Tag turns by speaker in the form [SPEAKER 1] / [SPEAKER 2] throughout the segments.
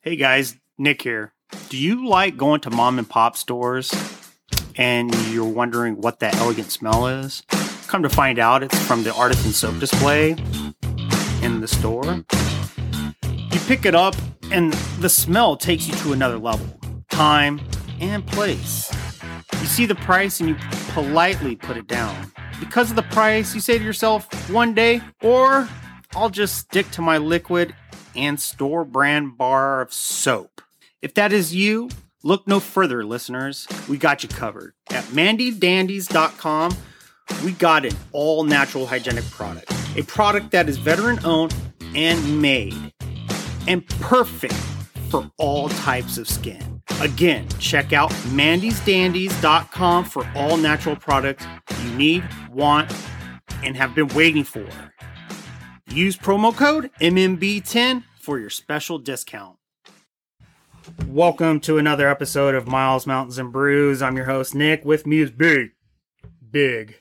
[SPEAKER 1] Hey guys, Nick here. Do you like going to mom and pop stores and you're wondering what that elegant smell is? Come to find out, it's from the artisan soap display in the store. You pick it up, and the smell takes you to another level time and place. You see the price and you politely put it down. Because of the price, you say to yourself, one day, or I'll just stick to my liquid and store brand bar of soap. If that is you, look no further, listeners. We got you covered. At mandydandies.com, we got an all natural hygienic product, a product that is veteran owned and made, and perfect for all types of skin. Again, check out mandysdandies.com for all natural products you need, want, and have been waiting for. Use promo code MMB10 for your special discount. Welcome to another episode of Miles Mountains and Brews. I'm your host Nick. With me is Big, Big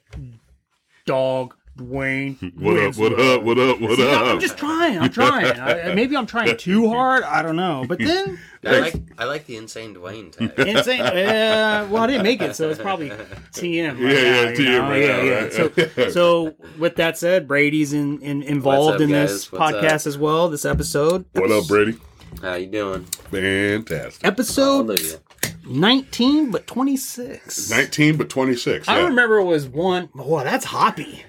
[SPEAKER 1] Dog Dwayne.
[SPEAKER 2] What up? What
[SPEAKER 1] Winslow.
[SPEAKER 2] up? What up? What
[SPEAKER 1] See,
[SPEAKER 2] up?
[SPEAKER 1] I'm just trying. I'm trying. I, maybe I'm trying too hard. I don't know. But then,
[SPEAKER 3] I like I like the insane Dwayne type.
[SPEAKER 1] insane. Uh, well, I didn't make it, so it's probably TM. Right
[SPEAKER 2] Yeah, yeah,
[SPEAKER 1] now, you
[SPEAKER 2] TM
[SPEAKER 1] know?
[SPEAKER 2] right
[SPEAKER 1] yeah,
[SPEAKER 2] now,
[SPEAKER 1] yeah. So,
[SPEAKER 2] right.
[SPEAKER 1] so with that said, Brady's in, in, involved
[SPEAKER 3] up,
[SPEAKER 1] in this
[SPEAKER 3] guys? What's
[SPEAKER 1] podcast
[SPEAKER 3] up?
[SPEAKER 1] as well. This episode.
[SPEAKER 2] what up, Brady?
[SPEAKER 3] How you doing?
[SPEAKER 2] Fantastic.
[SPEAKER 1] Episode
[SPEAKER 3] Hallelujah.
[SPEAKER 1] 19, but 26.
[SPEAKER 2] 19 but 26.
[SPEAKER 1] I
[SPEAKER 2] yeah.
[SPEAKER 1] remember it was one. Boy, that's hoppy.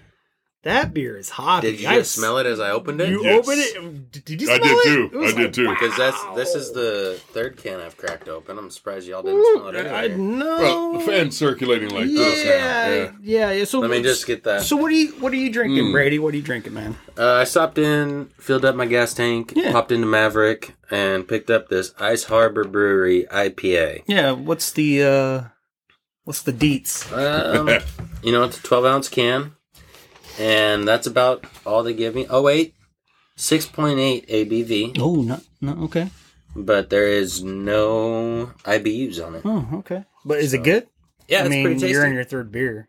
[SPEAKER 1] That beer is hoppy.
[SPEAKER 3] Did you
[SPEAKER 1] I
[SPEAKER 3] just smell it as I opened it?
[SPEAKER 1] You
[SPEAKER 2] Yes.
[SPEAKER 1] opened it. Did- Did you
[SPEAKER 2] I
[SPEAKER 1] smell
[SPEAKER 2] did
[SPEAKER 1] it?
[SPEAKER 2] too.
[SPEAKER 1] It was
[SPEAKER 2] I did
[SPEAKER 1] like,
[SPEAKER 2] too.
[SPEAKER 3] Because that's
[SPEAKER 1] wow.
[SPEAKER 3] this is the third can I've cracked open. I'm surprised y'all didn't smell it
[SPEAKER 1] I
[SPEAKER 3] earlier.
[SPEAKER 1] know.
[SPEAKER 2] Well, the fan's circulating like this now.
[SPEAKER 1] yeah,
[SPEAKER 2] Yeah. Hmm.
[SPEAKER 1] yeah, yeah. So
[SPEAKER 3] Let me just get that.
[SPEAKER 1] So what are you what are you drinking, Brady? What are you drinking, man?
[SPEAKER 3] Uh, I stopped in, filled up my gas tank,
[SPEAKER 1] Yeah.
[SPEAKER 3] popped into Maverick, and picked up this Ice Harbor Brewery IPA.
[SPEAKER 1] Yeah, what's the uh what's the deets?
[SPEAKER 3] Um, you know, it's a 12 ounce can, and that's about all they give me. Oh wait, 6.8 ABV,
[SPEAKER 1] Oh, no, no, okay.
[SPEAKER 3] but there is no IBUs on it.
[SPEAKER 1] Oh, okay. But is it good?
[SPEAKER 3] Yeah,
[SPEAKER 1] I
[SPEAKER 3] it's
[SPEAKER 1] mean,
[SPEAKER 3] pretty tasty.
[SPEAKER 1] you're in your third beer.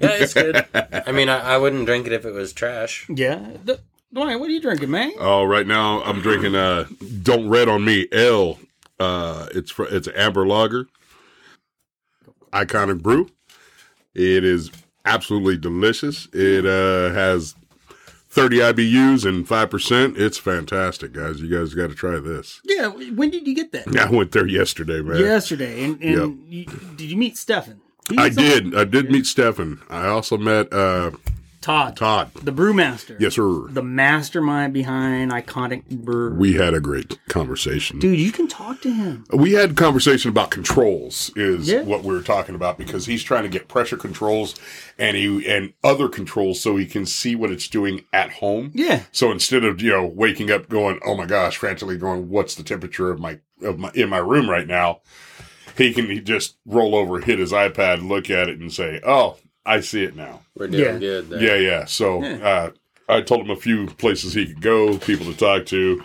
[SPEAKER 3] Yeah, it's good. I mean, I, I wouldn't drink it if it was trash.
[SPEAKER 1] Yeah. D- Dwayne, what are you drinking, man?
[SPEAKER 2] Oh, right now I'm drinking uh Don't Red on Me L. Uh it's fr- it's an amber lager. Iconic brew. It is absolutely delicious. It uh has 30 IBUs and 5%. It's fantastic, guys. You guys got to try this.
[SPEAKER 1] Yeah. When did you get that?
[SPEAKER 2] I went there yesterday, man.
[SPEAKER 1] Yesterday. And, and you, did you meet Stefan? He's
[SPEAKER 2] I
[SPEAKER 1] on-
[SPEAKER 2] did. I did meet Stefan. I also met uh,
[SPEAKER 1] Todd,
[SPEAKER 2] Todd.
[SPEAKER 1] the brewmaster.
[SPEAKER 2] Yes, sir.
[SPEAKER 1] The mastermind behind iconic brew.
[SPEAKER 2] We had a great conversation.
[SPEAKER 1] Dude, you can talk to him.
[SPEAKER 2] We had a conversation about controls is
[SPEAKER 1] Yeah.
[SPEAKER 2] what we were talking about because he's trying to get pressure controls and he and other controls so he can see what it's doing at home.
[SPEAKER 1] Yeah.
[SPEAKER 2] So instead of you know waking up going, oh my gosh, frantically going, what's the temperature of my of my in my room right now? He can just roll over, hit his iPad, look at it, and say, oh, I see it now.
[SPEAKER 3] We're doing
[SPEAKER 1] Yeah.
[SPEAKER 3] good there.
[SPEAKER 2] Yeah, yeah. So Uh, I told him a few places he could go, people to talk to,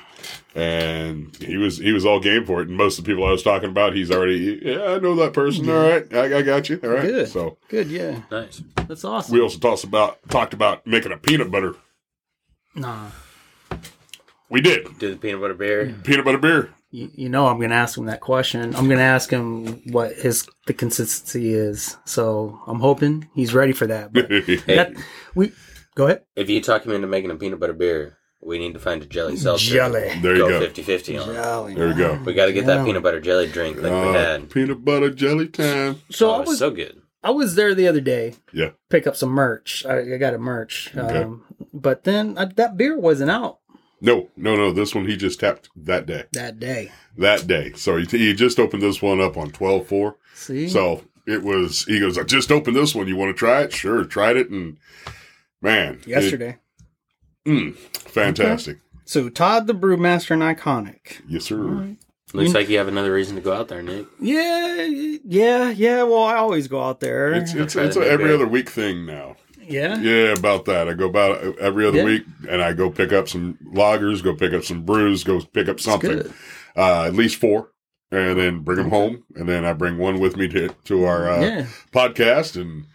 [SPEAKER 2] and he was he was all game for it. And most of the people I was talking about, he's already yeah, I know that person. All right, I, I got you. All right.
[SPEAKER 1] Good.
[SPEAKER 2] So
[SPEAKER 1] Good, yeah.
[SPEAKER 3] Nice.
[SPEAKER 1] That's awesome.
[SPEAKER 2] we also talked about talked about making a peanut butter.
[SPEAKER 1] nah.
[SPEAKER 2] We did
[SPEAKER 3] Do the peanut butter beer.
[SPEAKER 2] peanut butter beer.
[SPEAKER 1] You, you know I'm going to ask him that question. I'm going to ask him what his the consistency is. So, I'm hoping he's ready for that. But
[SPEAKER 3] Hey,
[SPEAKER 1] that we go ahead.
[SPEAKER 3] if you talk him into making a peanut butter beer, we need to find a jelly seltzer.
[SPEAKER 1] Jelly.
[SPEAKER 2] There you
[SPEAKER 3] Go
[SPEAKER 2] go.
[SPEAKER 3] 50 50 on it.
[SPEAKER 2] There
[SPEAKER 1] Jelly.
[SPEAKER 2] you go.
[SPEAKER 3] We got to get
[SPEAKER 1] Jelly.
[SPEAKER 3] that peanut butter jelly drink like we
[SPEAKER 2] Uh,
[SPEAKER 3] had.
[SPEAKER 2] peanut butter jelly time.
[SPEAKER 1] So,
[SPEAKER 3] oh,
[SPEAKER 1] I
[SPEAKER 3] it's
[SPEAKER 1] was
[SPEAKER 3] so good.
[SPEAKER 1] I was there the other day.
[SPEAKER 2] Yeah.
[SPEAKER 1] Pick up some merch. I, I got a merch.
[SPEAKER 2] Okay.
[SPEAKER 1] Um, but then I, that beer wasn't out
[SPEAKER 2] No, no, no. This one he just tapped that day.
[SPEAKER 1] that day.
[SPEAKER 2] That day. So he, he just opened this one up on twelve four.
[SPEAKER 1] See?
[SPEAKER 2] So it was. He goes, I just opened this one. You want to try it? Sure, tried it, and man,
[SPEAKER 1] yesterday.
[SPEAKER 2] it- mm, fantastic.
[SPEAKER 1] So Todd the Brewmaster and Iconic.
[SPEAKER 2] Yes, sir.
[SPEAKER 3] Looks like you have another reason to go out there, Nick.
[SPEAKER 1] Yeah, yeah, yeah. Well, I always go out there.
[SPEAKER 2] It's it's,
[SPEAKER 3] Okay,
[SPEAKER 2] it's a every
[SPEAKER 3] okay.
[SPEAKER 2] other week thing now.
[SPEAKER 1] yeah.
[SPEAKER 2] Yeah, about that. I go about every other
[SPEAKER 1] Uh-huh. Yeah.
[SPEAKER 2] week, and I go pick up some loggers, go pick up some brews, go pick up something,
[SPEAKER 1] good.
[SPEAKER 2] uh, at least four, and then bring them home, and then I bring one with me to to our uh,
[SPEAKER 1] Yeah.
[SPEAKER 2] podcast, and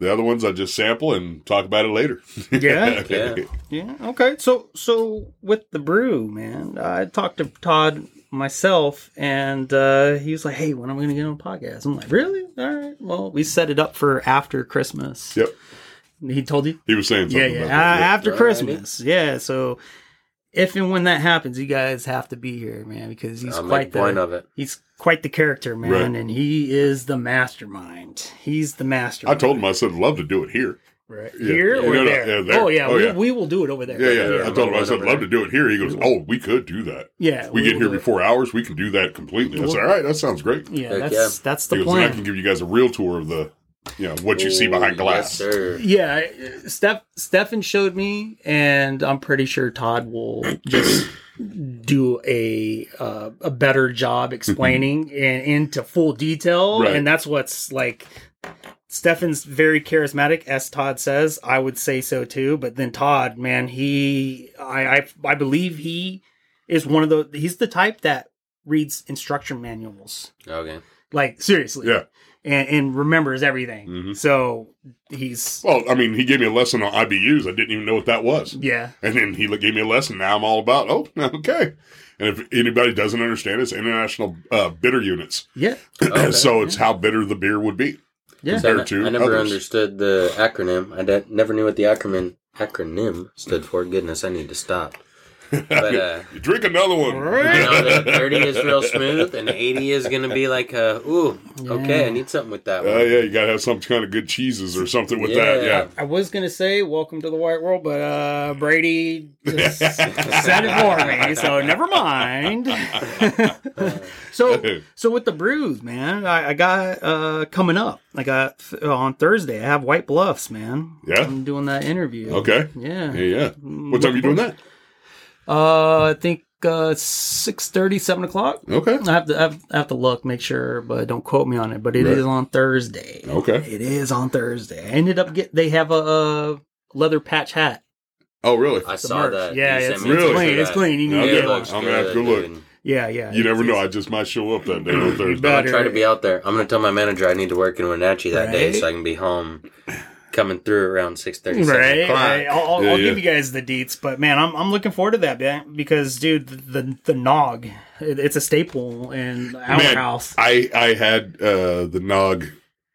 [SPEAKER 2] the other ones I just sample and talk about it later.
[SPEAKER 1] Yeah.
[SPEAKER 3] Yeah.
[SPEAKER 1] Yeah. Okay. So so with the brew, man, I talked to Todd myself, and uh, he was like, "Hey, when am I going to get on a podcast?" I'm like, "Really? All right. Well, we set it up for after Christmas."
[SPEAKER 2] Yep.
[SPEAKER 1] He told you.
[SPEAKER 2] He was saying
[SPEAKER 1] Yeah,
[SPEAKER 2] something
[SPEAKER 1] yeah.
[SPEAKER 2] about
[SPEAKER 1] A-
[SPEAKER 2] that. Yeah.
[SPEAKER 1] after
[SPEAKER 3] Alrighty.
[SPEAKER 1] Christmas. Yeah. So if and when that happens, you guys have to be here, man, because he's
[SPEAKER 3] I'll make
[SPEAKER 1] quite
[SPEAKER 3] point
[SPEAKER 1] the
[SPEAKER 3] of it.
[SPEAKER 1] he's quite the character, man,
[SPEAKER 2] Right.
[SPEAKER 1] and he is the mastermind. He's the
[SPEAKER 2] I
[SPEAKER 1] mastermind.
[SPEAKER 2] told him I said I'd love to do it here.
[SPEAKER 1] right
[SPEAKER 2] yeah.
[SPEAKER 1] here
[SPEAKER 2] Yeah,
[SPEAKER 1] or
[SPEAKER 2] no, no,
[SPEAKER 1] there?
[SPEAKER 2] yeah, there.
[SPEAKER 1] Oh yeah,
[SPEAKER 2] Oh,
[SPEAKER 1] we,
[SPEAKER 2] yeah.
[SPEAKER 1] we will do it over there.
[SPEAKER 2] Yeah, yeah. I
[SPEAKER 1] yeah.
[SPEAKER 2] told him I
[SPEAKER 3] Right
[SPEAKER 2] said
[SPEAKER 3] over
[SPEAKER 2] I'd love to
[SPEAKER 3] there.
[SPEAKER 2] do it here. He goes, "Oh, we could do that.
[SPEAKER 1] Yeah,
[SPEAKER 2] We get
[SPEAKER 1] will
[SPEAKER 2] here
[SPEAKER 1] do it.
[SPEAKER 2] before hours. We can do that completely." I said, "All right, that sounds great."
[SPEAKER 1] Yeah,
[SPEAKER 3] Heck,
[SPEAKER 1] that's
[SPEAKER 3] yeah.
[SPEAKER 1] that's
[SPEAKER 2] He
[SPEAKER 1] the
[SPEAKER 2] goes, "And I
[SPEAKER 1] plan.
[SPEAKER 2] can give you guys a real tour of the, you know, what you see behind
[SPEAKER 3] Oh,
[SPEAKER 2] glass."
[SPEAKER 3] Yes, sir.
[SPEAKER 1] Yeah, I- Steph Stefan showed me, and I'm pretty sure Todd will just do a uh, a better job explaining and into full detail.
[SPEAKER 2] Mm-hmm. Right.
[SPEAKER 1] And that's what's like. Stefan's very charismatic, as Todd says. I would say so too. But then Todd, man, he I I, I believe he is one of the he's the type that reads instruction manuals
[SPEAKER 3] Okay.
[SPEAKER 1] like seriously
[SPEAKER 2] Yeah.
[SPEAKER 1] and, and remembers everything
[SPEAKER 2] Mhm.
[SPEAKER 1] so he's
[SPEAKER 2] Well, I mean, he gave me a lesson on IBUs. I didn't even know what that was.
[SPEAKER 1] yeah
[SPEAKER 2] And then he gave me a lesson. Now I'm all about, oh, okay. And if anybody doesn't understand, it's international uh, bitter units.
[SPEAKER 1] yeah
[SPEAKER 3] Oh, Okay.
[SPEAKER 2] so it's how bitter the beer would be.
[SPEAKER 1] Yeah.
[SPEAKER 3] So I,
[SPEAKER 2] Compared to
[SPEAKER 3] I never
[SPEAKER 2] others.
[SPEAKER 3] understood the acronym. I de- never knew what the acronym acronym stood for. Goodness, I need to stop. But uh,
[SPEAKER 2] You drink another one.
[SPEAKER 3] I know that thirty is real smooth, and eighty is gonna be like, uh, ooh, okay, I need something with that
[SPEAKER 2] Uh,
[SPEAKER 3] one.
[SPEAKER 2] yeah, you got to have some kind of good cheeses or something with that.
[SPEAKER 3] Yeah.
[SPEAKER 2] Yeah.
[SPEAKER 1] i was gonna say welcome to the white world but uh brady just said it for me so never mind so so with the brews man i, I got uh coming up i got th- on thursday i have white bluffs man
[SPEAKER 2] Yeah.
[SPEAKER 1] i'm doing that interview
[SPEAKER 2] Okay.
[SPEAKER 1] yeah
[SPEAKER 2] Yeah, yeah. What time are you doing that?
[SPEAKER 1] uh i think uh 6 7 o'clock
[SPEAKER 2] Okay.
[SPEAKER 1] I have to I have, I have to look, make sure, but don't quote me on it. But it is
[SPEAKER 2] Right.
[SPEAKER 1] on Thursday.
[SPEAKER 2] Okay.
[SPEAKER 1] It is on Thursday. I ended up get they have a, uh leather patch hat.
[SPEAKER 2] Oh, really?
[SPEAKER 3] I
[SPEAKER 1] The
[SPEAKER 3] saw
[SPEAKER 1] merch.
[SPEAKER 3] that.
[SPEAKER 1] Yeah,
[SPEAKER 3] You sent
[SPEAKER 1] it's,
[SPEAKER 3] me a
[SPEAKER 1] it's
[SPEAKER 2] Really?
[SPEAKER 3] picture
[SPEAKER 1] clean.
[SPEAKER 3] of
[SPEAKER 1] It's
[SPEAKER 3] that.
[SPEAKER 1] clean. You can
[SPEAKER 2] Yeah,
[SPEAKER 1] get
[SPEAKER 2] it
[SPEAKER 3] It
[SPEAKER 1] one.
[SPEAKER 2] looks- I'm gonna have to go
[SPEAKER 3] good,
[SPEAKER 2] look.
[SPEAKER 3] dude.
[SPEAKER 1] Yeah, yeah.
[SPEAKER 2] You never
[SPEAKER 1] it's-
[SPEAKER 2] know. I just might show up that day on Thursday.
[SPEAKER 1] bet.
[SPEAKER 3] I'll try to be out there. I'm gonna tell my manager I need to work in Wenatchee that day
[SPEAKER 1] Right?
[SPEAKER 3] so I can be home, coming through around six thirty.
[SPEAKER 1] Right, right. I'll, I'll,
[SPEAKER 2] Yeah,
[SPEAKER 1] I'll
[SPEAKER 2] yeah.
[SPEAKER 1] give you guys the deets, but man, I'm, I'm looking forward to that, man, because dude, the the, the nog, it, it's a staple in our
[SPEAKER 2] Man,
[SPEAKER 1] house.
[SPEAKER 2] I I had uh, the nog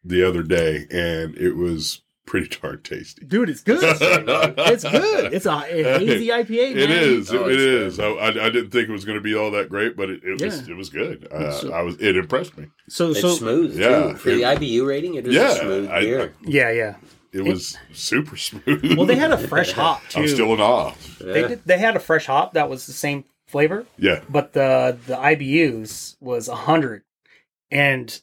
[SPEAKER 2] the other day, and it was pretty darn tasty.
[SPEAKER 1] Dude, it's good. it's
[SPEAKER 2] it's
[SPEAKER 1] good. It's a, a hazy IPA. Man.
[SPEAKER 2] It is.
[SPEAKER 3] Oh,
[SPEAKER 2] it
[SPEAKER 3] it's
[SPEAKER 2] is. I, I I didn't think it was going to be all that great, but it, it was.
[SPEAKER 1] Yeah.
[SPEAKER 2] It was good. Uh,
[SPEAKER 1] So-
[SPEAKER 2] I was. It impressed me.
[SPEAKER 1] So
[SPEAKER 3] It's
[SPEAKER 1] so
[SPEAKER 3] smooth.
[SPEAKER 2] Yeah.
[SPEAKER 3] too. For the IBU rating, it is
[SPEAKER 2] Yeah,
[SPEAKER 3] a smooth
[SPEAKER 2] I-
[SPEAKER 3] beer.
[SPEAKER 1] yeah, yeah.
[SPEAKER 2] It was super smooth.
[SPEAKER 1] Well, they had a fresh hop too.
[SPEAKER 2] I'm still in awe.
[SPEAKER 1] They
[SPEAKER 3] Yeah.
[SPEAKER 1] did, they had a fresh hop that was the same flavor,
[SPEAKER 2] Yeah.
[SPEAKER 1] but the the IBUs was 100 and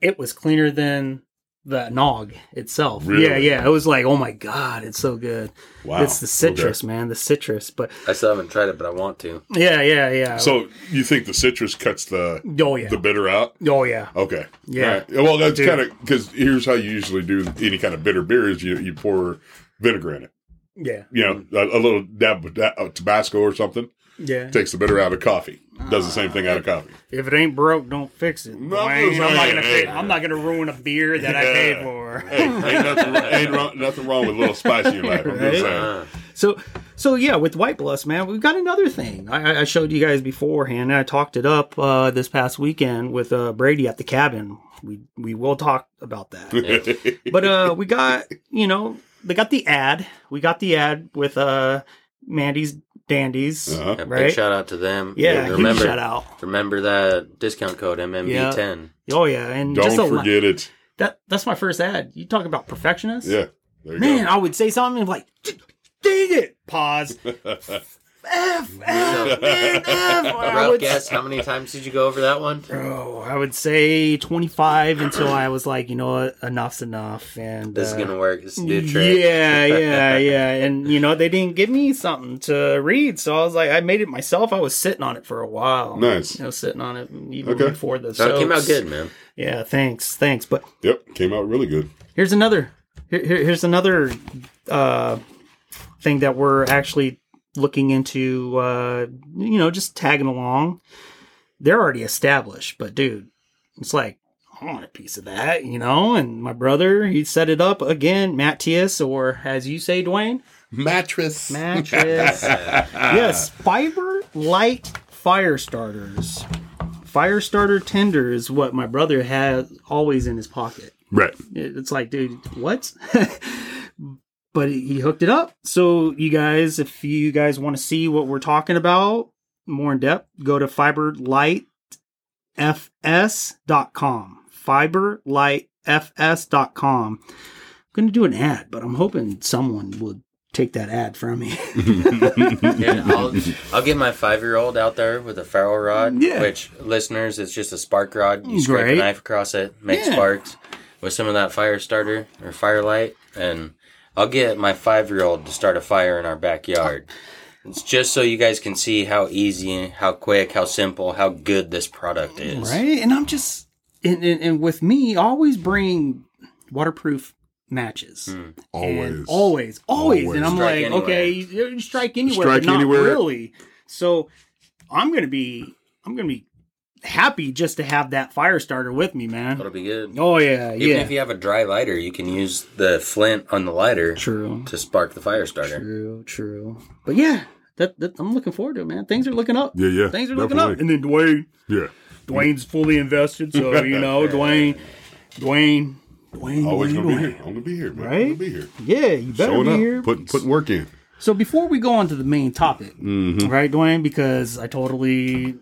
[SPEAKER 1] it was cleaner than the nog itself. Yeah,
[SPEAKER 2] Really?
[SPEAKER 1] yeah. It was like, "Oh my god, it's so good."
[SPEAKER 2] Wow.
[SPEAKER 1] It's the citrus, man, the citrus. But
[SPEAKER 3] I still haven't tried it, but I want to.
[SPEAKER 1] yeah, yeah, yeah.
[SPEAKER 2] Okay. So you think the citrus cuts the
[SPEAKER 1] oh yeah.
[SPEAKER 2] the bitter out?
[SPEAKER 1] oh yeah.
[SPEAKER 2] Okay.
[SPEAKER 1] Yeah.
[SPEAKER 2] All right. Well, that's
[SPEAKER 1] Dude.
[SPEAKER 2] kind of because here's how you usually do any kind of bitter beer is you, you pour vinegar in it.
[SPEAKER 1] Yeah.
[SPEAKER 2] You know,
[SPEAKER 1] Mm-hmm.
[SPEAKER 2] a, a little dab of da- of Tabasco or something
[SPEAKER 1] Yeah.
[SPEAKER 2] takes the bitter out of coffee. Does the same thing out of
[SPEAKER 1] Ah.
[SPEAKER 2] coffee.
[SPEAKER 1] If it ain't broke, don't fix it.
[SPEAKER 2] No,
[SPEAKER 1] Dwayne. I'm not gonna
[SPEAKER 2] hey,
[SPEAKER 1] fi- I'm not gonna ruin a beer that I
[SPEAKER 2] Yeah.
[SPEAKER 1] paid for.
[SPEAKER 2] Hey, ain't nothing, wrong- ain't wrong, nothing wrong with a little spice in your life. I'm just saying.
[SPEAKER 3] Uh,
[SPEAKER 1] So, so yeah, with White Bluffs, man, we've got another thing. I, I- I showed you guys beforehand, and I talked it up uh, this past weekend with uh, Brady at the cabin. We we will talk about that. but uh, we got you know they got the ad. We got the ad with uh, Mandy's Dandies.
[SPEAKER 2] Uh-huh.
[SPEAKER 3] a big
[SPEAKER 1] Right?
[SPEAKER 3] shout out to them.
[SPEAKER 1] Yeah, huge
[SPEAKER 3] remember
[SPEAKER 1] shout out.
[SPEAKER 3] remember that discount code MMB10.
[SPEAKER 1] Oh yeah, and just a
[SPEAKER 2] Don't
[SPEAKER 1] li-
[SPEAKER 2] forget it.
[SPEAKER 1] that that's my first ad. You talk about perfectionists.
[SPEAKER 2] Yeah. There you
[SPEAKER 1] man,
[SPEAKER 2] go.
[SPEAKER 1] I would say something and be like, "D- dang it, pause. F, F, man, F. I
[SPEAKER 3] Rough
[SPEAKER 1] would
[SPEAKER 3] guess. How many times did you go over that one?
[SPEAKER 1] Oh, I would say 25 until I was like, you know what, enough's enough. And
[SPEAKER 3] This is
[SPEAKER 1] uh,
[SPEAKER 3] gonna work. This is the trick.
[SPEAKER 1] yeah, yeah, yeah. And you know, they didn't give me something to read, so I was like, I made it myself. I was sitting on it for a while.
[SPEAKER 2] Nice.
[SPEAKER 1] I was sitting on it even
[SPEAKER 2] Okay.
[SPEAKER 1] before the
[SPEAKER 3] No, it came out
[SPEAKER 1] soaps.
[SPEAKER 3] good, man.
[SPEAKER 1] Yeah, thanks, thanks. But
[SPEAKER 2] Yep. Came out really good.
[SPEAKER 1] here's another. Here, here- here's another uh, thing that we're actually looking into. Uh, you know, just tagging along. They're already established, but dude, it's like I want a piece of that, you know. And my brother, he set it up again, Matthias, or as you say, Dwayne,
[SPEAKER 2] Mattress.
[SPEAKER 1] mattress. yes, fiber light fire starters. Fire starter tender is what my brother has always in his pocket.
[SPEAKER 2] Right.
[SPEAKER 1] It- It's like, dude, what? but he hooked it up. So you guys, if you guys want to see what we're talking about more in depth, go to fiberlightfs.com. Fiberlightfs.com. I'm going to do an ad, but I'm hoping someone would take that ad from me.
[SPEAKER 3] Yeah, I'll, I'll get my five year old out there with a ferro rod,
[SPEAKER 1] Yeah.
[SPEAKER 3] which listeners, it's just a spark rod. You scrape
[SPEAKER 1] Great.
[SPEAKER 3] a knife across it, make
[SPEAKER 1] Yeah.
[SPEAKER 3] sparks with some of that fire starter or firelight, and I'll get my five year old to start a fire in our backyard. It's just so you guys can see how easy, how quick, how simple, how good this product is.
[SPEAKER 1] right? And I'm just and, and, and with me, always bring waterproof matches.
[SPEAKER 2] Always.
[SPEAKER 1] And always, always,
[SPEAKER 2] Always.
[SPEAKER 1] and I'm
[SPEAKER 3] Strike
[SPEAKER 1] like,
[SPEAKER 3] anywhere.
[SPEAKER 1] okay, you, you strike anywhere,
[SPEAKER 2] Strike
[SPEAKER 1] but not
[SPEAKER 2] anywhere.
[SPEAKER 1] really. So I'm gonna be, I'm gonna be happy just to have that fire starter with me, man.
[SPEAKER 3] That'll be good.
[SPEAKER 1] Oh yeah,
[SPEAKER 3] Even
[SPEAKER 1] yeah,
[SPEAKER 3] if you have a dry lighter, you can use the flint on the lighter
[SPEAKER 1] true,
[SPEAKER 3] to spark the fire starter.
[SPEAKER 1] true, true. But yeah, that, that I'm looking forward to, it, man. Things are looking up.
[SPEAKER 2] Yeah, yeah.
[SPEAKER 1] Things are looking up, and then Dwayne,
[SPEAKER 2] Yeah.
[SPEAKER 1] Dwayne's fully invested, so you know, Dwayne, Dwayne, Dwayne,
[SPEAKER 2] Always
[SPEAKER 1] Dwayne,
[SPEAKER 2] gonna be
[SPEAKER 1] Dwayne.
[SPEAKER 2] here. I'm gonna be here, man. I'm
[SPEAKER 1] Right?
[SPEAKER 2] gonna be here.
[SPEAKER 1] Yeah, you better
[SPEAKER 2] Showing
[SPEAKER 1] be
[SPEAKER 2] up.
[SPEAKER 1] here.
[SPEAKER 2] Putting putting work in.
[SPEAKER 1] so before we go on to the main topic,
[SPEAKER 2] Mm-hmm.
[SPEAKER 1] right, Dwayne? Because I totally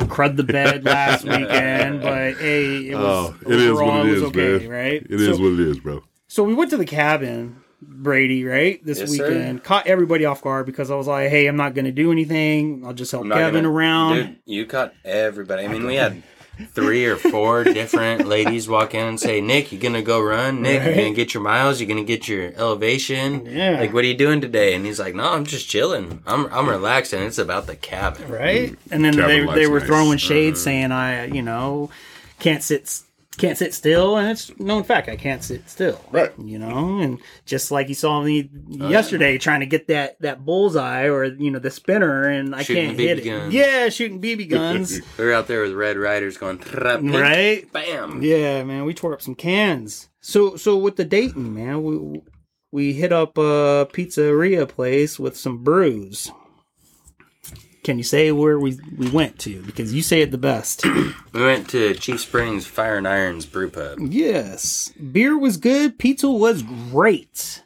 [SPEAKER 1] crud the bed last weekend, but hey, it was
[SPEAKER 2] Oh, it is
[SPEAKER 1] overall,
[SPEAKER 2] what it is,
[SPEAKER 1] was okay,
[SPEAKER 2] man.
[SPEAKER 1] right?
[SPEAKER 2] It is
[SPEAKER 1] so,
[SPEAKER 2] what it is, bro.
[SPEAKER 1] so we went to the cabin, Brady, right? This
[SPEAKER 3] Yes, sir.
[SPEAKER 1] weekend caught everybody off guard because I was like, hey, I'm not going to do anything. I'll just help
[SPEAKER 3] I'm not
[SPEAKER 1] Kevin
[SPEAKER 3] gonna-
[SPEAKER 1] around.
[SPEAKER 3] Dude, you caught everybody. I mean, we had three or four different ladies walk in and say, Nick, you going to go run? Nick, you
[SPEAKER 1] Right.
[SPEAKER 3] going to get your miles? you going to get your elevation?
[SPEAKER 1] Yeah.
[SPEAKER 3] Like, what are you doing today? And he's like, no, I'm just chilling. I'm, I'm relaxing. It's about the cabin.
[SPEAKER 1] right? And then
[SPEAKER 2] Cabin
[SPEAKER 1] they
[SPEAKER 2] light's
[SPEAKER 1] they were
[SPEAKER 2] nice.
[SPEAKER 3] Uh-huh.
[SPEAKER 1] throwing shade, saying I, you know, can't sit s- can't sit still, and it's known fact I can't sit still,
[SPEAKER 2] Right.
[SPEAKER 1] You know, and just like you saw me
[SPEAKER 3] Uh-huh.
[SPEAKER 1] yesterday trying to get that that bullseye or you know the spinner, and I
[SPEAKER 3] Shooting
[SPEAKER 1] can't
[SPEAKER 3] BB
[SPEAKER 1] hit it.
[SPEAKER 3] guns.
[SPEAKER 1] Yeah, shooting BB guns,
[SPEAKER 3] They're out there with red riders going, "Tra- pink,
[SPEAKER 1] Mm, right?
[SPEAKER 3] Bam.
[SPEAKER 1] Yeah, man, we tore up some cans. So so with the Dayton, man, we we hit up a pizzeria place with some brews. Can you say where we, we went to? Because you say it the best.
[SPEAKER 3] We went to Chief Springs Fire and Irons Brew Pub.
[SPEAKER 1] yes. Beer was good, pizza was great.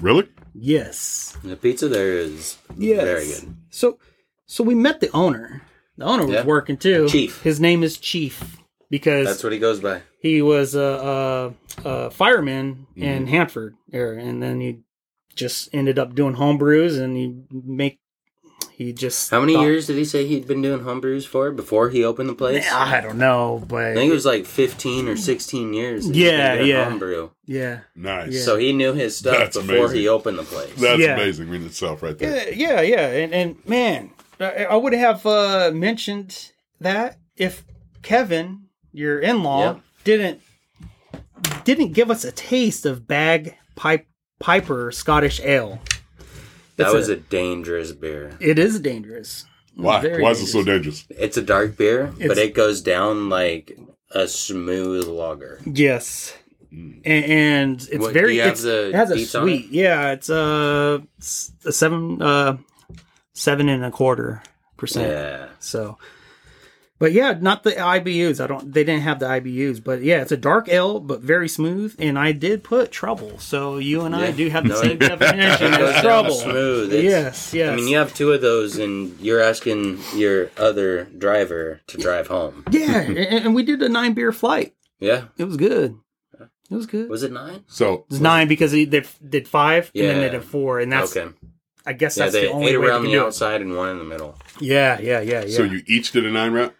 [SPEAKER 2] Really?
[SPEAKER 1] Yes.
[SPEAKER 3] The pizza there is
[SPEAKER 1] Yes.
[SPEAKER 3] very good.
[SPEAKER 1] So so we met the owner. The owner was
[SPEAKER 3] Yeah.
[SPEAKER 1] working too.
[SPEAKER 3] Chief.
[SPEAKER 1] His name is Chief because
[SPEAKER 3] That's what he goes by.
[SPEAKER 1] he was a, a, a fireman
[SPEAKER 3] Mm-hmm.
[SPEAKER 1] in Hanford, er, and then he just ended up doing homebrews, and he make he just
[SPEAKER 3] How many
[SPEAKER 1] thought-
[SPEAKER 3] years did he say he'd been doing homebrews for before he opened the place?
[SPEAKER 1] I don't know,
[SPEAKER 3] I think
[SPEAKER 1] but
[SPEAKER 3] it was like 15 or 16 years. that he's
[SPEAKER 1] Yeah,
[SPEAKER 3] been doing
[SPEAKER 1] yeah.
[SPEAKER 3] Homebrew.
[SPEAKER 1] yeah,
[SPEAKER 2] Nice.
[SPEAKER 1] Yeah.
[SPEAKER 3] So he knew his stuff
[SPEAKER 2] That's
[SPEAKER 3] before
[SPEAKER 2] amazing.
[SPEAKER 3] he opened the place.
[SPEAKER 2] That's
[SPEAKER 1] Yeah.
[SPEAKER 2] amazing in itself, right there.
[SPEAKER 1] yeah, yeah, yeah, and and man, I, I would have uh, mentioned that if Kevin, your in law,
[SPEAKER 3] Yeah.
[SPEAKER 1] didn't didn't give us a taste of bag pipe piper Scottish ale.
[SPEAKER 3] that
[SPEAKER 1] That's
[SPEAKER 3] was
[SPEAKER 1] a-
[SPEAKER 3] a, dangerous beer.
[SPEAKER 1] It is dangerous.
[SPEAKER 2] Why?
[SPEAKER 1] Very
[SPEAKER 2] Why is it so dangerous?
[SPEAKER 3] It's a dark beer, but
[SPEAKER 1] It's-
[SPEAKER 3] it goes down like a smooth lager.
[SPEAKER 1] Yes. And, and it's
[SPEAKER 3] Mm. What- do
[SPEAKER 1] very
[SPEAKER 3] you have
[SPEAKER 1] it's,
[SPEAKER 3] the
[SPEAKER 1] it has a
[SPEAKER 3] deets on it?
[SPEAKER 1] sweet. Yeah, it's uh s- a seven uh seven and a quarter percent.
[SPEAKER 3] Yeah.
[SPEAKER 1] So but yeah, not the IBUs. I don't they didn't have the IBUs, but yeah, it's a dark ale but very smooth and I did put trouble. So you and I
[SPEAKER 3] Yeah.
[SPEAKER 1] do have the
[SPEAKER 3] No,
[SPEAKER 1] same
[SPEAKER 3] it-
[SPEAKER 1] definition
[SPEAKER 3] It goes
[SPEAKER 1] as
[SPEAKER 3] down
[SPEAKER 1] trouble.
[SPEAKER 3] smooth. It's-
[SPEAKER 1] Yes, yes.
[SPEAKER 3] I mean, you have two of those, and you're asking your other driver to drive home.
[SPEAKER 1] yeah, and, and we did a nine beer flight.
[SPEAKER 3] Yeah.
[SPEAKER 1] It was good. It was good.
[SPEAKER 3] Was it nine?
[SPEAKER 2] So
[SPEAKER 1] It was nine because he- they f- did five and then
[SPEAKER 3] Yeah.
[SPEAKER 1] they did four, and that's
[SPEAKER 3] okay.
[SPEAKER 1] I guess
[SPEAKER 3] Yeah,
[SPEAKER 1] that's
[SPEAKER 3] they
[SPEAKER 1] the only
[SPEAKER 3] ate
[SPEAKER 1] way
[SPEAKER 3] around
[SPEAKER 1] to
[SPEAKER 3] the
[SPEAKER 1] do it.
[SPEAKER 3] outside and one in the middle.
[SPEAKER 1] Yeah, yeah, yeah, yeah.
[SPEAKER 2] so you each did a nine round?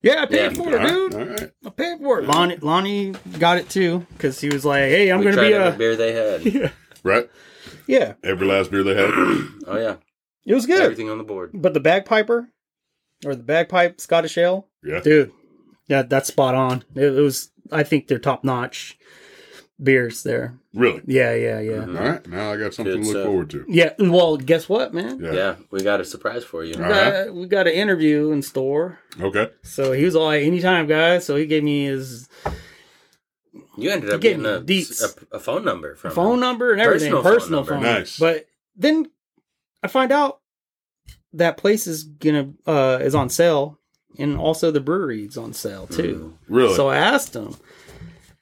[SPEAKER 1] yeah, I paid
[SPEAKER 3] Yeah.
[SPEAKER 1] for it, dude.
[SPEAKER 2] All right. All right.
[SPEAKER 1] I paid for it. Lonnie, Lonnie got it too because he was like, "Hey, I'm
[SPEAKER 3] we
[SPEAKER 1] going to
[SPEAKER 3] tried
[SPEAKER 1] be uh,
[SPEAKER 3] every
[SPEAKER 1] a
[SPEAKER 3] beer they had.
[SPEAKER 2] Right?
[SPEAKER 1] yeah."
[SPEAKER 2] Every last beer they had.
[SPEAKER 3] Oh yeah,
[SPEAKER 1] It was good,
[SPEAKER 3] everything on the board.
[SPEAKER 1] but the bagpiper or the bagpipe Scottish ale,
[SPEAKER 2] Yeah.
[SPEAKER 1] dude, yeah, that's spot on. It, it was, I think, they're top notch beers there.
[SPEAKER 2] Really?
[SPEAKER 1] Yeah, yeah, yeah,
[SPEAKER 3] Mm-hmm.
[SPEAKER 2] All right. Now I got something
[SPEAKER 3] Good
[SPEAKER 2] to look
[SPEAKER 3] stuff.
[SPEAKER 2] forward to.
[SPEAKER 1] yeah. Well, guess what, man?
[SPEAKER 2] Yeah. Uh-huh.
[SPEAKER 3] Yeah, we got a surprise for you.
[SPEAKER 1] We, got, we got an interview in store,
[SPEAKER 2] Okay.
[SPEAKER 1] so he was all like, "Anytime, guys." So he gave me his
[SPEAKER 3] You ended
[SPEAKER 1] You
[SPEAKER 3] up
[SPEAKER 1] gave
[SPEAKER 3] getting a,
[SPEAKER 1] me deets.
[SPEAKER 3] a, a phone number from
[SPEAKER 1] phone
[SPEAKER 3] him.
[SPEAKER 1] number and everything,
[SPEAKER 3] Personal phone
[SPEAKER 1] personal phone.
[SPEAKER 3] number.
[SPEAKER 1] number.
[SPEAKER 2] Nice.
[SPEAKER 1] But then I find out that place is gonna uh, is on sale, and also the brewery is on sale
[SPEAKER 3] Mm.
[SPEAKER 1] too.
[SPEAKER 2] Really?
[SPEAKER 1] So I asked him.
[SPEAKER 3] Mm-hmm.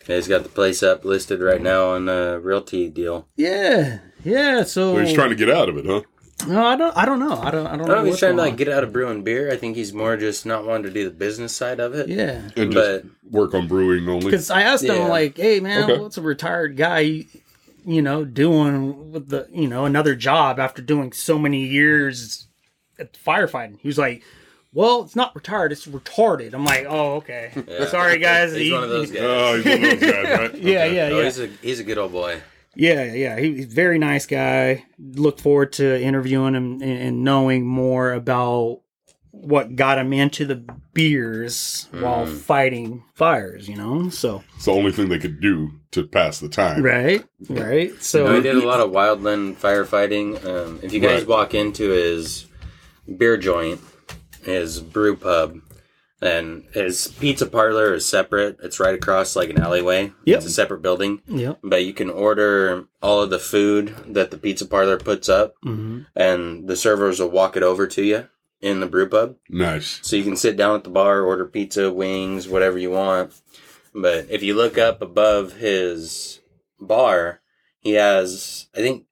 [SPEAKER 3] He's got the place up listed right now on a realty deal.
[SPEAKER 1] Yeah, yeah. So
[SPEAKER 2] so he's trying to get out of it, huh?
[SPEAKER 1] no, I don't. I don't know. I don't. I don't know.
[SPEAKER 3] I don't know if he's
[SPEAKER 1] what's
[SPEAKER 3] trying to
[SPEAKER 1] going
[SPEAKER 3] like get out of brewing beer. I think he's more just not wanting to do the business side of it.
[SPEAKER 1] on. yeah.
[SPEAKER 2] And just work on brewing only.
[SPEAKER 1] Because I asked
[SPEAKER 3] Yeah.
[SPEAKER 1] him, like, hey, man,
[SPEAKER 2] Okay.
[SPEAKER 1] what's a retired guy, you know, doing with the, you know, another job after doing so many years at firefighting? He was like, well, it's not retired, it's retarded. I'm like, oh, okay. Sorry, guys.
[SPEAKER 3] He's
[SPEAKER 1] He-
[SPEAKER 3] one of those
[SPEAKER 1] he-
[SPEAKER 3] guys.
[SPEAKER 2] Oh, he's one of those guys, right?
[SPEAKER 1] Yeah,
[SPEAKER 2] Okay.
[SPEAKER 1] yeah,
[SPEAKER 3] No,
[SPEAKER 1] yeah.
[SPEAKER 3] oh, he's a he's a good old boy.
[SPEAKER 1] Yeah, yeah. He, he's a very nice guy. Look forward to interviewing him and, and knowing more about what got him into the beers while
[SPEAKER 3] Hmm.
[SPEAKER 1] fighting fires, you know? So,
[SPEAKER 2] It's the only thing they could do to pass the time.
[SPEAKER 1] right, right. So,
[SPEAKER 3] No, he did a lot of wildland firefighting. Um, if you guys
[SPEAKER 2] Right.
[SPEAKER 3] walk into his beer joint, his brew pub, and his pizza parlor is separate. It's right across like an alleyway.
[SPEAKER 1] Yep.
[SPEAKER 3] It's a separate building.
[SPEAKER 1] Yep.
[SPEAKER 3] But you can order all of the food that the pizza parlor puts up,
[SPEAKER 1] Mhm.
[SPEAKER 3] and the servers will walk it over to you in the brew pub.
[SPEAKER 2] Nice.
[SPEAKER 3] So you can sit down at the bar, order pizza, wings, whatever you want. But if you look up above his bar, he has, I think,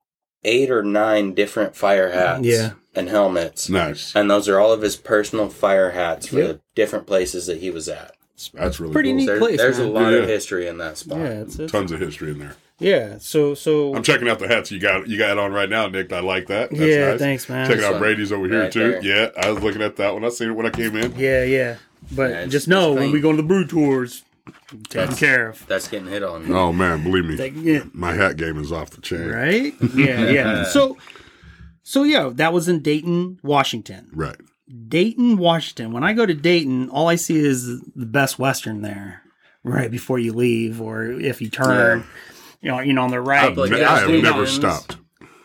[SPEAKER 3] eight or nine different fire hats
[SPEAKER 1] Yeah.
[SPEAKER 3] and helmets.
[SPEAKER 2] Nice.
[SPEAKER 3] And those are all of his personal fire hats for
[SPEAKER 1] Yep.
[SPEAKER 3] the different places that he was at.
[SPEAKER 2] That's really
[SPEAKER 1] Pretty
[SPEAKER 2] cool.
[SPEAKER 1] neat
[SPEAKER 3] There-
[SPEAKER 1] place,
[SPEAKER 3] there's
[SPEAKER 1] man.
[SPEAKER 3] a lot
[SPEAKER 2] Yeah.
[SPEAKER 3] of history in that spot.
[SPEAKER 1] Yeah, it's, it's
[SPEAKER 2] Tons of history in there.
[SPEAKER 1] yeah. So so
[SPEAKER 2] I'm checking out the hats you got you got on right now, Nick. I like that. That's
[SPEAKER 1] yeah.
[SPEAKER 2] nice.
[SPEAKER 1] Thanks, man.
[SPEAKER 2] Checking
[SPEAKER 3] That's
[SPEAKER 2] out
[SPEAKER 3] fun.
[SPEAKER 2] Brady's over here
[SPEAKER 3] Right
[SPEAKER 2] too.
[SPEAKER 3] there.
[SPEAKER 2] Yeah, I was looking at that one. I seen it when I came in.
[SPEAKER 1] Yeah, yeah. But
[SPEAKER 3] it's-
[SPEAKER 1] just know
[SPEAKER 3] it's
[SPEAKER 1] when
[SPEAKER 3] clean.
[SPEAKER 1] we go to the brew tours, taken care of.
[SPEAKER 3] That's getting hit on.
[SPEAKER 2] Oh man, believe me,
[SPEAKER 1] Taken it,
[SPEAKER 2] my hat game is off the chain. Right.
[SPEAKER 1] right? Yeah, yeah. So so yeah, that was in Dayton, Washington. Dayton, Washington. When I go to Dayton, all I see is the Best Western there, right before you leave, or if you turn, you know, you know, on the right.
[SPEAKER 2] I've,
[SPEAKER 3] Like
[SPEAKER 2] ne-
[SPEAKER 3] that
[SPEAKER 2] I have
[SPEAKER 3] Steve
[SPEAKER 2] never
[SPEAKER 3] Irwin's.
[SPEAKER 2] stopped.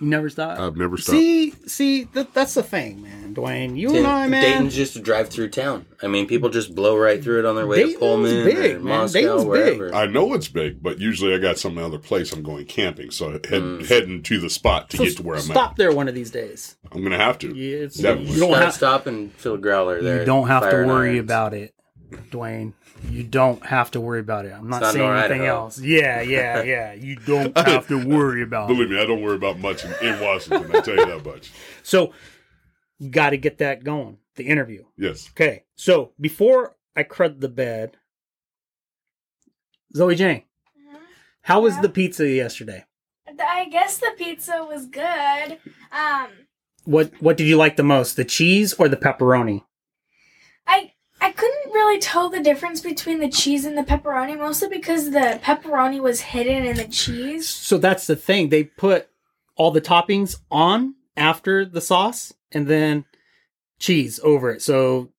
[SPEAKER 1] you never stop.
[SPEAKER 2] I've never stopped.
[SPEAKER 1] see, see, that, that's the thing, man. Dwayne, you and I,
[SPEAKER 3] Dayton-
[SPEAKER 1] man.
[SPEAKER 3] Dayton's just a drive-through town. I mean, people just blow right through it on their way
[SPEAKER 1] Dayton's
[SPEAKER 3] to Pullman
[SPEAKER 1] big,
[SPEAKER 3] or
[SPEAKER 1] man.
[SPEAKER 3] Moscow,
[SPEAKER 1] Dayton's big.
[SPEAKER 3] wherever.
[SPEAKER 2] I know it's big, but usually I got some other place I'm going camping, so head,
[SPEAKER 3] Mm.
[SPEAKER 2] heading to the spot to
[SPEAKER 1] So
[SPEAKER 2] get to where I'm
[SPEAKER 1] stop there one of these days.
[SPEAKER 2] at. I'm gonna have to.
[SPEAKER 1] Yeah, it's-
[SPEAKER 2] Definitely.
[SPEAKER 1] you don't
[SPEAKER 3] Gotta
[SPEAKER 1] have-
[SPEAKER 3] stop and fill growler there.
[SPEAKER 1] You don't have
[SPEAKER 3] Fire
[SPEAKER 1] to
[SPEAKER 3] and
[SPEAKER 1] worry
[SPEAKER 3] irons.
[SPEAKER 1] about it, Dwayne. You don't have to worry about it. I'm not,
[SPEAKER 3] not
[SPEAKER 1] saying
[SPEAKER 3] North
[SPEAKER 1] anything
[SPEAKER 3] Idaho.
[SPEAKER 1] else. Yeah, yeah, yeah. You don't have to worry about it.
[SPEAKER 2] Believe me, I don't worry about much in, in Washington. I tell you that much.
[SPEAKER 1] So you got to get that going. The interview.
[SPEAKER 2] Yes.
[SPEAKER 1] Okay. So before I crud the bed, Zoe Jane, how was the pizza yesterday?
[SPEAKER 4] Uh-huh. I guess the pizza was good. Um,
[SPEAKER 1] What What did you like the most, the cheese or the pepperoni?
[SPEAKER 4] I I couldn't really tell the difference between the cheese and the pepperoni, mostly because the pepperoni was hidden in the cheese.
[SPEAKER 1] So that's the thing. They put all the toppings on after the sauce and then cheese over it. So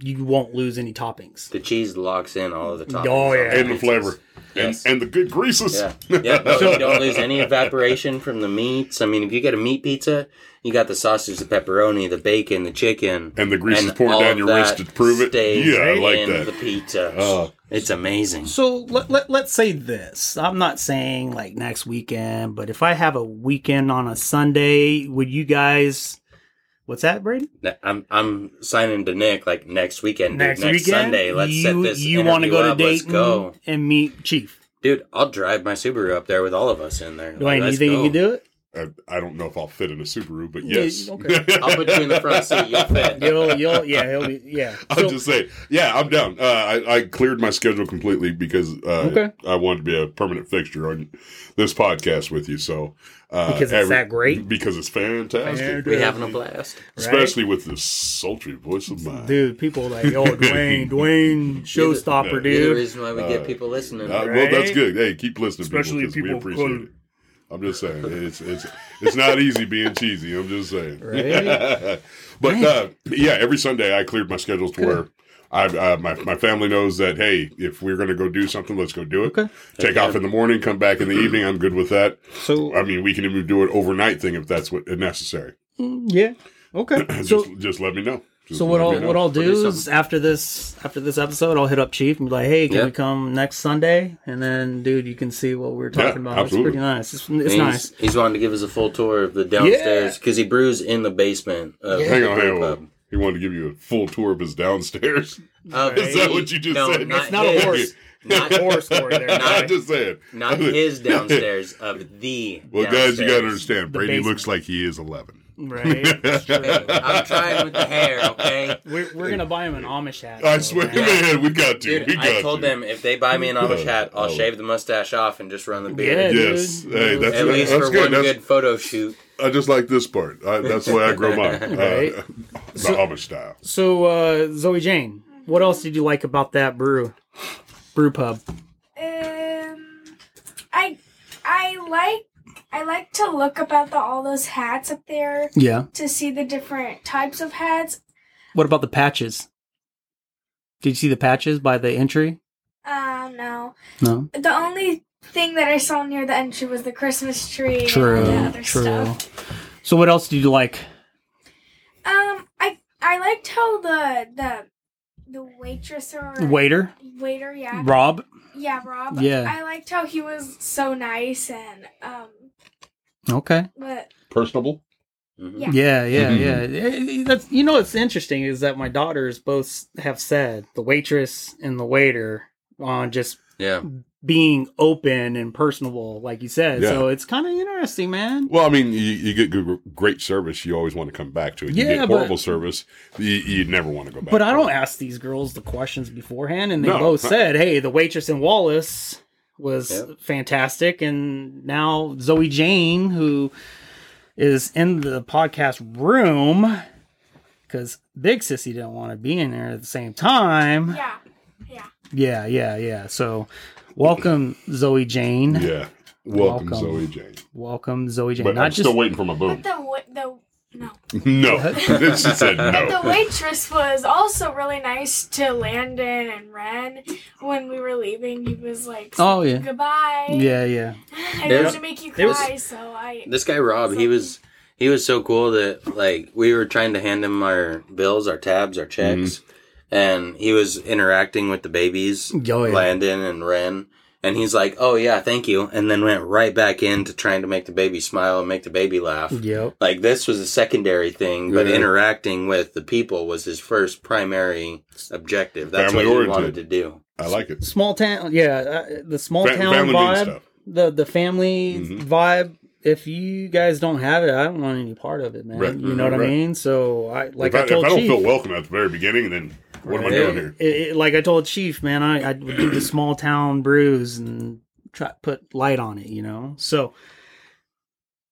[SPEAKER 1] you won't lose any toppings.
[SPEAKER 3] The cheese locks in all of the toppings.
[SPEAKER 1] Oh,
[SPEAKER 3] on
[SPEAKER 1] yeah.
[SPEAKER 2] And the
[SPEAKER 3] pizzas.
[SPEAKER 2] flavor.
[SPEAKER 3] Yes.
[SPEAKER 2] And and the good greases.
[SPEAKER 3] Yeah, yeah. No, you don't lose any evaporation from the meats. I mean, if you get a meat pizza, you got the sausage, the pepperoni, the bacon, the chicken,
[SPEAKER 2] And the grease is pouring
[SPEAKER 3] all
[SPEAKER 2] down
[SPEAKER 3] of
[SPEAKER 2] your wrist
[SPEAKER 3] that
[SPEAKER 2] to prove it.
[SPEAKER 3] stays
[SPEAKER 2] Yeah, I like
[SPEAKER 3] in
[SPEAKER 2] that.
[SPEAKER 3] The pizza,
[SPEAKER 2] Oh.
[SPEAKER 3] it's amazing.
[SPEAKER 1] So let, let, let's say this. I'm not saying like next weekend, but if I have a weekend on a Sunday, would you guys. What's that, Brady?
[SPEAKER 3] Ne- I'm I'm signing to Nick like next weekend, dude. next, Sunday. Let's
[SPEAKER 1] you,
[SPEAKER 3] set this.
[SPEAKER 1] You
[SPEAKER 3] want
[SPEAKER 1] wanna go to Dayton
[SPEAKER 3] Let's go,
[SPEAKER 1] and meet Chief.
[SPEAKER 3] dude. I'll drive my Subaru up there with all of us in there.
[SPEAKER 1] Dwayne, do you
[SPEAKER 3] Let's
[SPEAKER 1] think
[SPEAKER 3] go.
[SPEAKER 1] you can do it?
[SPEAKER 2] I, I don't know if I'll fit in a Subaru, but
[SPEAKER 1] Yeah,
[SPEAKER 2] yes.
[SPEAKER 1] okay.
[SPEAKER 3] I'll put you in the front seat. You'll fit.
[SPEAKER 1] You'll, you'll, yeah, he'll be, yeah.
[SPEAKER 2] I'll
[SPEAKER 1] So-
[SPEAKER 2] just say, yeah, I'm down. Uh, I, I cleared my schedule completely because uh,
[SPEAKER 1] Okay.
[SPEAKER 2] I wanted to be a permanent fixture on this podcast with you. So uh,
[SPEAKER 1] Because it's that great?
[SPEAKER 2] Because it's fantastic,
[SPEAKER 1] Fantastic.
[SPEAKER 3] We having a blast.
[SPEAKER 2] especially with this sultry voice of mine.
[SPEAKER 1] Dude, people are like, yo, Dwayne, Dwayne, showstopper,
[SPEAKER 3] Be the
[SPEAKER 1] dude.
[SPEAKER 3] reason why we get people listening.
[SPEAKER 2] Uh, Well, that's
[SPEAKER 1] Right?
[SPEAKER 2] good. Hey, keep listening,
[SPEAKER 1] Especially
[SPEAKER 2] because we
[SPEAKER 1] people
[SPEAKER 2] appreciate
[SPEAKER 1] who-
[SPEAKER 2] it. I'm just saying, it's it's it's not easy being cheesy. I'm just saying.
[SPEAKER 1] Right?
[SPEAKER 2] but uh, yeah, every Sunday I cleared my schedules to where. I've, uh, my, my family knows that hey if we're going to go do something let's go do it
[SPEAKER 1] Okay.
[SPEAKER 2] take off in the morning come back in the evening i'm good with that
[SPEAKER 1] So,
[SPEAKER 2] i mean we can even do an overnight thing if that's what necessary
[SPEAKER 1] mm, um, yeah. Okay.
[SPEAKER 2] just
[SPEAKER 1] So,
[SPEAKER 2] just let me know Just
[SPEAKER 1] So what
[SPEAKER 2] let
[SPEAKER 1] I'll
[SPEAKER 2] me know.
[SPEAKER 1] what I'll
[SPEAKER 3] Produce
[SPEAKER 1] do is after this after this episode, I'll hit up Chief and be like, "Hey, can
[SPEAKER 3] Yeah.
[SPEAKER 1] we come next Sunday?" And then, dude, you can see what we were talking
[SPEAKER 2] Yeah,
[SPEAKER 1] about.
[SPEAKER 2] absolutely.
[SPEAKER 1] It's pretty nice. It's, it's
[SPEAKER 3] And
[SPEAKER 1] nice.
[SPEAKER 3] He's, he's wanting to give us a full tour of the downstairs
[SPEAKER 1] Yeah.
[SPEAKER 3] because he brews in the basement. Of
[SPEAKER 2] Hang
[SPEAKER 3] the
[SPEAKER 2] on,
[SPEAKER 3] brew
[SPEAKER 2] hang
[SPEAKER 3] pub.
[SPEAKER 2] on. He wanted to give you a full tour of his downstairs.
[SPEAKER 3] Uh,
[SPEAKER 2] Is that what you just
[SPEAKER 3] no,
[SPEAKER 2] said?
[SPEAKER 3] Not
[SPEAKER 2] It's
[SPEAKER 1] Not a
[SPEAKER 3] his.
[SPEAKER 1] horse.
[SPEAKER 3] Not-
[SPEAKER 1] horror story there.
[SPEAKER 3] Not-
[SPEAKER 2] I'm just saying.
[SPEAKER 3] Not his downstairs, of the.
[SPEAKER 2] Well, guys, you
[SPEAKER 3] downstairs.
[SPEAKER 2] got to understand.
[SPEAKER 1] The
[SPEAKER 2] Brady
[SPEAKER 1] basement.
[SPEAKER 2] looks like he is 11.
[SPEAKER 1] Right.
[SPEAKER 3] I'm trying with the hair, okay?
[SPEAKER 1] We're, we're gonna buy him an Amish hat.
[SPEAKER 2] I
[SPEAKER 1] though,
[SPEAKER 2] swear,
[SPEAKER 1] man.
[SPEAKER 2] man, we got to.
[SPEAKER 3] Dude,
[SPEAKER 2] we got
[SPEAKER 3] I told
[SPEAKER 2] to.
[SPEAKER 3] them if they buy me an Amish hat, I'll
[SPEAKER 2] Oh.
[SPEAKER 3] shave the mustache off and just run the
[SPEAKER 1] Yeah,
[SPEAKER 3] beard.
[SPEAKER 1] dude.
[SPEAKER 2] Yes. Hey, that's,
[SPEAKER 3] At least
[SPEAKER 2] that's
[SPEAKER 3] for
[SPEAKER 2] good.
[SPEAKER 3] one
[SPEAKER 2] that's,
[SPEAKER 3] good photo shoot.
[SPEAKER 2] I just like this part. I, that's the way I grow mine. Uh,
[SPEAKER 1] Right.
[SPEAKER 2] the
[SPEAKER 1] So-
[SPEAKER 2] Amish style.
[SPEAKER 1] So, uh, Zoe Jane, what else did you like about that brew? Brew pub.
[SPEAKER 4] Um, I I like I like to look about the, all those hats up there
[SPEAKER 1] Yeah.
[SPEAKER 4] to see the different types of hats.
[SPEAKER 1] What about the patches? Did you see the patches by the entry?
[SPEAKER 4] Um, no,
[SPEAKER 1] No.
[SPEAKER 4] the only thing that I saw near the entry was the Christmas tree. and all the
[SPEAKER 1] True.
[SPEAKER 4] other
[SPEAKER 1] True.
[SPEAKER 4] stuff.
[SPEAKER 1] So, what else did you like?
[SPEAKER 4] Um, I I liked how the the the waitress or
[SPEAKER 1] Waiter,
[SPEAKER 4] waiter, yeah,
[SPEAKER 1] Rob.
[SPEAKER 4] yeah, Rob.
[SPEAKER 1] Yeah.
[SPEAKER 4] I liked how he was so nice and um,
[SPEAKER 1] Okay.
[SPEAKER 4] but
[SPEAKER 2] Personable.
[SPEAKER 3] Mhm.
[SPEAKER 4] Yeah.
[SPEAKER 1] Yeah, yeah,
[SPEAKER 2] Mhm.
[SPEAKER 1] yeah. Eh, eh, That's you know what's interesting is that my daughters both have said the waitress and the waiter on just
[SPEAKER 3] Yeah.
[SPEAKER 1] being open and personable, like you said.
[SPEAKER 2] Yeah.
[SPEAKER 1] So it's kind of interesting, man.
[SPEAKER 2] Well, I mean, you, you get good, great service. You always want to come back to it. You
[SPEAKER 1] Yeah,
[SPEAKER 2] get
[SPEAKER 1] but-
[SPEAKER 2] horrible service. You, you never want to go back.
[SPEAKER 1] But I
[SPEAKER 2] to
[SPEAKER 1] don't
[SPEAKER 2] it.
[SPEAKER 1] ask these girls the questions beforehand, and they
[SPEAKER 2] No.
[SPEAKER 1] both said, "Hey, the waitress in Wallace was
[SPEAKER 3] Yep.
[SPEAKER 1] fantastic," and now Zoe Jane, who is in the podcast room, because Big Sissy didn't want to be in there at the same time.
[SPEAKER 4] yeah, yeah.
[SPEAKER 1] Yeah, yeah, yeah. So, welcome Zoe Jane.
[SPEAKER 2] Yeah. Welcome,
[SPEAKER 1] Welcome.
[SPEAKER 2] Zoe Jane.
[SPEAKER 1] Welcome Zoe Jane.
[SPEAKER 2] But
[SPEAKER 1] Not
[SPEAKER 2] I'm
[SPEAKER 1] just
[SPEAKER 2] still waiting for my
[SPEAKER 4] But
[SPEAKER 2] boom.
[SPEAKER 4] the wa- the no.
[SPEAKER 2] no. she said no.
[SPEAKER 4] The waitress was also really nice to Landon and Ren when we were leaving. He was like,
[SPEAKER 1] oh yeah,
[SPEAKER 4] "Goodbye."
[SPEAKER 1] yeah, yeah.
[SPEAKER 4] I
[SPEAKER 3] Yeah.
[SPEAKER 4] need to make you
[SPEAKER 1] It was-
[SPEAKER 4] cry, so I.
[SPEAKER 3] This guy Rob, he was he was so cool that like we were trying to hand him our bills, our tabs, our checks,
[SPEAKER 2] Mm-hmm.
[SPEAKER 3] and he was interacting with the babies,
[SPEAKER 1] Oh, yeah.
[SPEAKER 3] Landon and Ren, and he's like, "Oh yeah, thank you," and then went right back into trying to make the baby smile and make the baby laugh.
[SPEAKER 1] Yep.
[SPEAKER 3] Like this was a secondary thing, but
[SPEAKER 2] Yeah.
[SPEAKER 3] interacting with the people was his first primary objective. That's what he
[SPEAKER 2] Family-oriented.
[SPEAKER 3] wanted to do.
[SPEAKER 2] I like it.
[SPEAKER 1] Small town, yeah. Uh, the small
[SPEAKER 2] Fa-
[SPEAKER 1] town
[SPEAKER 2] family means
[SPEAKER 1] vibe,
[SPEAKER 2] stuff.
[SPEAKER 1] the the family
[SPEAKER 2] Mhm.
[SPEAKER 1] vibe. If you guys don't have it, I don't want any part of it, man.
[SPEAKER 2] Right.
[SPEAKER 1] You know what I
[SPEAKER 2] Right.
[SPEAKER 1] mean? So I like
[SPEAKER 2] If I,
[SPEAKER 1] I told
[SPEAKER 2] if I don't
[SPEAKER 1] Chief.
[SPEAKER 2] feel welcome at the very beginning, then what am I
[SPEAKER 1] Right.
[SPEAKER 2] doing here?
[SPEAKER 1] It- it- like I told Chief, man, I, I would do the small town brews and try put light on it, you know. So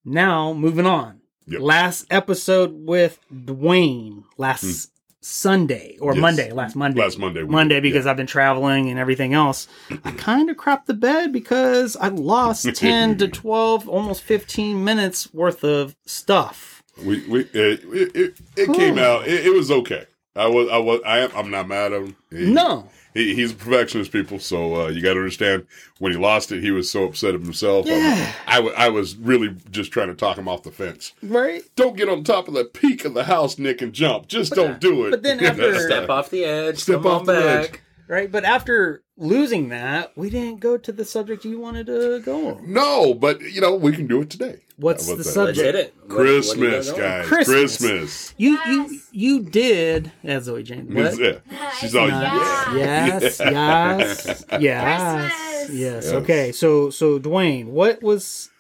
[SPEAKER 1] now moving on.
[SPEAKER 2] Yep.
[SPEAKER 1] Last episode with Dwayne last Sunday or
[SPEAKER 2] Hmm. Yes.
[SPEAKER 1] Monday, last Monday.
[SPEAKER 2] Last Monday. we
[SPEAKER 1] Monday
[SPEAKER 2] did,
[SPEAKER 1] because I've been traveling and everything else. I kind of crapped the bed because I lost 10 to 12, almost 15 minutes worth of stuff.
[SPEAKER 2] yeah. we we it it, it, it came out. It, it was okay. I was I was I am I'm not mad at him. He-
[SPEAKER 1] No.
[SPEAKER 2] he, he's a perfectionist, people. So uh, you got to understand when he lost it, he was so upset of himself.
[SPEAKER 1] Yeah.
[SPEAKER 2] I wa- I was really just trying to talk him off the fence.
[SPEAKER 1] Right?
[SPEAKER 2] Don't get on top of the peak of the house, Nick, and jump. Just don't do it.
[SPEAKER 1] but then
[SPEAKER 2] You know,
[SPEAKER 1] after-
[SPEAKER 2] stuff.
[SPEAKER 3] Step off the edge.
[SPEAKER 2] Step
[SPEAKER 3] come
[SPEAKER 2] off
[SPEAKER 3] on
[SPEAKER 2] the edge.
[SPEAKER 3] back.
[SPEAKER 1] Right? But after losing that, we didn't go to the subject you wanted to go on.
[SPEAKER 2] No, but you know we can do it today.
[SPEAKER 1] What's
[SPEAKER 2] How about
[SPEAKER 1] the
[SPEAKER 2] that?
[SPEAKER 1] subject?
[SPEAKER 3] Let's hit it. What- what do you
[SPEAKER 2] Christmas,
[SPEAKER 3] got going?
[SPEAKER 2] guys.
[SPEAKER 1] Christmas.
[SPEAKER 2] Christmas.
[SPEAKER 1] You you
[SPEAKER 4] Yes.
[SPEAKER 1] you did as Zoe Jane. What?
[SPEAKER 2] Yeah. She's all
[SPEAKER 4] Nice.
[SPEAKER 2] yeah.
[SPEAKER 1] Yes, yes, yes,
[SPEAKER 4] Christmas.
[SPEAKER 1] yes.
[SPEAKER 2] Yes.
[SPEAKER 1] Okay, so so Dwayne, what was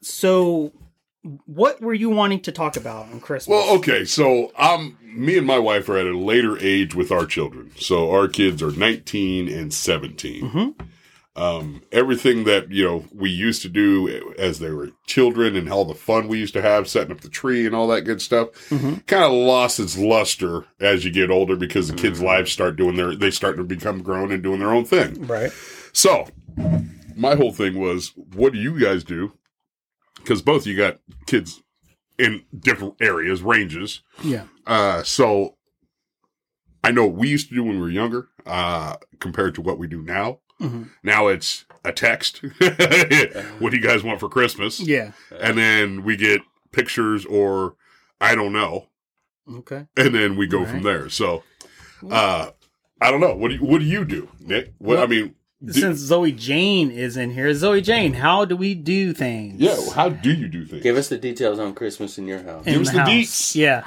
[SPEAKER 1] so? What were you wanting to talk about on Christmas?
[SPEAKER 2] Well, okay, so um, me and my wife are at a later age with our children. So our kids are 19 and 17. Um, everything that, you know, we used to do as they were children and all the fun we used to have setting up the tree and all that good stuff kind of lost its luster as you get older because the kids' lives start doing their, they start to become grown and doing their own thing.
[SPEAKER 1] right.
[SPEAKER 2] So, my whole thing was, what do you guys do? Because both you got kids in different areas, ranges.
[SPEAKER 1] Yeah.
[SPEAKER 2] Uh, so, I know what we used to do when we were younger uh, compared to what we do now.
[SPEAKER 1] Mhm.
[SPEAKER 2] Now it's a text. what do you guys want for Christmas?
[SPEAKER 1] Yeah.
[SPEAKER 2] And then we get pictures or I don't know.
[SPEAKER 3] Okay.
[SPEAKER 2] and then we go from
[SPEAKER 1] Right.
[SPEAKER 2] there. So, uh, I don't know. What do you, what do you do, Nick? What I mean, do-
[SPEAKER 1] Since Zoe Jane is in here, Zoe Jane, how do we do things?
[SPEAKER 2] yeah. How do you do things?
[SPEAKER 3] Give us the details on Christmas in your house.
[SPEAKER 1] in
[SPEAKER 2] Give us the deets.
[SPEAKER 1] Yeah,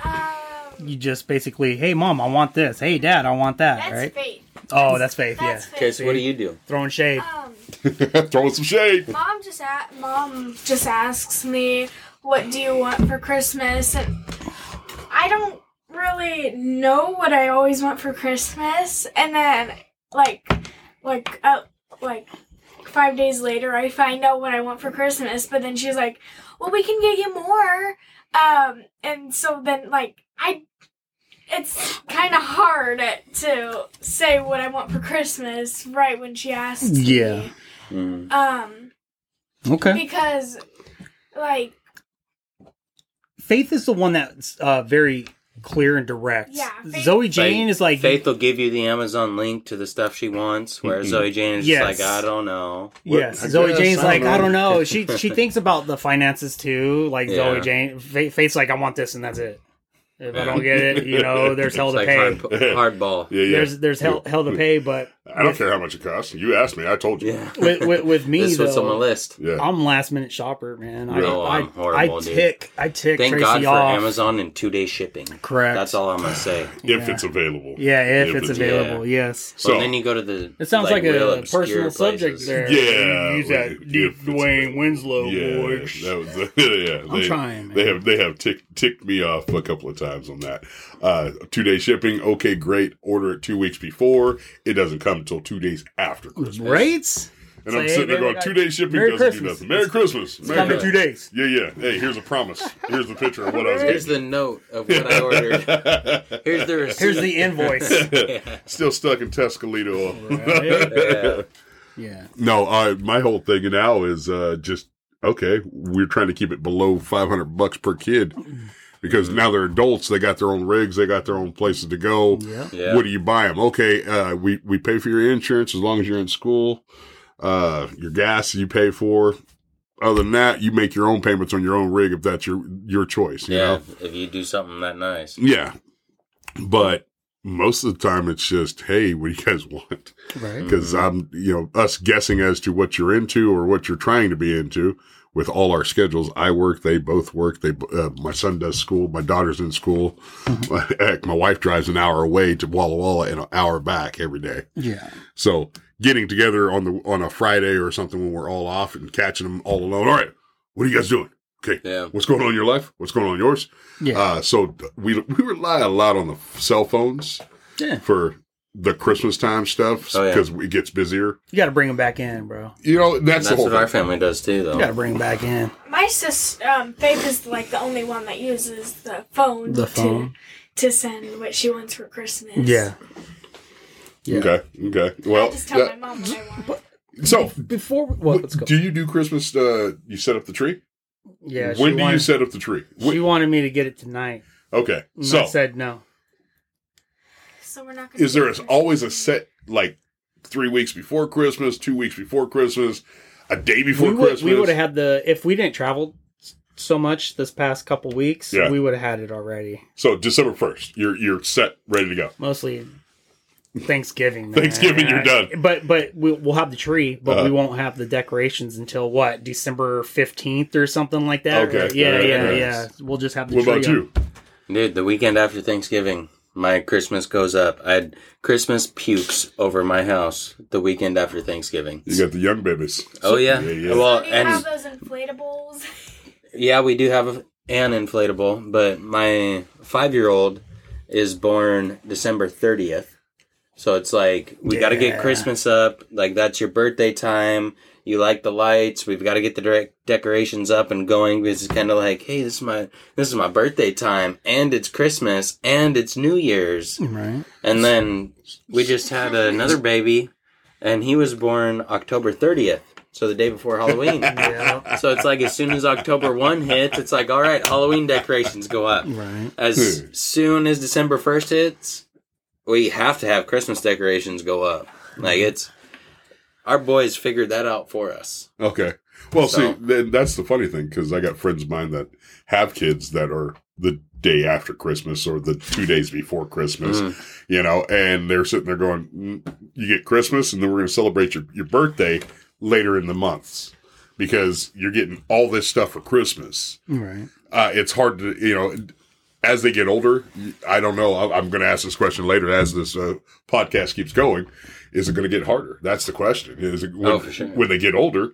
[SPEAKER 4] Um,
[SPEAKER 1] you just basically, hey mom, I want this. Hey dad, I want that.
[SPEAKER 4] that's
[SPEAKER 1] right?
[SPEAKER 4] fate.
[SPEAKER 1] oh, that's faith.
[SPEAKER 4] That's
[SPEAKER 1] yeah,
[SPEAKER 3] Okay,
[SPEAKER 4] fate.
[SPEAKER 3] so what do you do?
[SPEAKER 1] throwing shade.
[SPEAKER 4] Um,
[SPEAKER 2] Throwing some shade.
[SPEAKER 4] mom just a- mom just asks me, "What do you want for Christmas?" And I don't really know what I always want for Christmas. And then, like, like, uh, like five days later, I find out what I want for Christmas. But then she's like, "Well, we can get you more." Um, and so then, like, I. It's kind of hard to say what I want for Christmas right when she asks
[SPEAKER 1] Yeah.
[SPEAKER 4] me.
[SPEAKER 3] Mm.
[SPEAKER 4] Um,
[SPEAKER 1] Okay.
[SPEAKER 4] because, like,
[SPEAKER 1] Faith is the one that's uh, very clear and direct.
[SPEAKER 4] Yeah, Faith-
[SPEAKER 1] Zoe Jane
[SPEAKER 3] Faith-
[SPEAKER 1] is like
[SPEAKER 3] Faith will give you the Amazon link to the stuff she wants, where Zoe Jane is
[SPEAKER 1] Yes.
[SPEAKER 3] just like, I don't know.
[SPEAKER 1] Yes,
[SPEAKER 2] What- I
[SPEAKER 1] Zoe
[SPEAKER 2] guess,
[SPEAKER 1] Jane's
[SPEAKER 2] I
[SPEAKER 1] like
[SPEAKER 2] don't
[SPEAKER 1] I don't
[SPEAKER 3] know.
[SPEAKER 1] know. She she thinks about the finances too. Like Zoe
[SPEAKER 3] Yeah.
[SPEAKER 1] Jane, Fa- Faith's like I want this and that's it. If I
[SPEAKER 3] Yeah.
[SPEAKER 1] don't get it, you know, there's hell
[SPEAKER 3] It's
[SPEAKER 1] to
[SPEAKER 3] like
[SPEAKER 1] pay.
[SPEAKER 3] hard, hard ball.
[SPEAKER 2] Yeah, yeah.
[SPEAKER 1] There's there's hell hell to pay. But
[SPEAKER 2] I don't care how much it costs. You asked me. I told you.
[SPEAKER 3] Yeah.
[SPEAKER 1] with with, with me
[SPEAKER 3] this was on my
[SPEAKER 1] though,
[SPEAKER 3] list.
[SPEAKER 2] Yeah.
[SPEAKER 1] I'm last minute shopper, man. I,
[SPEAKER 3] No,
[SPEAKER 1] I,
[SPEAKER 3] I'm horrible,
[SPEAKER 1] I
[SPEAKER 3] dude.
[SPEAKER 1] tick I tick
[SPEAKER 3] Thank
[SPEAKER 1] Tracy
[SPEAKER 3] God for
[SPEAKER 1] off.
[SPEAKER 3] Amazon and two day shipping.
[SPEAKER 1] Correct.
[SPEAKER 3] That's all I'm gonna say.
[SPEAKER 2] if
[SPEAKER 1] yeah.
[SPEAKER 2] it's available.
[SPEAKER 1] Yeah, if, it's,
[SPEAKER 2] available.
[SPEAKER 1] available, yes.
[SPEAKER 3] So
[SPEAKER 2] So
[SPEAKER 3] then you go to the.
[SPEAKER 1] It sounds like,
[SPEAKER 3] real
[SPEAKER 1] a
[SPEAKER 3] obscure
[SPEAKER 1] personal subject
[SPEAKER 3] places.
[SPEAKER 1] there.
[SPEAKER 2] Yeah,
[SPEAKER 1] you use
[SPEAKER 2] if
[SPEAKER 1] that
[SPEAKER 2] it's
[SPEAKER 1] deep
[SPEAKER 2] available.
[SPEAKER 1] Dwayne Winslow
[SPEAKER 2] yeah,
[SPEAKER 1] voice.
[SPEAKER 2] that was the, yeah.
[SPEAKER 1] I'm trying, man.
[SPEAKER 2] They have they have ticked ticked me off a couple of times on that. Uh, two day shipping, okay, great. Order it two weeks before. It doesn't come until two days after Christmas.
[SPEAKER 1] Right?
[SPEAKER 2] And
[SPEAKER 1] So,
[SPEAKER 2] I'm
[SPEAKER 1] hey,
[SPEAKER 2] sitting there
[SPEAKER 1] there we
[SPEAKER 2] going,
[SPEAKER 1] go.
[SPEAKER 2] two day shipping
[SPEAKER 1] Merry
[SPEAKER 2] doesn't do
[SPEAKER 1] Christmas.
[SPEAKER 2] nothing. Merry Christmas. Merry
[SPEAKER 1] Come in
[SPEAKER 2] Christmas.
[SPEAKER 1] two days.
[SPEAKER 2] Yeah, yeah. Hey, here's a promise. Here's the picture of what I was
[SPEAKER 3] Here's
[SPEAKER 2] getting.
[SPEAKER 3] the note of what I ordered. Here's the receipt.
[SPEAKER 1] Here's the invoice.
[SPEAKER 2] Still stuck in Tuscaloosa.
[SPEAKER 1] Right?
[SPEAKER 3] Yeah.
[SPEAKER 1] Yeah.
[SPEAKER 2] No, uh, my whole thing now is uh, just okay. We're trying to keep it below five hundred bucks per kid because
[SPEAKER 3] Mm-hmm.
[SPEAKER 2] now they're adults. They got their own rigs. They got their own places to go.
[SPEAKER 1] Yeah.
[SPEAKER 3] Yeah.
[SPEAKER 2] What do you buy them? Okay, uh, we we pay for your insurance as long as you're in school. Uh, your gas you pay for. Other than that, you make your own payments on your own rig if that's your your choice. You
[SPEAKER 3] yeah.
[SPEAKER 2] know?
[SPEAKER 3] If you do something that nice.
[SPEAKER 2] Yeah. But most of the time it's just, hey, what do you guys want?
[SPEAKER 1] Right.
[SPEAKER 2] Because I'm, you know, us guessing as to what you're into or what you're trying to be into with all our schedules. I work, they both work. They, uh, my son does school, my daughter's in school. Heck, my wife drives an hour away to Walla Walla and an hour back every day.
[SPEAKER 1] Yeah.
[SPEAKER 2] So getting together on the on a Friday or something when we're all off and catching them all alone. All right, what are you guys doing? Okay,
[SPEAKER 3] Yeah.
[SPEAKER 2] what's going on in your life? What's going on in yours?
[SPEAKER 1] Yeah.
[SPEAKER 2] Uh, so we we rely a lot on the cell phones
[SPEAKER 1] Yeah.
[SPEAKER 2] for the Christmas time stuff
[SPEAKER 3] Oh, yeah.
[SPEAKER 2] because it gets busier.
[SPEAKER 1] You got to bring them back in, bro.
[SPEAKER 2] You know,
[SPEAKER 3] And
[SPEAKER 2] that's,
[SPEAKER 3] that's
[SPEAKER 2] the whole
[SPEAKER 3] what our
[SPEAKER 2] thing.
[SPEAKER 3] family does too, though.
[SPEAKER 1] You got to bring them back in.
[SPEAKER 4] my sis, um, Faith is like the only one that uses the phone.
[SPEAKER 1] The phone.
[SPEAKER 4] To, to send what she wants for Christmas.
[SPEAKER 1] Yeah. Yeah.
[SPEAKER 2] Okay, okay. Well,
[SPEAKER 4] I just tell
[SPEAKER 2] that-
[SPEAKER 4] my mom what I want.
[SPEAKER 2] so
[SPEAKER 1] Before, well, let's go.
[SPEAKER 2] do you do Christmas? Uh, you set up the tree.
[SPEAKER 1] Yeah. she
[SPEAKER 2] when do you
[SPEAKER 1] wanted-
[SPEAKER 2] set up the tree? Wh-
[SPEAKER 1] She wanted me to get it tonight.
[SPEAKER 2] okay,
[SPEAKER 1] And I
[SPEAKER 2] so
[SPEAKER 1] said no.
[SPEAKER 4] so we're not. Gonna
[SPEAKER 2] is there
[SPEAKER 4] do
[SPEAKER 2] is
[SPEAKER 4] Christmas.
[SPEAKER 2] always a set like three weeks before Christmas, two weeks before Christmas, a day before
[SPEAKER 1] we would,
[SPEAKER 2] Christmas?
[SPEAKER 1] we would have had the if we didn't travel s- so much this past couple weeks,
[SPEAKER 2] Yeah.
[SPEAKER 1] we would have had it already.
[SPEAKER 2] so December first, you're you're set, ready to go.
[SPEAKER 1] Mostly Thanksgiving. man.
[SPEAKER 2] Thanksgiving, you're done.
[SPEAKER 1] But but we, we'll have the tree, but we
[SPEAKER 2] Uh-huh.
[SPEAKER 1] won't have the decorations until what December fifteenth or something like that.
[SPEAKER 2] Okay.
[SPEAKER 1] right? Yeah,
[SPEAKER 2] Alright,
[SPEAKER 1] yeah,
[SPEAKER 2] alright.
[SPEAKER 1] yeah. We'll just have the
[SPEAKER 2] What
[SPEAKER 1] tree.
[SPEAKER 2] about
[SPEAKER 1] up.
[SPEAKER 2] you?
[SPEAKER 3] Dude, the weekend after Thanksgiving, my Christmas goes up. I had Christmas pukes over my house the weekend after Thanksgiving.
[SPEAKER 2] You got the young babies.
[SPEAKER 3] Oh yeah.
[SPEAKER 2] Yeah, yeah.
[SPEAKER 3] Well,
[SPEAKER 4] Do you have
[SPEAKER 3] and
[SPEAKER 4] those inflatables?
[SPEAKER 3] yeah, we do have an inflatable, but my five-year-old is born December thirtieth, so it's like we got to get
[SPEAKER 1] Yeah.
[SPEAKER 3] Christmas up. Like that's your birthday time. You like the lights. We've got to get the direct decorations up and going because it's kind of like, hey, this is my this is my birthday time, and it's Christmas, and it's New Year's.
[SPEAKER 1] Right.
[SPEAKER 3] And then we just had another baby, and he was born October 30th, so the day before Halloween.
[SPEAKER 1] Yeah.
[SPEAKER 3] So it's like as soon as October 1 hits, it's like, all right, Halloween decorations go up.
[SPEAKER 1] Right.
[SPEAKER 3] As
[SPEAKER 2] Hmm.
[SPEAKER 3] soon as December 1st hits, we have to have Christmas decorations go up. Like it's our boys figured that out for us.
[SPEAKER 2] Okay. Well,
[SPEAKER 3] So-
[SPEAKER 2] see, then that's the funny thing because I got friends of mine that have kids that are the day after Christmas or the two days before Christmas,
[SPEAKER 3] Mm.
[SPEAKER 2] you know, and they're sitting there going, "Mm, you get Christmas and then we're going to celebrate your, your birthday later in the months because you're getting all this stuff for Christmas.
[SPEAKER 1] Right.
[SPEAKER 2] Uh, it's hard to, you know, as they get older, I don't know. I- I'm going to ask this question later as this uh, podcast keeps going. Is it going to get harder? That's the question. Is it when,
[SPEAKER 3] Oh, for sure.
[SPEAKER 2] when they get older,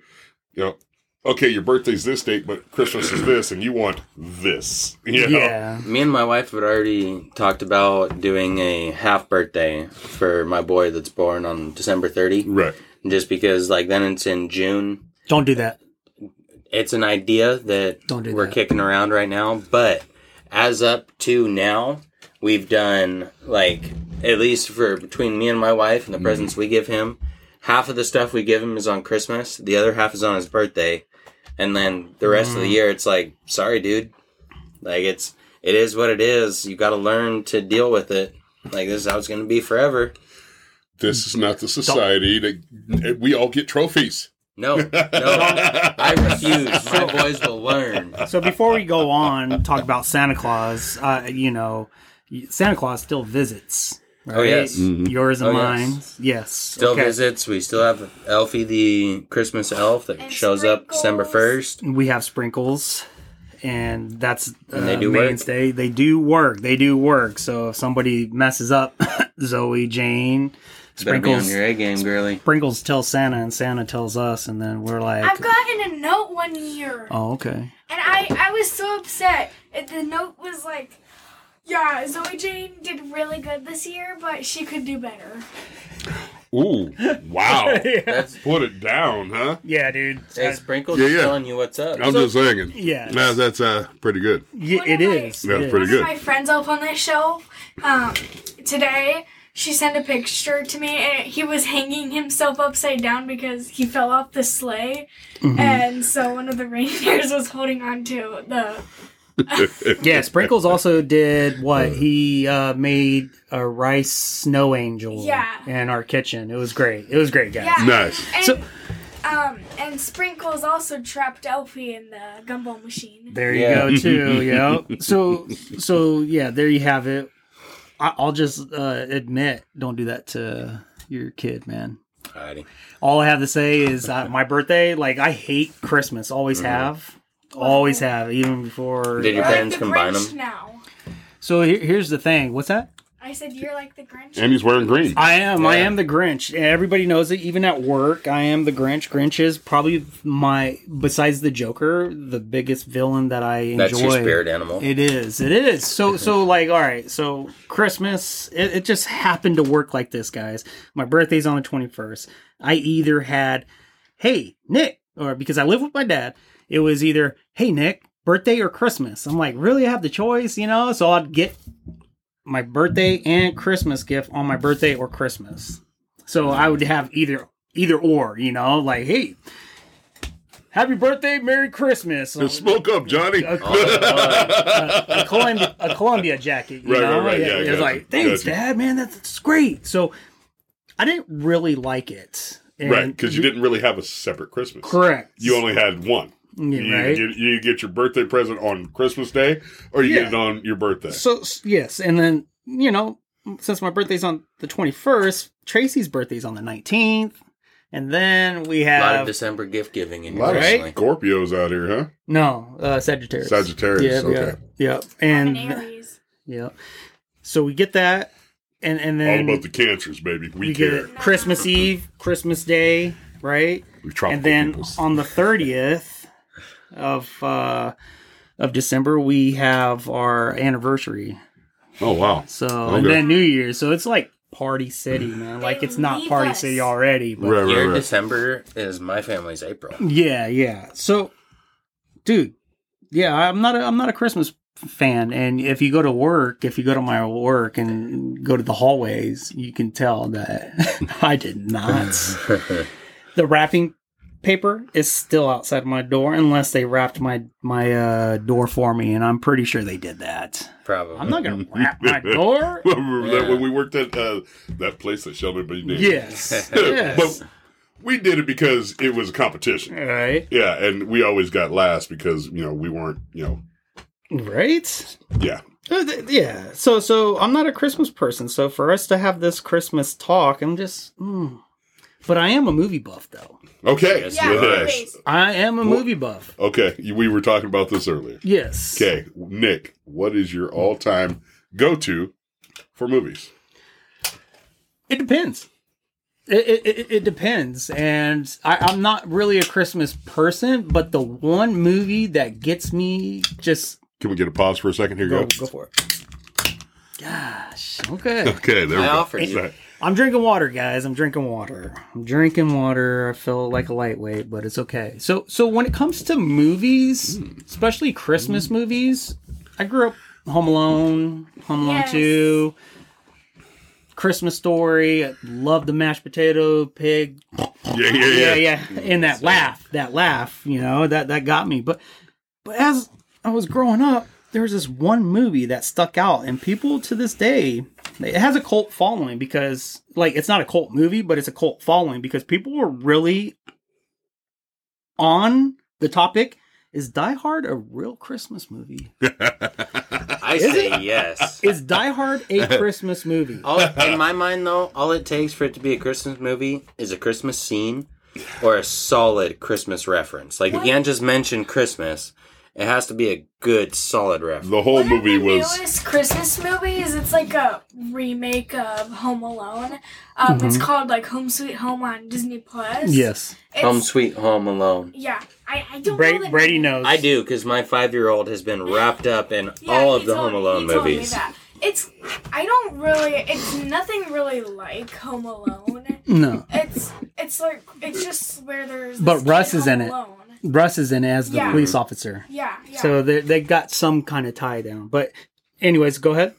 [SPEAKER 2] you know, okay, your birthday's this date, but Christmas is this, and you want this. You know?
[SPEAKER 1] Yeah.
[SPEAKER 3] Me and my wife had already talked about doing a half birthday for my boy that's born on December 30,
[SPEAKER 2] Right.
[SPEAKER 3] just because like then it's in June.
[SPEAKER 1] Don't do that.
[SPEAKER 3] It's an idea that
[SPEAKER 1] Don't do
[SPEAKER 3] we're
[SPEAKER 1] that.
[SPEAKER 3] kicking around right now, but as up to now, we've done like at least for between me and my wife and the presents we give him, half of the stuff we give him is on Christmas, the other half is on his birthday, and then the rest of
[SPEAKER 1] Mm.
[SPEAKER 3] the year it's like, sorry, dude, like it's it is what it is. You got to learn to deal with it. Like this is how it's going to be forever.
[SPEAKER 2] This is not the society that we all get trophies.
[SPEAKER 3] No, no, I refuse. My boys will learn.
[SPEAKER 1] So before we go on, talk about Santa Claus. Uh, you know, Santa Claus still visits. Right?
[SPEAKER 3] yes. Mhm.
[SPEAKER 1] yours and
[SPEAKER 3] Oh, yes.
[SPEAKER 1] mine. Yes,
[SPEAKER 3] Still
[SPEAKER 1] Okay.
[SPEAKER 3] visits. We still have Elfie, the Christmas elf that
[SPEAKER 4] And
[SPEAKER 3] shows up December
[SPEAKER 4] Sprinkles.
[SPEAKER 3] first.
[SPEAKER 1] We have sprinkles, and that's uh,
[SPEAKER 3] And they do work.
[SPEAKER 1] mainstay. They do work. They do work. So if somebody messes up, Zoe, Jane,
[SPEAKER 3] Better be on
[SPEAKER 1] sprinkles.
[SPEAKER 3] your A game, girly.
[SPEAKER 1] Sprinkles tells Santa, and Santa tells us, and then we're like,
[SPEAKER 4] I've gotten a note one year.
[SPEAKER 1] "Oh, okay."
[SPEAKER 4] And I, I was so upset. It, the note was like, yeah, Zoe Jane did really good this year, but she could do better.
[SPEAKER 2] Ooh, wow.
[SPEAKER 3] That's
[SPEAKER 2] Put it down, huh?
[SPEAKER 1] Yeah, dude.
[SPEAKER 3] hey, Sprinkles
[SPEAKER 2] Yeah,
[SPEAKER 3] is
[SPEAKER 2] yeah.
[SPEAKER 3] telling you what's up.
[SPEAKER 2] I'm
[SPEAKER 3] So-
[SPEAKER 2] just saying.
[SPEAKER 1] Yeah.
[SPEAKER 2] No, that's uh, pretty good.
[SPEAKER 1] Yeah,
[SPEAKER 4] What
[SPEAKER 1] it
[SPEAKER 4] am I-
[SPEAKER 1] is.
[SPEAKER 2] Yeah,
[SPEAKER 1] It is.
[SPEAKER 2] pretty
[SPEAKER 4] One
[SPEAKER 2] good.
[SPEAKER 4] of my friends up on this show um, today, she sent a picture to me, and he was hanging himself upside down because he fell off the sleigh,
[SPEAKER 2] Mm-hmm.
[SPEAKER 4] and so one of the reindeers was holding on to the.
[SPEAKER 1] Yeah, Sprinkles also did what he uh, made a rice snow angel.
[SPEAKER 4] Yeah.
[SPEAKER 1] in our kitchen, it was great. It was great, guys.
[SPEAKER 4] Yeah.
[SPEAKER 2] Nice.
[SPEAKER 4] And,
[SPEAKER 1] So-
[SPEAKER 4] um, and Sprinkles also trapped Elfie in the gumball machine.
[SPEAKER 1] There you
[SPEAKER 3] Yeah.
[SPEAKER 1] go, too. yeah. So, so yeah, there you have it. I, I'll just uh, admit, don't do that to your kid, man.
[SPEAKER 3] Alrighty.
[SPEAKER 1] All I have to say is uh, my birthday. Like I hate Christmas. Always have. Always have. Even before.
[SPEAKER 3] Uh-huh. Did your
[SPEAKER 4] You're
[SPEAKER 3] parents
[SPEAKER 4] like the
[SPEAKER 3] combine
[SPEAKER 4] Grinch
[SPEAKER 3] them?
[SPEAKER 4] now.
[SPEAKER 1] so here, here's the thing. What's that?
[SPEAKER 4] I said you're like the Grinch.
[SPEAKER 2] And he's wearing green.
[SPEAKER 1] I am. I
[SPEAKER 3] Yeah.
[SPEAKER 1] am the Grinch. Everybody knows it. Even at work, I am the Grinch. Grinch is probably my, besides the Joker, the biggest villain that I enjoy.
[SPEAKER 3] That's your spirit animal.
[SPEAKER 1] It is. It is. So so like all right. So Christmas. It, it just happened to work like this, guys. My birthday's on the twenty first. I either had, hey Nick, or because I live with my dad, it was either hey Nick, birthday or Christmas. I'm like, really, I have the choice, you know. So I'd get my birthday and Christmas gift on my birthday or Christmas. So I would have either either or, you know, like hey. Happy birthday, Merry Christmas.
[SPEAKER 2] Smoke up, Johnny.
[SPEAKER 1] a Columbia, a Columbia jacket. You
[SPEAKER 2] Right,
[SPEAKER 1] know?
[SPEAKER 2] right, right.
[SPEAKER 1] It-
[SPEAKER 2] Yeah, I
[SPEAKER 1] it
[SPEAKER 2] got
[SPEAKER 1] was
[SPEAKER 2] you.
[SPEAKER 1] like, thanks,
[SPEAKER 2] Got you.
[SPEAKER 1] Dad, man, that's, that's great. So I didn't really like it. And
[SPEAKER 2] right, because you didn't really have a separate Christmas.
[SPEAKER 1] Correct.
[SPEAKER 2] You only had one.
[SPEAKER 1] Yeah,
[SPEAKER 2] You,
[SPEAKER 1] right.
[SPEAKER 2] you, you get your birthday present on Christmas Day, or you
[SPEAKER 1] Yeah.
[SPEAKER 2] get it on your birthday.
[SPEAKER 1] So s- yes, and then you know, since my birthday's on the twenty first, Tracy's birthday's on the nineteenth, and then we
[SPEAKER 3] a lot of
[SPEAKER 1] have
[SPEAKER 3] December gift giving in
[SPEAKER 2] a
[SPEAKER 3] your
[SPEAKER 2] lot
[SPEAKER 1] Right?
[SPEAKER 2] of Scorpios out here, huh?
[SPEAKER 1] no uh, Sagittarius.
[SPEAKER 2] Sagittarius.
[SPEAKER 1] Yep,
[SPEAKER 2] okay.
[SPEAKER 1] yep, yep,
[SPEAKER 4] I'm an
[SPEAKER 1] and
[SPEAKER 4] Aries.
[SPEAKER 1] yep. So we get that, and and
[SPEAKER 2] All
[SPEAKER 1] then
[SPEAKER 2] about the cancers, baby. We,
[SPEAKER 1] we
[SPEAKER 2] care.
[SPEAKER 1] get Christmas Eve, Christmas Day, right?
[SPEAKER 2] We tropical
[SPEAKER 1] and then
[SPEAKER 2] peoples.
[SPEAKER 1] on the 30th of uh of December we have our anniversary.
[SPEAKER 2] oh wow.
[SPEAKER 1] So
[SPEAKER 2] Okay.
[SPEAKER 1] and then New Year's. So it's like party city, man. Like it's not
[SPEAKER 4] leave
[SPEAKER 1] party
[SPEAKER 4] us.
[SPEAKER 1] city already, but
[SPEAKER 2] Right, right,
[SPEAKER 3] Your
[SPEAKER 2] right.
[SPEAKER 3] December is my family's April.
[SPEAKER 1] yeah, yeah. So dude, yeah, I'm not a, I'm not a Christmas fan and if you go to work, if you go to my work and go to the hallways, you can tell that I did not. the wrapping paper is still outside my door unless they wrapped my my uh, door for me and i'm pretty sure they did that
[SPEAKER 3] Probably.
[SPEAKER 1] i'm not gonna wrap my door
[SPEAKER 2] Remember that
[SPEAKER 3] Yeah.
[SPEAKER 2] when we worked at uh, that place that Shelby B. did?
[SPEAKER 1] yes yes
[SPEAKER 2] But we did it because it was a competition.
[SPEAKER 1] right
[SPEAKER 2] Yeah, and we always got last because you know we weren't you know
[SPEAKER 1] right
[SPEAKER 2] yeah
[SPEAKER 1] Uh, th- yeah. So so I'm not a Christmas person. So for us to have this Christmas talk, I'm just. Mm. But I am a movie buff, though.
[SPEAKER 2] Okay.
[SPEAKER 3] Yes,
[SPEAKER 4] Yeah,
[SPEAKER 3] you
[SPEAKER 2] Yes.
[SPEAKER 4] movies.
[SPEAKER 1] I am a movie buff.
[SPEAKER 2] Okay. you- We were talking about this earlier.
[SPEAKER 1] Yes.
[SPEAKER 2] Okay, Nick, what is your all-time go-to for movies?
[SPEAKER 1] It depends. It, it, it, it depends. And I, I'm not really a Christmas person, but the one movie that gets me just.
[SPEAKER 2] Can we get a pause for a second? Here you
[SPEAKER 1] Oh, Go,
[SPEAKER 2] go.
[SPEAKER 1] go for it. Gosh. Okay.
[SPEAKER 2] Okay, there
[SPEAKER 3] I
[SPEAKER 2] we go.
[SPEAKER 3] offered you.
[SPEAKER 2] Right.
[SPEAKER 1] I'm drinking water, guys. I'm drinking water. I'm drinking water. I feel like a lightweight, but it's okay. So, so when it comes to movies, especially Christmas movies, I grew up Home Alone, Home Alone
[SPEAKER 4] Yes.
[SPEAKER 1] Two, Christmas Story. I love the mashed potato pig.
[SPEAKER 2] Yeah, yeah, yeah.
[SPEAKER 1] Yeah, yeah. And that laugh, that laugh, you know, that that got me. But, but as I was growing up, there was this one movie that stuck out, and people to this day, it has a cult following because, like, it's not a cult movie, but it's a cult following because people were really on the topic. Is Die Hard a real Christmas movie?
[SPEAKER 3] I say yes.
[SPEAKER 1] Is Die Hard a Christmas movie?
[SPEAKER 3] All, in my mind, though, all it takes for it to be a Christmas movie is a Christmas scene or a solid Christmas reference. Like, you can't just mention Christmas. It has to be a good, solid reference.
[SPEAKER 2] The whole
[SPEAKER 4] One
[SPEAKER 2] movie
[SPEAKER 4] of the
[SPEAKER 2] was
[SPEAKER 4] newest Christmas movies. It's like a remake of Home Alone. Um, It's called like Home Sweet Home on Disney Plus.
[SPEAKER 1] Mm-hmm. Yes.
[SPEAKER 4] It's,
[SPEAKER 3] Home Sweet Home Alone.
[SPEAKER 4] Yeah, I, I don't know.
[SPEAKER 1] Brady,
[SPEAKER 4] the
[SPEAKER 1] Brady
[SPEAKER 4] name.
[SPEAKER 1] knows.
[SPEAKER 3] I do, because my five year old has been wrapped up in
[SPEAKER 4] Yeah,
[SPEAKER 3] all
[SPEAKER 4] he
[SPEAKER 3] of the
[SPEAKER 4] told-
[SPEAKER 3] Home Alone
[SPEAKER 4] he told me
[SPEAKER 3] movies.
[SPEAKER 4] that. It's I don't really. It's nothing really like Home Alone.
[SPEAKER 1] No.
[SPEAKER 4] It's it's like it's just where there's.
[SPEAKER 1] But
[SPEAKER 4] this kid
[SPEAKER 1] Russ is
[SPEAKER 4] home
[SPEAKER 1] in it.
[SPEAKER 4] alone.
[SPEAKER 1] Russ is in it as the
[SPEAKER 4] Yeah.
[SPEAKER 1] police officer.
[SPEAKER 4] Yeah, yeah.
[SPEAKER 1] So they they got some kind of tie down. But anyways, go ahead.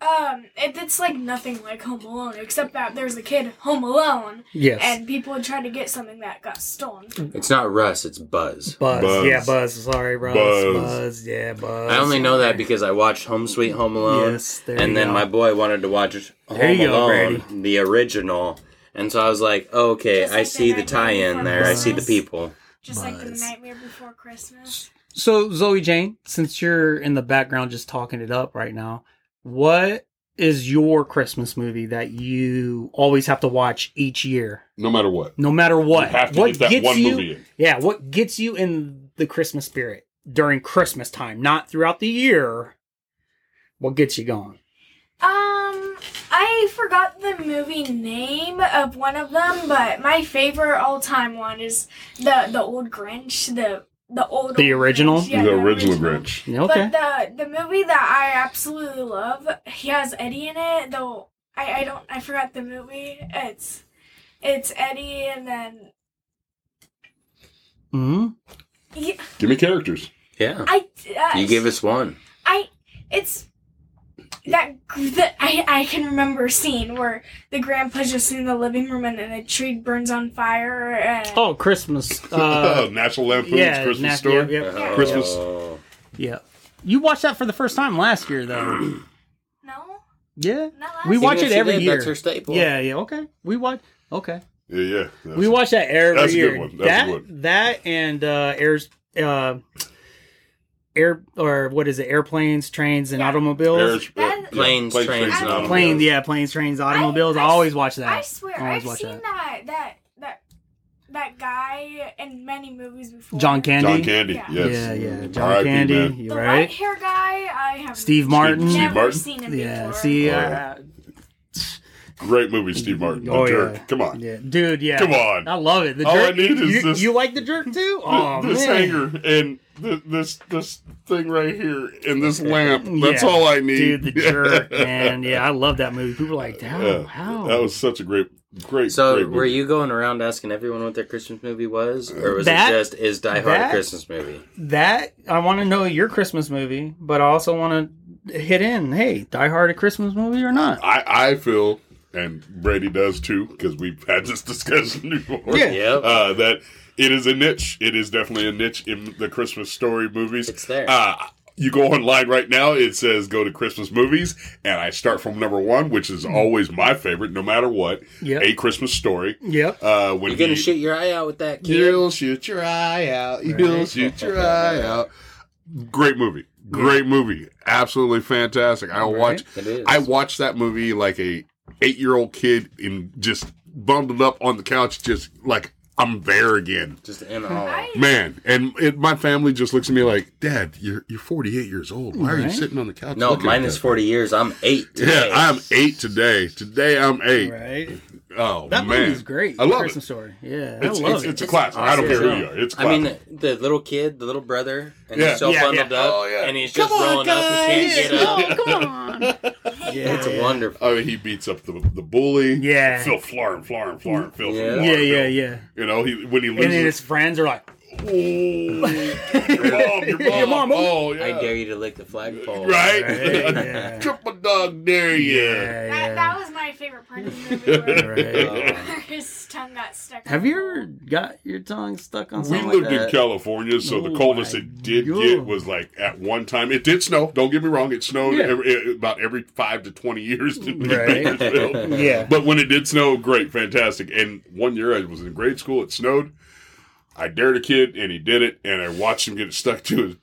[SPEAKER 4] um, it, it's like nothing like Home Alone except that there's a kid home alone,
[SPEAKER 1] Yes.
[SPEAKER 4] and people try to get something that got stolen.
[SPEAKER 3] It's not Russ, it's Buzz.
[SPEAKER 1] Buzz.
[SPEAKER 2] Buzz.
[SPEAKER 1] Yeah, Buzz. Sorry, Russ.
[SPEAKER 2] Buzz.
[SPEAKER 1] Buzz. Yeah, Buzz.
[SPEAKER 3] I only know that because I watched Home Sweet Home Alone,
[SPEAKER 1] Yes, there
[SPEAKER 3] and
[SPEAKER 1] you
[SPEAKER 3] then
[SPEAKER 1] go.
[SPEAKER 3] my boy wanted to watch Home
[SPEAKER 1] There you go,
[SPEAKER 3] Alone, the original, and so I was like, oh, okay,
[SPEAKER 4] Just
[SPEAKER 3] I
[SPEAKER 4] like
[SPEAKER 3] see
[SPEAKER 4] the
[SPEAKER 3] the
[SPEAKER 4] Nightmare
[SPEAKER 3] tie-in
[SPEAKER 4] Before
[SPEAKER 3] there, I see the
[SPEAKER 4] Christmas.
[SPEAKER 3] people.
[SPEAKER 4] Just like the
[SPEAKER 1] Buzz.
[SPEAKER 4] Nightmare Before Christmas.
[SPEAKER 1] So Zoe Jane, since you're in the background just talking it up right now, what is your Christmas movie that you always have to watch each year,
[SPEAKER 2] no matter what.
[SPEAKER 1] no matter what?
[SPEAKER 2] You have to
[SPEAKER 1] what
[SPEAKER 2] get that
[SPEAKER 1] gets
[SPEAKER 2] one
[SPEAKER 1] you?
[SPEAKER 2] movie in.
[SPEAKER 1] Yeah, what gets you in the Christmas spirit during Christmas time, not throughout the year? What gets you going?
[SPEAKER 4] Um, I forgot the movie name of one of them, but my favorite all time one is the the old Grinch, the the old
[SPEAKER 1] The
[SPEAKER 4] old
[SPEAKER 1] original?
[SPEAKER 4] Grinch. Yeah,
[SPEAKER 2] the original Grinch.
[SPEAKER 1] Yeah, Okay.
[SPEAKER 4] But the the movie that I absolutely love, he has Eddie in it. Though I I don't I forgot the movie. It's it's Eddie and then
[SPEAKER 2] Mm-hmm.
[SPEAKER 1] hmm
[SPEAKER 4] yeah,
[SPEAKER 2] Give me characters.
[SPEAKER 3] Yeah,
[SPEAKER 4] I uh,
[SPEAKER 3] you give us one.
[SPEAKER 4] I it's that the, I I can remember a scene where the grandpa's just in the living room and then a tree burns on fire and
[SPEAKER 1] Oh, Christmas. Uh,
[SPEAKER 2] National Lampoon's
[SPEAKER 1] yeah,
[SPEAKER 2] Oh, Christmas
[SPEAKER 1] Nat-
[SPEAKER 2] Story. Uh-huh.
[SPEAKER 1] yeah, yeah,
[SPEAKER 4] Yeah.
[SPEAKER 2] Christmas.
[SPEAKER 3] Oh.
[SPEAKER 1] yeah. You watched that for the first time last year, though.
[SPEAKER 4] no
[SPEAKER 1] yeah.
[SPEAKER 4] not last
[SPEAKER 1] We
[SPEAKER 4] year.
[SPEAKER 1] watch
[SPEAKER 3] Even
[SPEAKER 1] it
[SPEAKER 3] if she
[SPEAKER 1] every
[SPEAKER 3] did,
[SPEAKER 1] year.
[SPEAKER 3] That's her staple.
[SPEAKER 1] Yeah, yeah. Okay. We watch. Okay.
[SPEAKER 2] Yeah, yeah. That's-
[SPEAKER 1] we watch that every
[SPEAKER 2] that's a good
[SPEAKER 1] year.
[SPEAKER 2] one. That's a
[SPEAKER 1] that
[SPEAKER 2] good one.
[SPEAKER 1] that and uh, airs. Uh, Air or what is it? Airplanes, trains, and
[SPEAKER 4] Yeah.
[SPEAKER 1] automobiles.
[SPEAKER 2] Airs-
[SPEAKER 4] That-
[SPEAKER 2] uh, yeah,
[SPEAKER 3] Planes, trains, and
[SPEAKER 2] automobiles.
[SPEAKER 1] Planes, yeah, planes, trains, automobiles. I,
[SPEAKER 4] I-
[SPEAKER 1] always watch that.
[SPEAKER 4] I swear
[SPEAKER 1] I always
[SPEAKER 4] I've
[SPEAKER 1] watch
[SPEAKER 4] seen that. that that that guy in many movies before
[SPEAKER 1] John Candy.
[SPEAKER 2] John Candy.
[SPEAKER 4] Yeah.
[SPEAKER 2] Yes. Mm-hmm.
[SPEAKER 1] Yeah, yeah. John
[SPEAKER 2] R.I.P.,
[SPEAKER 1] Candy.
[SPEAKER 2] man.
[SPEAKER 1] You
[SPEAKER 4] the
[SPEAKER 1] right?
[SPEAKER 4] white hair guy I have
[SPEAKER 1] Steve Martin.
[SPEAKER 2] Steve
[SPEAKER 4] never
[SPEAKER 2] Martin? Oh.
[SPEAKER 4] seen him
[SPEAKER 1] Yeah.
[SPEAKER 4] before.
[SPEAKER 1] See.
[SPEAKER 2] Yeah.
[SPEAKER 1] Uh,
[SPEAKER 2] Great movie, Steve Martin. The
[SPEAKER 1] Oh,
[SPEAKER 2] jerk.
[SPEAKER 1] yeah.
[SPEAKER 2] Come on.
[SPEAKER 1] Yeah, dude. Yeah,
[SPEAKER 2] Come on.
[SPEAKER 1] I love it. The
[SPEAKER 2] All I
[SPEAKER 1] jerk.
[SPEAKER 2] need is
[SPEAKER 1] you,
[SPEAKER 2] this-
[SPEAKER 1] you like the jerk too? Oh
[SPEAKER 2] this
[SPEAKER 1] man,
[SPEAKER 2] hanger and th- this this thing right here and this lamp. That's
[SPEAKER 1] Yeah.
[SPEAKER 2] all I
[SPEAKER 1] dude,
[SPEAKER 2] need.
[SPEAKER 1] the jerk, man. Yeah, I love that movie. People are like, how?
[SPEAKER 2] Yeah.
[SPEAKER 1] how?
[SPEAKER 2] That was such a great, great.
[SPEAKER 3] So
[SPEAKER 2] great
[SPEAKER 3] were
[SPEAKER 2] movie.
[SPEAKER 3] you going around asking everyone what their Christmas movie was, or was
[SPEAKER 1] That-
[SPEAKER 3] it just is Die Hard
[SPEAKER 1] that-
[SPEAKER 3] a Christmas movie?
[SPEAKER 1] that I want to know your Christmas movie, but I also want to hit in. Hey, Die Hard a Christmas movie or not?
[SPEAKER 2] I, I feel, and Brady does too, because we've had this discussion before.
[SPEAKER 1] Yeah.
[SPEAKER 3] Yep.
[SPEAKER 2] Uh, that it is a niche. It is definitely a niche in the Christmas story movies.
[SPEAKER 3] It's there.
[SPEAKER 2] Uh, you go online right now, it says go to Christmas movies, and I start from number one, which is always my favorite, no matter what.
[SPEAKER 1] Yep.
[SPEAKER 2] A Christmas story.
[SPEAKER 1] Yep.
[SPEAKER 2] Uh, when
[SPEAKER 3] You're gonna
[SPEAKER 2] he-
[SPEAKER 3] shoot your eye out with that kid.
[SPEAKER 2] You'll shoot your eye out. You'll shoot your eye out. Great movie. Great movie. Absolutely fantastic. I watch
[SPEAKER 3] It is.
[SPEAKER 2] I watched that movie like a eight year old kid and just bundled up on the couch, just like I'm there again.
[SPEAKER 3] just in all.
[SPEAKER 4] I,
[SPEAKER 2] Man, and it, my family just looks at me like, Dad, you're you're 48 years old. Why are you
[SPEAKER 1] Right.
[SPEAKER 2] sitting on the couch?
[SPEAKER 3] No,
[SPEAKER 2] looking at
[SPEAKER 3] mine is
[SPEAKER 2] that?"
[SPEAKER 3] 40 years. I'm eight.
[SPEAKER 2] Yeah,
[SPEAKER 3] today.
[SPEAKER 2] I'm eight today. Today I'm eight.
[SPEAKER 1] Right?
[SPEAKER 2] Oh
[SPEAKER 1] That
[SPEAKER 2] man,
[SPEAKER 1] movie's great.
[SPEAKER 2] I love
[SPEAKER 1] Christmas
[SPEAKER 2] it.
[SPEAKER 1] story. Yeah,
[SPEAKER 2] It's,
[SPEAKER 1] I love
[SPEAKER 2] it's,
[SPEAKER 1] it.
[SPEAKER 2] it's a classic. I don't care who
[SPEAKER 3] awesome.
[SPEAKER 2] you are. It's a
[SPEAKER 3] I
[SPEAKER 2] classic.
[SPEAKER 3] mean, the, the little kid, the little brother, and
[SPEAKER 2] Yeah.
[SPEAKER 3] he's so
[SPEAKER 5] Yeah,
[SPEAKER 3] bundled
[SPEAKER 5] yeah.
[SPEAKER 3] up,
[SPEAKER 2] Oh, yeah.
[SPEAKER 3] and he's just rolling up. He can't get up.
[SPEAKER 1] yeah,
[SPEAKER 3] It's
[SPEAKER 1] yeah.
[SPEAKER 3] wonderful.
[SPEAKER 2] I mean, Oh, he beats up the the bully.
[SPEAKER 5] Yeah.
[SPEAKER 2] Phil Flarn, Flarn, Flarn, Phil.
[SPEAKER 3] Yeah.
[SPEAKER 2] Flarn,
[SPEAKER 1] Yeah,
[SPEAKER 2] Phil.
[SPEAKER 1] yeah, yeah.
[SPEAKER 2] You know, he when he
[SPEAKER 1] And then
[SPEAKER 2] loses,
[SPEAKER 1] his friends are like,
[SPEAKER 2] your mom, your mom,
[SPEAKER 1] Your mom,
[SPEAKER 2] oh, yeah.
[SPEAKER 3] I dare you to lick the flagpole.
[SPEAKER 2] Right?
[SPEAKER 1] Yeah.
[SPEAKER 2] Triple dog dare you.
[SPEAKER 4] that,
[SPEAKER 1] yeah,
[SPEAKER 4] that was my favorite part of the movie.
[SPEAKER 1] yeah.
[SPEAKER 4] where
[SPEAKER 1] Right.
[SPEAKER 4] His tongue got stuck.
[SPEAKER 1] Have you ever got your tongue stuck on
[SPEAKER 2] We
[SPEAKER 1] something
[SPEAKER 2] lived
[SPEAKER 1] like that?
[SPEAKER 2] in California, so
[SPEAKER 1] Oh
[SPEAKER 2] the coldest
[SPEAKER 1] my
[SPEAKER 2] it did
[SPEAKER 1] God.
[SPEAKER 2] get was like at one time. It did snow. Don't get me wrong; it snowed
[SPEAKER 1] Yeah.
[SPEAKER 2] every, eh, about every five to twenty years. In
[SPEAKER 1] Right.
[SPEAKER 2] Bakersfield.
[SPEAKER 5] Yeah.
[SPEAKER 2] But when it did snow, great, fantastic. And one year I was in grade school, it snowed. I dared a kid and he did it, and I watched him get it stuck to his.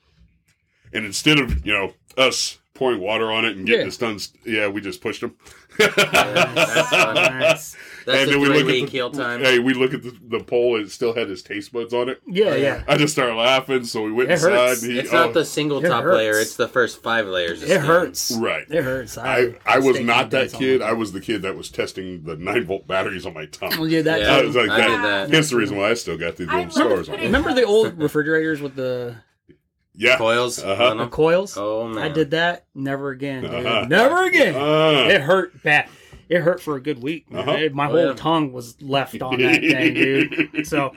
[SPEAKER 2] And instead of, you know, us pouring water on it and getting
[SPEAKER 1] Yeah.
[SPEAKER 2] yeah. his done, yeah, we just pushed him.
[SPEAKER 3] That's fun.
[SPEAKER 1] Nice.
[SPEAKER 3] That's
[SPEAKER 2] and
[SPEAKER 3] a
[SPEAKER 2] we
[SPEAKER 3] three
[SPEAKER 2] look
[SPEAKER 3] week
[SPEAKER 2] at the,
[SPEAKER 3] heal time.
[SPEAKER 2] Hey, we look at the, the pole, and it still had his taste buds on it.
[SPEAKER 1] Yeah, yeah.
[SPEAKER 2] I just started laughing, so we went
[SPEAKER 1] It
[SPEAKER 2] inside.
[SPEAKER 1] hurts.
[SPEAKER 2] And he,
[SPEAKER 3] it's not
[SPEAKER 2] oh,
[SPEAKER 3] the single
[SPEAKER 1] It
[SPEAKER 3] top
[SPEAKER 1] hurts.
[SPEAKER 3] layer; it's the first five layers. of
[SPEAKER 1] It
[SPEAKER 3] skin.
[SPEAKER 1] hurts.
[SPEAKER 2] right.
[SPEAKER 1] It hurts.
[SPEAKER 2] I, I was
[SPEAKER 1] stick my
[SPEAKER 2] not that
[SPEAKER 1] dents on
[SPEAKER 2] kid.
[SPEAKER 1] it.
[SPEAKER 2] I was the kid that was testing the nine volt batteries on my
[SPEAKER 1] Well,
[SPEAKER 2] tongue.
[SPEAKER 1] yeah, that.
[SPEAKER 3] Yeah,
[SPEAKER 2] I
[SPEAKER 3] I,
[SPEAKER 2] was like
[SPEAKER 3] did
[SPEAKER 4] that.
[SPEAKER 3] that.
[SPEAKER 2] That's the reason why I still got these
[SPEAKER 4] I
[SPEAKER 2] little
[SPEAKER 4] remember
[SPEAKER 2] scars on.
[SPEAKER 4] putting-
[SPEAKER 2] it.
[SPEAKER 1] Oh, Remember the old refrigerators with the,
[SPEAKER 2] Yeah.
[SPEAKER 3] Coils.
[SPEAKER 2] Uh-huh.
[SPEAKER 3] on
[SPEAKER 1] the
[SPEAKER 3] 'em.
[SPEAKER 1] coils?
[SPEAKER 3] Oh man,
[SPEAKER 1] I did that. Never again. dude.
[SPEAKER 2] Uh-huh.
[SPEAKER 1] Never again.
[SPEAKER 2] Uh.
[SPEAKER 1] it hurt bad. It hurt for a good week. man.
[SPEAKER 2] Uh-huh.
[SPEAKER 1] It- my
[SPEAKER 3] Oh,
[SPEAKER 1] whole
[SPEAKER 3] yeah.
[SPEAKER 1] tongue was left on that thing, dude. So,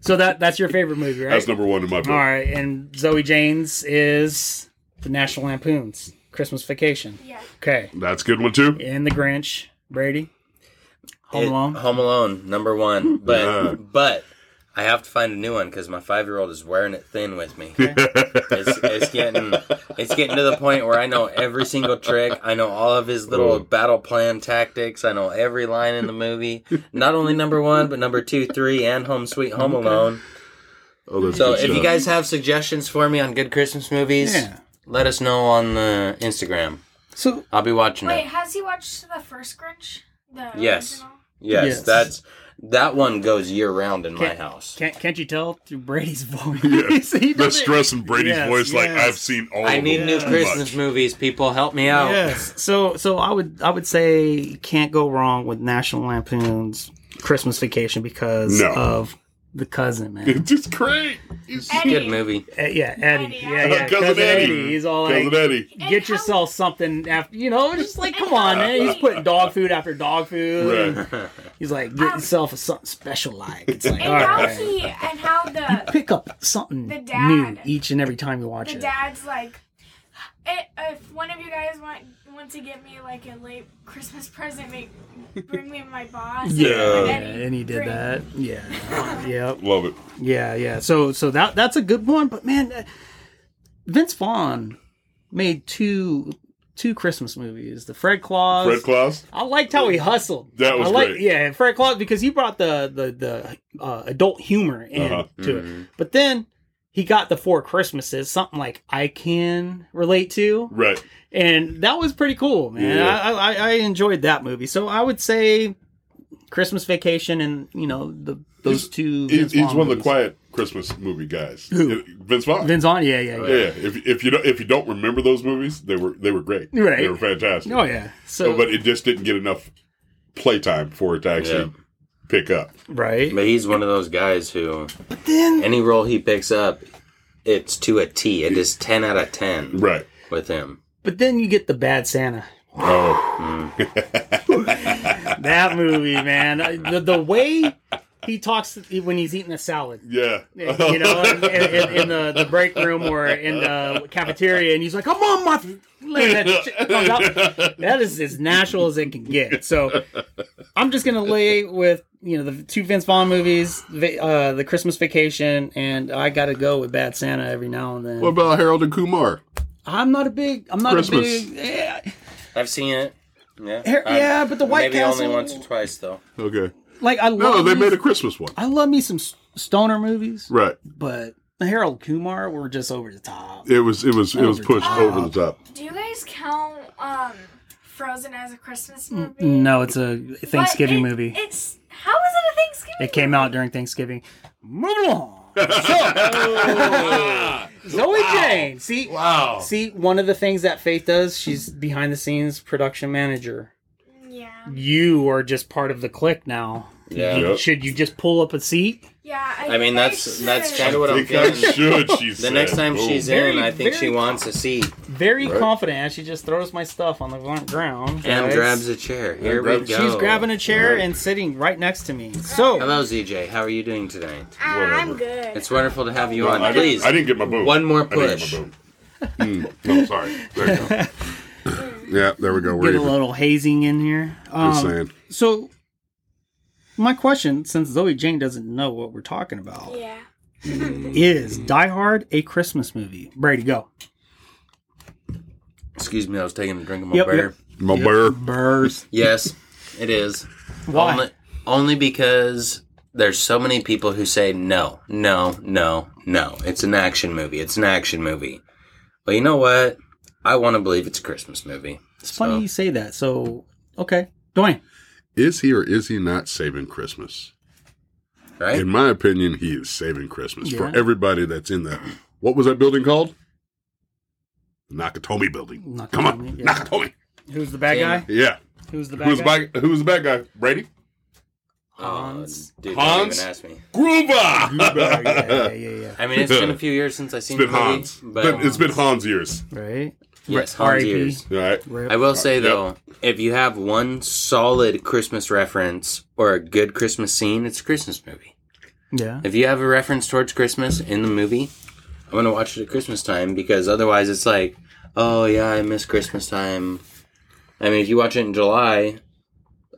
[SPEAKER 1] so that that's your favorite movie, right?
[SPEAKER 2] That's number one in my book.
[SPEAKER 1] All right, and Zoe Jane's is the National Lampoon's Christmas Vacation.
[SPEAKER 4] Yeah.
[SPEAKER 1] Okay,
[SPEAKER 2] That's a good one too.
[SPEAKER 1] and The Grinch, Brady, Home
[SPEAKER 3] It-
[SPEAKER 1] Alone.
[SPEAKER 3] Home Alone, number one. But
[SPEAKER 2] Yeah.
[SPEAKER 3] but I have to find a new one because my five year old is wearing it thin with me. it's, it's getting it's getting to the point where I know every single trick. I know all of his little
[SPEAKER 2] Oh.
[SPEAKER 3] battle plan tactics. I know every line in the movie. Not only number one, but number two, three, and Home Sweet Home Alone.
[SPEAKER 2] Oh, that's
[SPEAKER 3] So
[SPEAKER 2] good
[SPEAKER 3] if you
[SPEAKER 2] stuff.
[SPEAKER 3] guys have suggestions for me on good Christmas movies,
[SPEAKER 1] Yeah.
[SPEAKER 3] let us know on the Instagram.
[SPEAKER 1] So
[SPEAKER 3] I'll be watching
[SPEAKER 4] Wait,
[SPEAKER 3] it.
[SPEAKER 4] has he watched the first Grinch? The
[SPEAKER 3] Yes.
[SPEAKER 4] original?
[SPEAKER 3] Yes,
[SPEAKER 1] Yes.
[SPEAKER 3] that's that one goes year round in my
[SPEAKER 1] Can't-
[SPEAKER 3] house.
[SPEAKER 1] can't can't you tell through Brady's voice?
[SPEAKER 2] Yeah.
[SPEAKER 1] He
[SPEAKER 2] the
[SPEAKER 1] doesn't-
[SPEAKER 2] stress in Brady's
[SPEAKER 1] Yes,
[SPEAKER 2] voice, like
[SPEAKER 1] yes.
[SPEAKER 2] I've seen all.
[SPEAKER 3] I
[SPEAKER 2] of
[SPEAKER 3] need
[SPEAKER 2] them
[SPEAKER 3] new
[SPEAKER 2] too
[SPEAKER 3] Christmas
[SPEAKER 2] much.
[SPEAKER 3] movies. People, help me out.
[SPEAKER 1] Yes. So so I would I would say you can't go wrong with National Lampoon's Christmas Vacation because
[SPEAKER 2] No.
[SPEAKER 1] of the cousin man.
[SPEAKER 2] It's just great. It's-
[SPEAKER 4] Eddie.
[SPEAKER 3] Good movie.
[SPEAKER 1] Uh, yeah, Eddie. Yeah, yeah.
[SPEAKER 2] Cousin Eddie.
[SPEAKER 1] He's all like.
[SPEAKER 2] Cousin Eddie.
[SPEAKER 4] And
[SPEAKER 1] Get
[SPEAKER 4] how-
[SPEAKER 1] yourself something after you know. It's just like, come on, man. He's putting dog food after dog food.
[SPEAKER 2] Right.
[SPEAKER 1] He's like, get yourself a something special. Like it's like, all
[SPEAKER 4] And how
[SPEAKER 1] right,
[SPEAKER 4] he and how the
[SPEAKER 1] pick up something
[SPEAKER 4] The dad.
[SPEAKER 1] new each and every time you watch
[SPEAKER 4] the
[SPEAKER 1] it.
[SPEAKER 4] dad's like, "I- if one of you guys want want to get me like a late Christmas present, make bring me my boss.
[SPEAKER 1] Yeah,
[SPEAKER 2] Yeah.
[SPEAKER 1] yeah, and he did
[SPEAKER 4] Bring-
[SPEAKER 1] that. Yeah, yep.
[SPEAKER 2] Love it.
[SPEAKER 1] Yeah, yeah. So so that that's a good one, but man, uh, Vince Vaughn made two two Christmas movies. The Fred Claus.
[SPEAKER 2] Fred Claus.
[SPEAKER 1] I liked how he hustled.
[SPEAKER 2] That was
[SPEAKER 1] I like,
[SPEAKER 2] great.
[SPEAKER 1] Yeah, Fred Claus because he brought the the the uh, adult humor in
[SPEAKER 2] Uh-huh.
[SPEAKER 1] to it. But then he got the Four Christmases, something like I can relate to,
[SPEAKER 2] Right.
[SPEAKER 1] and that was pretty cool, man.
[SPEAKER 2] Yeah.
[SPEAKER 1] I, I I enjoyed that movie. So I would say Christmas Vacation and you know the those
[SPEAKER 2] He's-
[SPEAKER 1] two.
[SPEAKER 2] He-
[SPEAKER 1] Vince
[SPEAKER 2] he's
[SPEAKER 1] Vaughn
[SPEAKER 2] one of the
[SPEAKER 1] movies.
[SPEAKER 2] quiet Christmas movie guys.
[SPEAKER 1] Who?
[SPEAKER 2] Vince Vaughn.
[SPEAKER 1] Vince Vaughn, yeah, yeah,
[SPEAKER 2] yeah. If, if you don't if you don't remember those movies, they were they were great.
[SPEAKER 1] Right.
[SPEAKER 2] They were fantastic.
[SPEAKER 1] Oh yeah. So
[SPEAKER 2] but it just didn't get enough playtime for it to actually
[SPEAKER 3] Yeah.
[SPEAKER 2] pick up.
[SPEAKER 1] right.
[SPEAKER 3] But he's one of those guys who
[SPEAKER 1] But then
[SPEAKER 3] any role he picks up, it's to a T. It is ten out of ten
[SPEAKER 2] Right.
[SPEAKER 3] with him.
[SPEAKER 1] but then you get the bad Santa.
[SPEAKER 2] Oh,
[SPEAKER 1] That movie, man. I- The, the way he talks when he's eating a salad.
[SPEAKER 2] yeah.
[SPEAKER 1] You know, in, in, in the, the break room or in the cafeteria, and he's like, "I'm on my." leg." That shit comes out. that is as natural as it can get. So, I'm just gonna lay with you know the two Vince Vaughn movies, Va- uh, the Christmas Vacation, and I gotta go with Bad Santa every now and then.
[SPEAKER 2] What about Harold and Kumar?
[SPEAKER 1] I'm not a big. I'm not
[SPEAKER 2] Christmas.
[SPEAKER 1] a big. eh,
[SPEAKER 3] I've seen it. Yeah,
[SPEAKER 1] Here-
[SPEAKER 3] I've-
[SPEAKER 1] yeah, but the White
[SPEAKER 3] maybe
[SPEAKER 1] Castle-
[SPEAKER 3] only once or twice though.
[SPEAKER 2] Okay.
[SPEAKER 1] like I love.
[SPEAKER 2] No, they
[SPEAKER 1] me-
[SPEAKER 2] made a Christmas one.
[SPEAKER 1] I love me some s- stoner movies,
[SPEAKER 2] Right.
[SPEAKER 1] but the Harold Kumar were just over the top.
[SPEAKER 2] It was it was it was
[SPEAKER 1] Over
[SPEAKER 2] pushed
[SPEAKER 1] top.
[SPEAKER 2] over the top.
[SPEAKER 4] Do you guys count um, Frozen as a Christmas movie?
[SPEAKER 1] No, it's a
[SPEAKER 4] But
[SPEAKER 1] Thanksgiving
[SPEAKER 4] it-
[SPEAKER 1] movie.
[SPEAKER 4] It's how is it a Thanksgiving?
[SPEAKER 1] It came out during Thanksgiving. Move along. Zoe Jane. See,
[SPEAKER 3] Oh.
[SPEAKER 2] Wow.
[SPEAKER 1] see, one of the things that Faith does, she's behind the scenes production manager.
[SPEAKER 4] Yeah,
[SPEAKER 1] You are just part of the clique now.
[SPEAKER 3] Yeah.
[SPEAKER 1] You-
[SPEAKER 2] Yep.
[SPEAKER 1] Should you just pull up a seat?
[SPEAKER 4] yeah. I,
[SPEAKER 3] I mean,
[SPEAKER 4] think
[SPEAKER 3] that's that's
[SPEAKER 4] should. Ah,
[SPEAKER 3] kind of what I'm
[SPEAKER 2] think I
[SPEAKER 3] feeling.
[SPEAKER 2] should, she
[SPEAKER 3] The
[SPEAKER 2] said.
[SPEAKER 3] next time
[SPEAKER 2] Boom.
[SPEAKER 3] she's
[SPEAKER 1] Very,
[SPEAKER 3] in, I think she
[SPEAKER 1] very-
[SPEAKER 3] wants a seat
[SPEAKER 1] Very
[SPEAKER 2] Right.
[SPEAKER 1] confident. She just throws my stuff on the ground.
[SPEAKER 3] and
[SPEAKER 1] guys.
[SPEAKER 3] grabs a chair. Here we go.
[SPEAKER 2] grabs-
[SPEAKER 1] She's grabbing a chair and sitting right next to me. So,
[SPEAKER 3] Hello, ZJ. How are you doing tonight?
[SPEAKER 4] I'm
[SPEAKER 2] Whatever.
[SPEAKER 4] good.
[SPEAKER 3] It's wonderful to have you
[SPEAKER 2] Well, I didn't-
[SPEAKER 3] on. Please,
[SPEAKER 2] I didn't get my boom.
[SPEAKER 3] one more
[SPEAKER 2] I didn't
[SPEAKER 3] push.
[SPEAKER 2] get my boom. Mm, no, sorry. There you go. yeah, there we go. We're
[SPEAKER 1] get a
[SPEAKER 2] even.
[SPEAKER 1] little hazing in here.
[SPEAKER 2] Just
[SPEAKER 1] Um,
[SPEAKER 2] saying.
[SPEAKER 1] so, my question, since Zoe Jane doesn't know what we're talking about,
[SPEAKER 4] yeah.
[SPEAKER 1] is Die Hard a Christmas movie? Brady, go.
[SPEAKER 3] excuse me. I was taking a drink of my
[SPEAKER 1] Yep,
[SPEAKER 3] beer.
[SPEAKER 1] yep.
[SPEAKER 2] My bear.
[SPEAKER 1] Burst.
[SPEAKER 3] Yes, it is.
[SPEAKER 1] Why?
[SPEAKER 3] Only, only because there's so many people who say no, no, no, no. It's an action movie. It's an action movie. But you know what? I want to believe it's a Christmas movie.
[SPEAKER 1] It's funny you say that. So, okay. Dwayne.
[SPEAKER 2] Is he or is he not saving Christmas?
[SPEAKER 3] Right?
[SPEAKER 2] In my opinion, he is saving Christmas for
[SPEAKER 1] Yeah.
[SPEAKER 2] everybody that's in that. What was that building called? Nakatomi Building.
[SPEAKER 1] Nakatomi,
[SPEAKER 2] Come on,
[SPEAKER 1] yeah.
[SPEAKER 2] Nakatomi.
[SPEAKER 1] Who's the bad
[SPEAKER 3] Damn
[SPEAKER 1] guy?
[SPEAKER 2] Yeah.
[SPEAKER 1] Who's the bad
[SPEAKER 2] Who's the
[SPEAKER 1] guy?
[SPEAKER 2] bad? Who's the bad guy? Brady
[SPEAKER 1] Hans.
[SPEAKER 3] Oh, dude,
[SPEAKER 2] Hans?
[SPEAKER 3] Don't even ask me.
[SPEAKER 1] yeah,
[SPEAKER 2] Gruber.
[SPEAKER 1] yeah, yeah, yeah.
[SPEAKER 3] I mean, it's been a few years since I've
[SPEAKER 2] It's
[SPEAKER 3] seen the
[SPEAKER 2] been
[SPEAKER 3] movie.
[SPEAKER 2] Hans.
[SPEAKER 3] But
[SPEAKER 2] But it's been Hans years.
[SPEAKER 1] Right?
[SPEAKER 3] yes,
[SPEAKER 1] R-
[SPEAKER 3] Hans
[SPEAKER 1] RIP.
[SPEAKER 3] years.
[SPEAKER 2] All right.
[SPEAKER 1] Rip.
[SPEAKER 3] I will say
[SPEAKER 2] Yep.
[SPEAKER 3] though, if you have one solid Christmas reference or a good Christmas scene, it's a Christmas movie.
[SPEAKER 1] yeah.
[SPEAKER 3] If you have a reference towards Christmas in the movie, I'm gonna watch it at Christmas time because otherwise it's like, oh yeah, I miss Christmas time. I mean, if you watch it in July,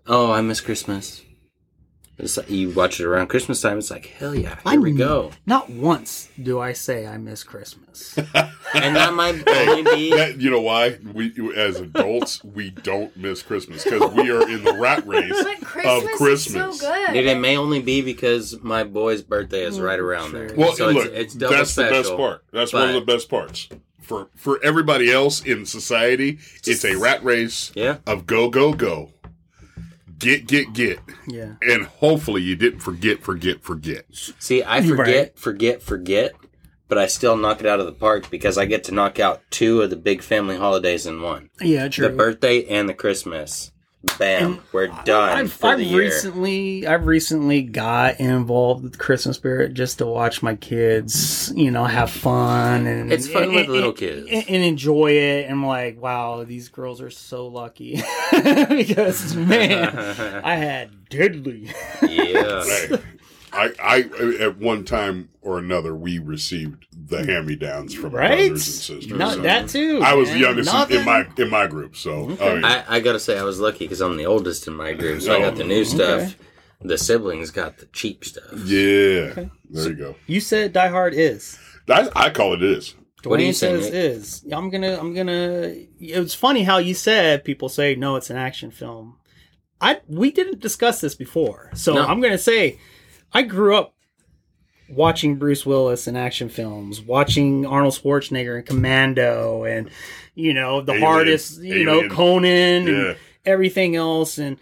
[SPEAKER 3] oh, I miss Christmas. It's like, you watch it around Christmas time, it's like, hell yeah, here we
[SPEAKER 1] I'm-
[SPEAKER 3] go.
[SPEAKER 1] Not once do I say I miss Christmas.
[SPEAKER 3] And that might only be.
[SPEAKER 2] That, you know why? We as adults we don't miss Christmas because we are in the rat race.
[SPEAKER 3] Oh,
[SPEAKER 4] But Christmas,
[SPEAKER 2] Christmas.
[SPEAKER 4] is so good.
[SPEAKER 3] Dude, it may only be because my boy's birthday is right around there.
[SPEAKER 2] Well,
[SPEAKER 3] So
[SPEAKER 2] look,
[SPEAKER 3] double
[SPEAKER 2] that's the best
[SPEAKER 3] special.
[SPEAKER 2] part. That's one of the
[SPEAKER 3] but-
[SPEAKER 2] best parts for for everybody else in society. It's a rat race
[SPEAKER 3] Yeah.
[SPEAKER 2] of go go go, get get get,
[SPEAKER 1] yeah.
[SPEAKER 2] and hopefully you didn't forget forget forget.
[SPEAKER 3] See, I
[SPEAKER 1] You're
[SPEAKER 3] forget,
[SPEAKER 1] right.
[SPEAKER 3] forget, forget, but I still knock it out of the park because I get to knock out two of the big family holidays in one
[SPEAKER 1] Yeah, true.
[SPEAKER 3] the birthday and the Christmas. Bam, we're done.
[SPEAKER 1] I've,
[SPEAKER 3] for
[SPEAKER 1] I've
[SPEAKER 3] the year.
[SPEAKER 1] recently I've recently got involved with Christmas spirit just to watch my kids, you know, have fun and
[SPEAKER 3] It's fun
[SPEAKER 1] and-
[SPEAKER 3] with
[SPEAKER 1] and-
[SPEAKER 3] little
[SPEAKER 1] and-
[SPEAKER 3] kids.
[SPEAKER 1] and, and enjoy it. And I'm like, wow, these girls are so lucky because man, I had deadly.
[SPEAKER 3] yeah.
[SPEAKER 2] Hey, I, I at one time or another we received the hand me downs from
[SPEAKER 1] Right?
[SPEAKER 2] brothers and sisters. so-
[SPEAKER 1] Not that too.
[SPEAKER 2] I was the
[SPEAKER 1] man.
[SPEAKER 2] youngest in- in
[SPEAKER 1] Nothing.
[SPEAKER 2] my in my group, so I mean,
[SPEAKER 3] I, I gotta say, I was lucky because I'm the oldest in my group, so I got the
[SPEAKER 1] Oh,
[SPEAKER 3] new stuff. The siblings got the cheap stuff.
[SPEAKER 2] yeah. There you go.
[SPEAKER 1] You said Die Hard is.
[SPEAKER 2] That's, I call it is.
[SPEAKER 1] What
[SPEAKER 3] What
[SPEAKER 1] do
[SPEAKER 3] do
[SPEAKER 1] you
[SPEAKER 3] you say,
[SPEAKER 1] says
[SPEAKER 3] Nick?
[SPEAKER 1] is I'm gonna I'm gonna. It was funny how you said people say no, it's an action film. I we didn't discuss this before, so
[SPEAKER 3] No.
[SPEAKER 1] I'm gonna say I grew up watching Bruce Willis in action films, watching Arnold Schwarzenegger in Commando, and you know the
[SPEAKER 2] Alien.
[SPEAKER 1] hardest, you know
[SPEAKER 2] Alien.
[SPEAKER 1] Conan
[SPEAKER 2] Yeah.
[SPEAKER 1] and everything else, and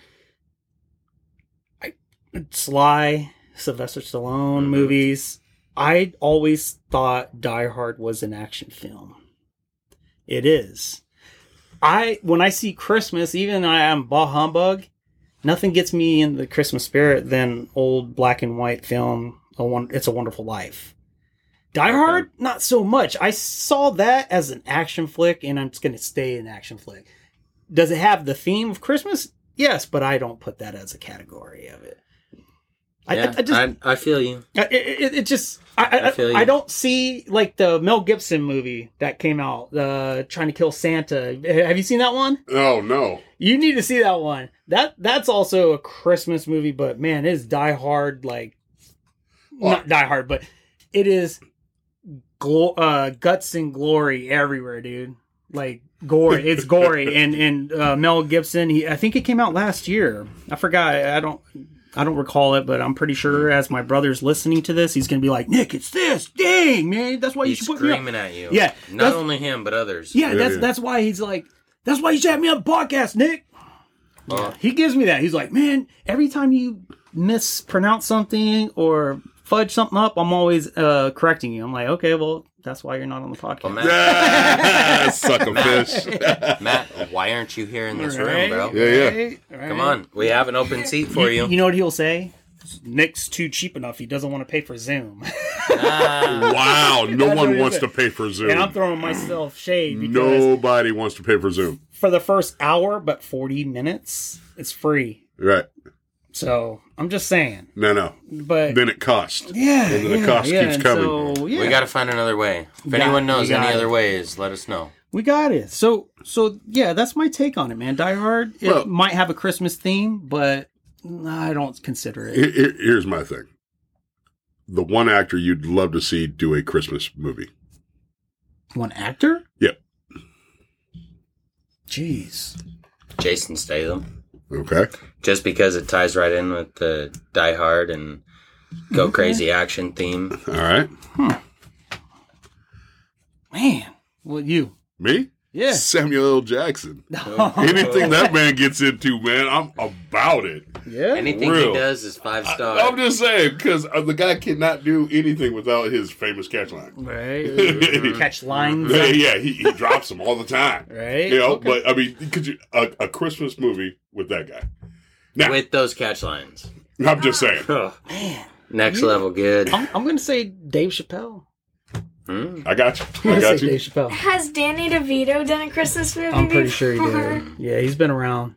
[SPEAKER 1] I, Sly, Sylvester Stallone movies. I always thought Die Hard was an action film. It is. I when I see Christmas, even I am bah humbug. Nothing gets me in the Christmas spirit than old black and white film. A Won- It's a Wonderful Life. Die Hard, not so much. I saw that as an action flick, and I'm just going to stay an action flick. Does it have the theme of Christmas? Yes, but I don't put that as a category of it. I, I-
[SPEAKER 3] yeah,
[SPEAKER 1] I just,
[SPEAKER 3] I feel you.
[SPEAKER 1] I- it, it, it just I,
[SPEAKER 3] I feel
[SPEAKER 1] I,
[SPEAKER 3] you.
[SPEAKER 1] I, don't see like the Mel Gibson movie that came out, uh, trying to kill Santa. Have you seen that one?
[SPEAKER 2] Oh no.
[SPEAKER 1] You need to see that one. That that's also a Christmas movie, but man, it is Die Hard like not Die Hard, but it is glo- uh, guts and glory everywhere, dude. Like gory, it's gory, and and uh, Mel Gibson. He I think it came out last year. I forgot. I don't. I don't recall it, but I'm pretty sure as my brother's listening to this, he's gonna be like, Nick, it's this, dang man, that's why Oh, you
[SPEAKER 3] He's
[SPEAKER 1] should put me up.
[SPEAKER 3] screaming at you.
[SPEAKER 1] Yeah,
[SPEAKER 3] Not
[SPEAKER 1] that's-
[SPEAKER 3] only him, but others.
[SPEAKER 1] Yeah, that's
[SPEAKER 2] Yeah.
[SPEAKER 1] that's why he's like, that's why you should have me on the podcast, Nick.
[SPEAKER 3] Oh.
[SPEAKER 1] He gives me that. He's like, man, every time you mispronounce something or fudge something up, I'm always uh, correcting you. I'm like, okay, well, that's why you're not on the
[SPEAKER 3] Well,
[SPEAKER 1] podcast.
[SPEAKER 3] Matt,
[SPEAKER 2] Sucker fish.
[SPEAKER 3] Matt, why aren't you here in this
[SPEAKER 1] Right?
[SPEAKER 3] room, bro?
[SPEAKER 2] Yeah, yeah.
[SPEAKER 1] Right? Right?
[SPEAKER 3] Come on. We have an open seat for
[SPEAKER 1] You,
[SPEAKER 3] you.
[SPEAKER 1] you know what he'll say? Nick's too cheap enough. He doesn't want to pay for Zoom.
[SPEAKER 3] Ah,
[SPEAKER 2] Wow, no
[SPEAKER 1] That's what
[SPEAKER 2] one
[SPEAKER 1] he
[SPEAKER 2] wants
[SPEAKER 1] said.
[SPEAKER 2] to pay for
[SPEAKER 1] and I'm
[SPEAKER 2] Zoom.
[SPEAKER 1] throwing myself shade because
[SPEAKER 2] Nobody wants to pay for Zoom.
[SPEAKER 1] for the first hour, but 40 minutes, it's free.
[SPEAKER 2] Right.
[SPEAKER 1] So I'm just saying.
[SPEAKER 2] No, no.
[SPEAKER 1] But
[SPEAKER 2] Then it costs.
[SPEAKER 1] yeah,
[SPEAKER 2] and then the
[SPEAKER 1] yeah,
[SPEAKER 2] cost
[SPEAKER 1] yeah,
[SPEAKER 2] keeps
[SPEAKER 1] and
[SPEAKER 2] coming.
[SPEAKER 1] So, yeah.
[SPEAKER 3] We got to find another way. If
[SPEAKER 1] got
[SPEAKER 3] anyone
[SPEAKER 1] it.
[SPEAKER 3] knows
[SPEAKER 1] We got
[SPEAKER 3] any
[SPEAKER 1] it.
[SPEAKER 3] other ways, let us know.
[SPEAKER 1] We got it. So so yeah, that's my take on it, man. Die Hard it
[SPEAKER 2] Well-
[SPEAKER 1] might have a Christmas theme, but I don't consider it.
[SPEAKER 2] Here- here- Here's my thing. The one actor you'd love to see do a Christmas movie.
[SPEAKER 1] One actor?
[SPEAKER 2] Yep.
[SPEAKER 1] Jeez.
[SPEAKER 3] Jason Statham.
[SPEAKER 2] Okay.
[SPEAKER 3] Just because it ties right in with the Die Hard and Go Crazy action theme.
[SPEAKER 2] All right.
[SPEAKER 1] Man. Well you.
[SPEAKER 2] Me?
[SPEAKER 1] Yeah. Oh.
[SPEAKER 2] Samuel L. Jackson. Anything that man gets into, man, I'm about it.
[SPEAKER 1] Yeah.
[SPEAKER 3] Anything
[SPEAKER 2] Real.
[SPEAKER 3] he does is five stars.
[SPEAKER 2] I'm just saying, because the guy cannot do anything without his famous catch line.
[SPEAKER 1] Right. Catch lines.
[SPEAKER 2] Yeah, yeah, he, he drops them all the time.
[SPEAKER 1] Right.
[SPEAKER 2] You know,
[SPEAKER 1] Okay.
[SPEAKER 2] but I mean, could you a, a Christmas movie with that guy? Now,
[SPEAKER 3] With those catch lines.
[SPEAKER 2] I'm just saying.
[SPEAKER 3] Next level good.
[SPEAKER 1] I'm, I'm gonna say Dave Chappelle.
[SPEAKER 3] Hmm.
[SPEAKER 2] I got you. I
[SPEAKER 1] I'm gonna
[SPEAKER 2] got
[SPEAKER 1] say
[SPEAKER 2] you.
[SPEAKER 1] Dave Chappelle.
[SPEAKER 4] Has Danny DeVito done a Christmas movie?
[SPEAKER 1] I'm pretty sure he
[SPEAKER 4] before?
[SPEAKER 1] did. Yeah, he's been around.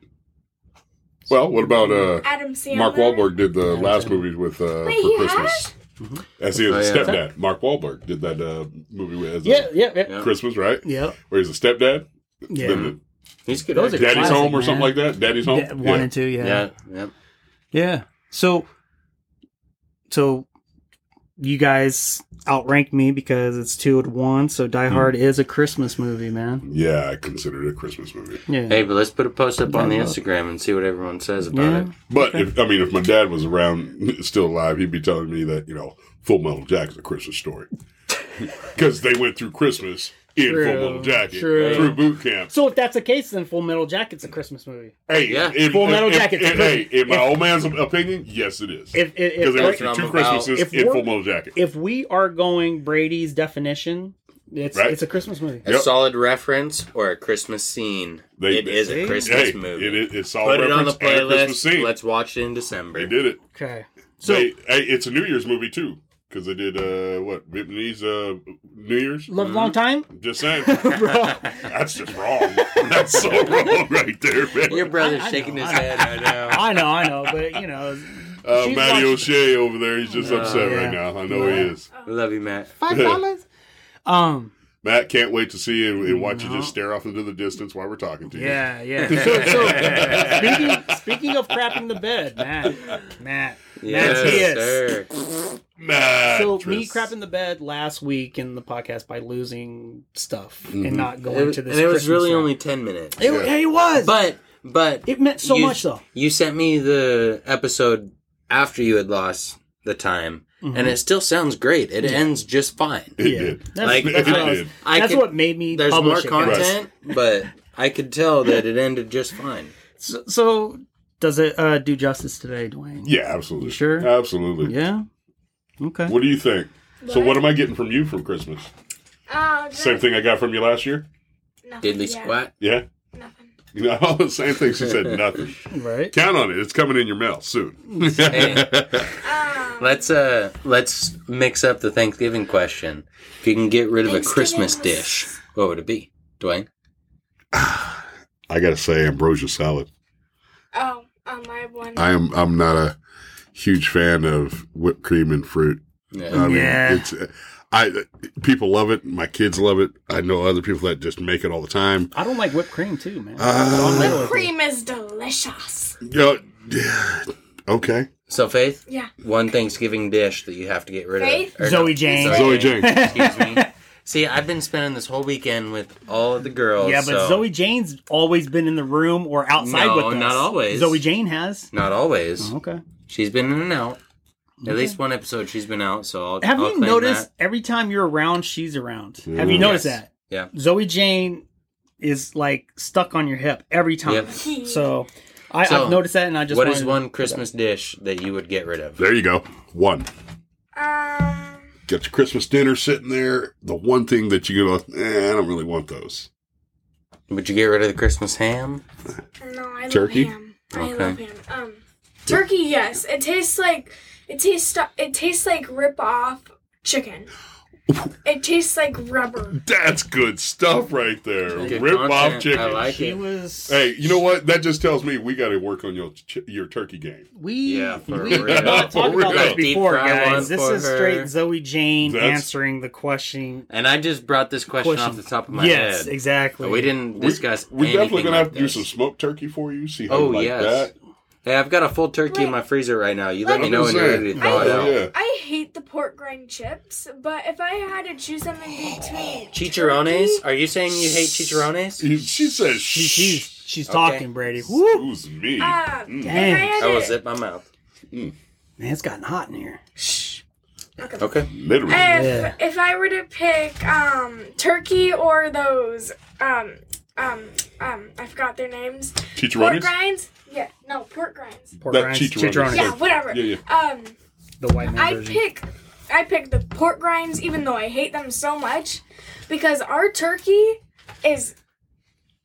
[SPEAKER 2] Well, what about uh,
[SPEAKER 4] Adam Sandler.
[SPEAKER 2] Mark Wahlberg did the last movie with uh,
[SPEAKER 4] Wait,
[SPEAKER 2] for
[SPEAKER 4] he
[SPEAKER 2] Christmas?
[SPEAKER 1] Mm-hmm.
[SPEAKER 2] As he was a
[SPEAKER 3] Oh, yeah.
[SPEAKER 2] stepdad, Mark Wahlberg did that uh, movie with as a
[SPEAKER 1] Yeah, yeah, yeah.
[SPEAKER 3] Yeah.
[SPEAKER 2] Christmas, right?
[SPEAKER 1] Yep.
[SPEAKER 2] Where he's a stepdad,
[SPEAKER 1] Yeah.
[SPEAKER 2] then the
[SPEAKER 3] He's good.
[SPEAKER 1] Those
[SPEAKER 3] Those
[SPEAKER 1] are
[SPEAKER 3] are
[SPEAKER 2] daddy's
[SPEAKER 1] classic,
[SPEAKER 2] home or
[SPEAKER 1] man.
[SPEAKER 2] something like that. Daddy's home.
[SPEAKER 1] Yeah, one
[SPEAKER 2] Yeah.
[SPEAKER 1] and two,
[SPEAKER 3] yeah. yeah.
[SPEAKER 1] Yeah. So, so you guys outrank me because it's two to one. So Die
[SPEAKER 2] Hmm.
[SPEAKER 1] Hard is a Christmas movie, man.
[SPEAKER 2] Yeah, I consider it a Christmas movie.
[SPEAKER 1] Yeah.
[SPEAKER 3] Hey, but let's put a post up on the
[SPEAKER 1] Yeah.
[SPEAKER 3] Instagram and see what everyone says about
[SPEAKER 1] yeah.
[SPEAKER 3] it.
[SPEAKER 2] But if, I mean, if my dad was around, still alive, he'd be telling me that you know Full Metal Jacket's a Christmas story because they went through Christmas in
[SPEAKER 1] True,
[SPEAKER 2] Full Metal Jacket
[SPEAKER 1] true.
[SPEAKER 2] through boot camp.
[SPEAKER 1] So if that's the case, then Full Metal Jacket's a Christmas movie.
[SPEAKER 2] Hey,
[SPEAKER 3] Yeah.
[SPEAKER 2] in,
[SPEAKER 1] Full Metal
[SPEAKER 2] in-
[SPEAKER 1] Jacket's a
[SPEAKER 2] in- hey,
[SPEAKER 1] Christmas-
[SPEAKER 2] in my
[SPEAKER 1] if-
[SPEAKER 2] old man's opinion, yes, it is
[SPEAKER 1] If if
[SPEAKER 2] because they went
[SPEAKER 1] if,
[SPEAKER 2] through
[SPEAKER 3] That's
[SPEAKER 2] two
[SPEAKER 3] what I'm about.
[SPEAKER 2] Christmases
[SPEAKER 1] If
[SPEAKER 2] in
[SPEAKER 1] we're-
[SPEAKER 2] Full Metal Jacket.
[SPEAKER 1] if we are going Brady's definition, it's
[SPEAKER 2] Right.
[SPEAKER 1] it's a Christmas movie.
[SPEAKER 3] A
[SPEAKER 2] Yep.
[SPEAKER 3] solid reference or a Christmas scene.
[SPEAKER 2] They-
[SPEAKER 3] it is
[SPEAKER 2] they-
[SPEAKER 3] a Christmas
[SPEAKER 2] hey,
[SPEAKER 3] movie.
[SPEAKER 2] It is, it's all
[SPEAKER 3] Put it on the
[SPEAKER 2] reference and a Christmas
[SPEAKER 3] playlist.
[SPEAKER 2] scene.
[SPEAKER 3] Let's watch it in December.
[SPEAKER 2] they did it.
[SPEAKER 1] Okay. So
[SPEAKER 2] So they, hey, it's a New Year's movie too because they did uh, what Vietnamese uh, New Year's.
[SPEAKER 1] love long time.
[SPEAKER 2] Just saying, that's just wrong. That's so wrong right there, man.
[SPEAKER 3] Your brother's
[SPEAKER 1] I- I
[SPEAKER 3] shaking
[SPEAKER 1] know,
[SPEAKER 3] his
[SPEAKER 1] I know.
[SPEAKER 3] head right now.
[SPEAKER 1] I know, I know, but you know,
[SPEAKER 2] Uh,
[SPEAKER 1] She's
[SPEAKER 2] Matty
[SPEAKER 1] watching-
[SPEAKER 2] O'Shea over there, he's just upset
[SPEAKER 1] yeah.
[SPEAKER 2] right now. I know he is.
[SPEAKER 3] We love you, Matt.
[SPEAKER 1] five dollars. Um.
[SPEAKER 2] Matt can't wait to see you and watch you just stare off into the distance while we're talking to you.
[SPEAKER 1] Uh-huh. Yeah, yeah. So, so speaking, speaking of crapping the bed, Matt, Matt, Matt,
[SPEAKER 3] Yes,
[SPEAKER 1] Diaz.
[SPEAKER 3] sir.
[SPEAKER 2] Matt.
[SPEAKER 1] So me crapping the bed last week in the podcast by losing stuff and not going
[SPEAKER 3] It was-
[SPEAKER 1] to
[SPEAKER 3] Mm-hmm. and
[SPEAKER 1] this.
[SPEAKER 3] it was
[SPEAKER 1] Christmas
[SPEAKER 3] really
[SPEAKER 1] round.
[SPEAKER 3] only 10 minutes.
[SPEAKER 1] It,
[SPEAKER 2] Yeah.
[SPEAKER 1] it was, but
[SPEAKER 3] But, but.
[SPEAKER 1] it meant so
[SPEAKER 3] you-
[SPEAKER 1] much though.
[SPEAKER 3] You sent me the episode after you had lost the time,
[SPEAKER 1] Mm-hmm.
[SPEAKER 3] and it still sounds great. It ends just fine.
[SPEAKER 2] It did.
[SPEAKER 1] That's,
[SPEAKER 3] Like,
[SPEAKER 1] that's,
[SPEAKER 2] it
[SPEAKER 1] what, I was-
[SPEAKER 2] did.
[SPEAKER 3] I
[SPEAKER 1] that's
[SPEAKER 3] could-
[SPEAKER 1] what made me.
[SPEAKER 3] There's more
[SPEAKER 1] publish it, guys.
[SPEAKER 3] content, but I could tell that it ended just fine.
[SPEAKER 1] So, so does it uh, do justice today, Dwayne?
[SPEAKER 2] Yeah, absolutely.
[SPEAKER 1] You sure?
[SPEAKER 2] Absolutely.
[SPEAKER 1] Yeah. Okay.
[SPEAKER 2] What do you think? So what am I getting from you from Christmas?
[SPEAKER 4] Oh,
[SPEAKER 2] Same thing I got from you last year?
[SPEAKER 4] Nothing.
[SPEAKER 3] Diddly
[SPEAKER 4] yeah,
[SPEAKER 3] squat.
[SPEAKER 2] Yeah?
[SPEAKER 4] Nothing.
[SPEAKER 2] You know, all the same thing she said, nothing.
[SPEAKER 1] Right.
[SPEAKER 2] Count on it. It's coming in your mail soon.
[SPEAKER 4] Um,
[SPEAKER 3] Let's uh let's mix up the Thanksgiving question. If you can get rid of a
[SPEAKER 4] Thanksgiving
[SPEAKER 3] Christmas
[SPEAKER 4] was-
[SPEAKER 3] dish, what would it be, Dwayne?
[SPEAKER 2] I gotta say ambrosia salad.
[SPEAKER 4] oh, on my one.
[SPEAKER 2] I am I'm not a huge fan of whipped cream and fruit. I
[SPEAKER 1] Uh,
[SPEAKER 3] Yeah.
[SPEAKER 2] mean,
[SPEAKER 1] Yeah.
[SPEAKER 2] it's I people love it. My kids love it. I know other people that just make it all the time.
[SPEAKER 1] I don't like whipped cream too, man.
[SPEAKER 2] Uh,
[SPEAKER 1] I'm real with you.
[SPEAKER 4] Cream is delicious.
[SPEAKER 2] You know, yeah, okay,
[SPEAKER 3] So Faith,
[SPEAKER 4] Yeah.
[SPEAKER 3] one Thanksgiving dish that you have to get rid
[SPEAKER 4] Faith?
[SPEAKER 3] of. Or
[SPEAKER 1] Zoe
[SPEAKER 3] no,
[SPEAKER 1] Jane.
[SPEAKER 2] Zoe Jane.
[SPEAKER 3] Excuse me. See, I've been spending this whole weekend with all of the girls.
[SPEAKER 1] Yeah, but
[SPEAKER 3] Oh, so-
[SPEAKER 1] Zoe Jane's always been in the room or outside
[SPEAKER 3] No,
[SPEAKER 1] with us.
[SPEAKER 3] not always. Mm.
[SPEAKER 1] Zoe Jane has. Uh-huh.
[SPEAKER 3] Not always.
[SPEAKER 1] Okay.
[SPEAKER 3] She's been in and out. At least one episode she's been out, so I'll
[SPEAKER 1] Have
[SPEAKER 3] I'll
[SPEAKER 1] you
[SPEAKER 3] claim
[SPEAKER 1] noticed
[SPEAKER 3] that. Mm.
[SPEAKER 1] every time you're around, she's around? Have
[SPEAKER 2] Yeah.
[SPEAKER 1] you noticed
[SPEAKER 3] Yes.
[SPEAKER 1] that?
[SPEAKER 3] Yeah.
[SPEAKER 1] Zoe Jane is like stuck on your hip every time.
[SPEAKER 3] Yep.
[SPEAKER 1] So, I,
[SPEAKER 3] So,
[SPEAKER 1] I've noticed that, and I just
[SPEAKER 3] What is
[SPEAKER 1] wanted to-
[SPEAKER 3] one Christmas dish that you would get rid of?
[SPEAKER 2] There you go. One.
[SPEAKER 4] Um,
[SPEAKER 2] Got your Christmas dinner sitting there. The one thing that you go, eh, I don't really want those.
[SPEAKER 3] Would you get rid of the Christmas ham?
[SPEAKER 4] no, I love
[SPEAKER 2] Turkey?
[SPEAKER 4] ham. I
[SPEAKER 3] Okay.
[SPEAKER 4] love ham. Um, turkey, yes. It tastes like it tastes it tastes like rip off chicken. It tastes like rubber.
[SPEAKER 2] That's good stuff right there.
[SPEAKER 3] Good
[SPEAKER 2] Rip off
[SPEAKER 3] content.
[SPEAKER 2] chicken.
[SPEAKER 3] I like
[SPEAKER 1] She
[SPEAKER 3] it.
[SPEAKER 1] was.
[SPEAKER 2] Hey, you know what? That just tells me we got to work on your ch- your turkey game.
[SPEAKER 1] We
[SPEAKER 3] Yeah, for
[SPEAKER 1] we
[SPEAKER 3] real.
[SPEAKER 1] talked
[SPEAKER 2] For
[SPEAKER 1] about
[SPEAKER 2] real.
[SPEAKER 1] this before,
[SPEAKER 3] Deep fry one
[SPEAKER 1] guys. This
[SPEAKER 3] for
[SPEAKER 1] is
[SPEAKER 3] her.
[SPEAKER 1] straight Zoe Jane
[SPEAKER 2] That's-
[SPEAKER 1] answering the question.
[SPEAKER 3] And I just brought this question,
[SPEAKER 1] Question.
[SPEAKER 3] off the top of my
[SPEAKER 1] yes,
[SPEAKER 3] head.
[SPEAKER 1] exactly.
[SPEAKER 3] We didn't
[SPEAKER 2] We-
[SPEAKER 3] discuss.
[SPEAKER 2] We're definitely
[SPEAKER 3] anything
[SPEAKER 2] gonna have
[SPEAKER 3] like
[SPEAKER 2] to do
[SPEAKER 3] this.
[SPEAKER 2] some smoked turkey for you. See how
[SPEAKER 3] Oh
[SPEAKER 2] you like
[SPEAKER 3] yes.
[SPEAKER 2] that.
[SPEAKER 3] Hey, I've got a full turkey in my freezer right now. You let
[SPEAKER 4] Like-
[SPEAKER 3] me know when you're ready to
[SPEAKER 2] Oh,
[SPEAKER 3] thaw it out.
[SPEAKER 2] yeah.
[SPEAKER 4] I hate the pork grind chips, but if I had to choose them in between
[SPEAKER 3] Chicharrones? Are you saying you hate chicharrones?
[SPEAKER 2] He- She says,
[SPEAKER 1] She, she's she's
[SPEAKER 3] Okay.
[SPEAKER 1] talking, Brady. Woo!
[SPEAKER 2] "Who's me?"
[SPEAKER 4] Um, if I
[SPEAKER 1] Dang.
[SPEAKER 4] had
[SPEAKER 3] I will
[SPEAKER 4] to-
[SPEAKER 3] zip my mouth.
[SPEAKER 1] Man, it's gotten hot in here.
[SPEAKER 3] Okay.
[SPEAKER 2] Literally.
[SPEAKER 4] If
[SPEAKER 1] Yeah.
[SPEAKER 4] if I were to pick um turkey or those um um um I forgot their names. Pork
[SPEAKER 2] Chicharrones.
[SPEAKER 4] grinds? Yeah, no, pork grinds.
[SPEAKER 1] Pork
[SPEAKER 2] That
[SPEAKER 1] rinds,
[SPEAKER 2] chicharrones.
[SPEAKER 1] chicharrones,
[SPEAKER 4] Yeah,
[SPEAKER 2] Okay.
[SPEAKER 4] whatever.
[SPEAKER 2] Yeah,
[SPEAKER 4] Um
[SPEAKER 1] the white man
[SPEAKER 4] I
[SPEAKER 1] version.
[SPEAKER 4] pick I pick the pork grinds even though I hate them so much because our turkey is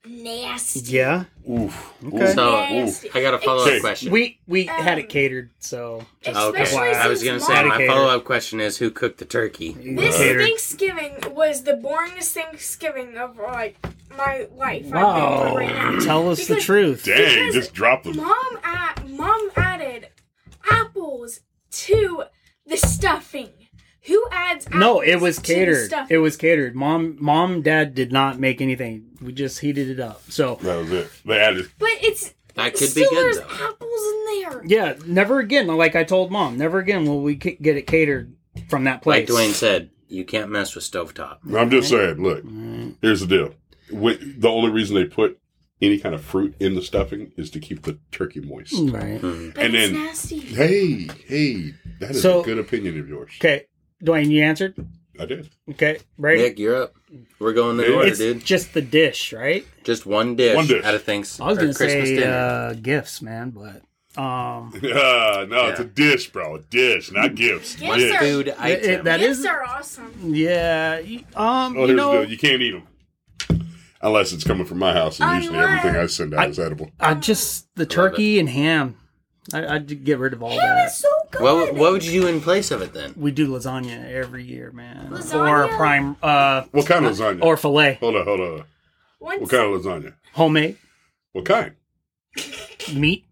[SPEAKER 4] nasty.
[SPEAKER 1] Yeah,
[SPEAKER 2] Oof.
[SPEAKER 1] Okay.
[SPEAKER 2] Oof.
[SPEAKER 3] So
[SPEAKER 4] Nasty.
[SPEAKER 3] I got a follow
[SPEAKER 2] Okay.
[SPEAKER 3] up question.
[SPEAKER 1] we we
[SPEAKER 4] Um,
[SPEAKER 1] had it catered, so just
[SPEAKER 3] Okay.
[SPEAKER 4] Especially
[SPEAKER 1] Wow.
[SPEAKER 3] I was gonna
[SPEAKER 4] since
[SPEAKER 3] say
[SPEAKER 4] mine-
[SPEAKER 3] my
[SPEAKER 1] Dedicated.
[SPEAKER 3] follow up question is who cooked the turkey?
[SPEAKER 4] This
[SPEAKER 1] catered.
[SPEAKER 4] Thanksgiving was the boringest Thanksgiving of like my life. I think,
[SPEAKER 1] Wow.
[SPEAKER 4] right now.
[SPEAKER 1] Tell us the
[SPEAKER 4] Because-
[SPEAKER 1] truth.
[SPEAKER 2] Dang, just drop them.
[SPEAKER 4] Mom at mom added apples to the stuffing. Who adds apples
[SPEAKER 1] no, it was
[SPEAKER 4] to the
[SPEAKER 1] catered.
[SPEAKER 4] stuffing?
[SPEAKER 1] It was catered. Mom, mom, dad did not make anything. We just heated it up. So
[SPEAKER 2] That was it. They added.
[SPEAKER 4] but it's
[SPEAKER 3] That could be
[SPEAKER 4] still
[SPEAKER 3] good,
[SPEAKER 4] there's
[SPEAKER 3] though.
[SPEAKER 4] apples in there.
[SPEAKER 1] yeah, never again. Like I told mom, never again will we ca- get it catered from that
[SPEAKER 3] Like
[SPEAKER 1] place.
[SPEAKER 3] Dwayne said, you can't mess with stovetop.
[SPEAKER 2] I'm just saying. Look, here's the deal. Wh- The only reason they put any kind of fruit in the stuffing is to keep the turkey moist.
[SPEAKER 1] Right.
[SPEAKER 4] But
[SPEAKER 2] And
[SPEAKER 4] it's
[SPEAKER 2] then-
[SPEAKER 4] nasty.
[SPEAKER 2] Hey, hey, that is
[SPEAKER 1] So-
[SPEAKER 2] a good opinion of yours.
[SPEAKER 1] Okay, Dwayne, you answered.
[SPEAKER 2] I did.
[SPEAKER 1] Okay, Brady.
[SPEAKER 3] Nick, you're up. We're going in
[SPEAKER 2] Yeah.
[SPEAKER 3] order,
[SPEAKER 1] it's
[SPEAKER 3] dude.
[SPEAKER 1] just the dish, right?
[SPEAKER 3] Just one dish,
[SPEAKER 2] One dish.
[SPEAKER 3] out of things.
[SPEAKER 1] I was
[SPEAKER 3] or
[SPEAKER 1] gonna
[SPEAKER 3] Christmas
[SPEAKER 1] say
[SPEAKER 3] dinner.
[SPEAKER 1] uh, gifts, man, but um,
[SPEAKER 2] Ah, no, it's a
[SPEAKER 3] Yeah.
[SPEAKER 2] dish, bro. A dish, not gifts.
[SPEAKER 4] Yes,
[SPEAKER 2] Dish.
[SPEAKER 4] sir.
[SPEAKER 3] Food
[SPEAKER 1] it-
[SPEAKER 3] item.
[SPEAKER 1] that
[SPEAKER 4] Gifts
[SPEAKER 1] is-
[SPEAKER 4] are awesome.
[SPEAKER 1] yeah. y- Um,
[SPEAKER 2] Oh, here's
[SPEAKER 1] you
[SPEAKER 2] the
[SPEAKER 1] know,
[SPEAKER 2] deal. You can't eat them. Unless it's coming from my house, and usually
[SPEAKER 4] Unless-
[SPEAKER 2] everything I send out is edible.
[SPEAKER 1] I just the turkey and ham. I, I'd get rid of all
[SPEAKER 4] Ham
[SPEAKER 1] that.
[SPEAKER 4] is so good.
[SPEAKER 3] what, what would you do in place of it then?
[SPEAKER 1] We do lasagna every year, man.
[SPEAKER 4] Lasagna?
[SPEAKER 1] Or prime, uh,
[SPEAKER 2] What kind of lasagna?
[SPEAKER 1] or fillet,
[SPEAKER 2] hold on, hold on.
[SPEAKER 4] Once-
[SPEAKER 2] What kind of lasagna?
[SPEAKER 1] homemade
[SPEAKER 2] What kind?
[SPEAKER 1] meat.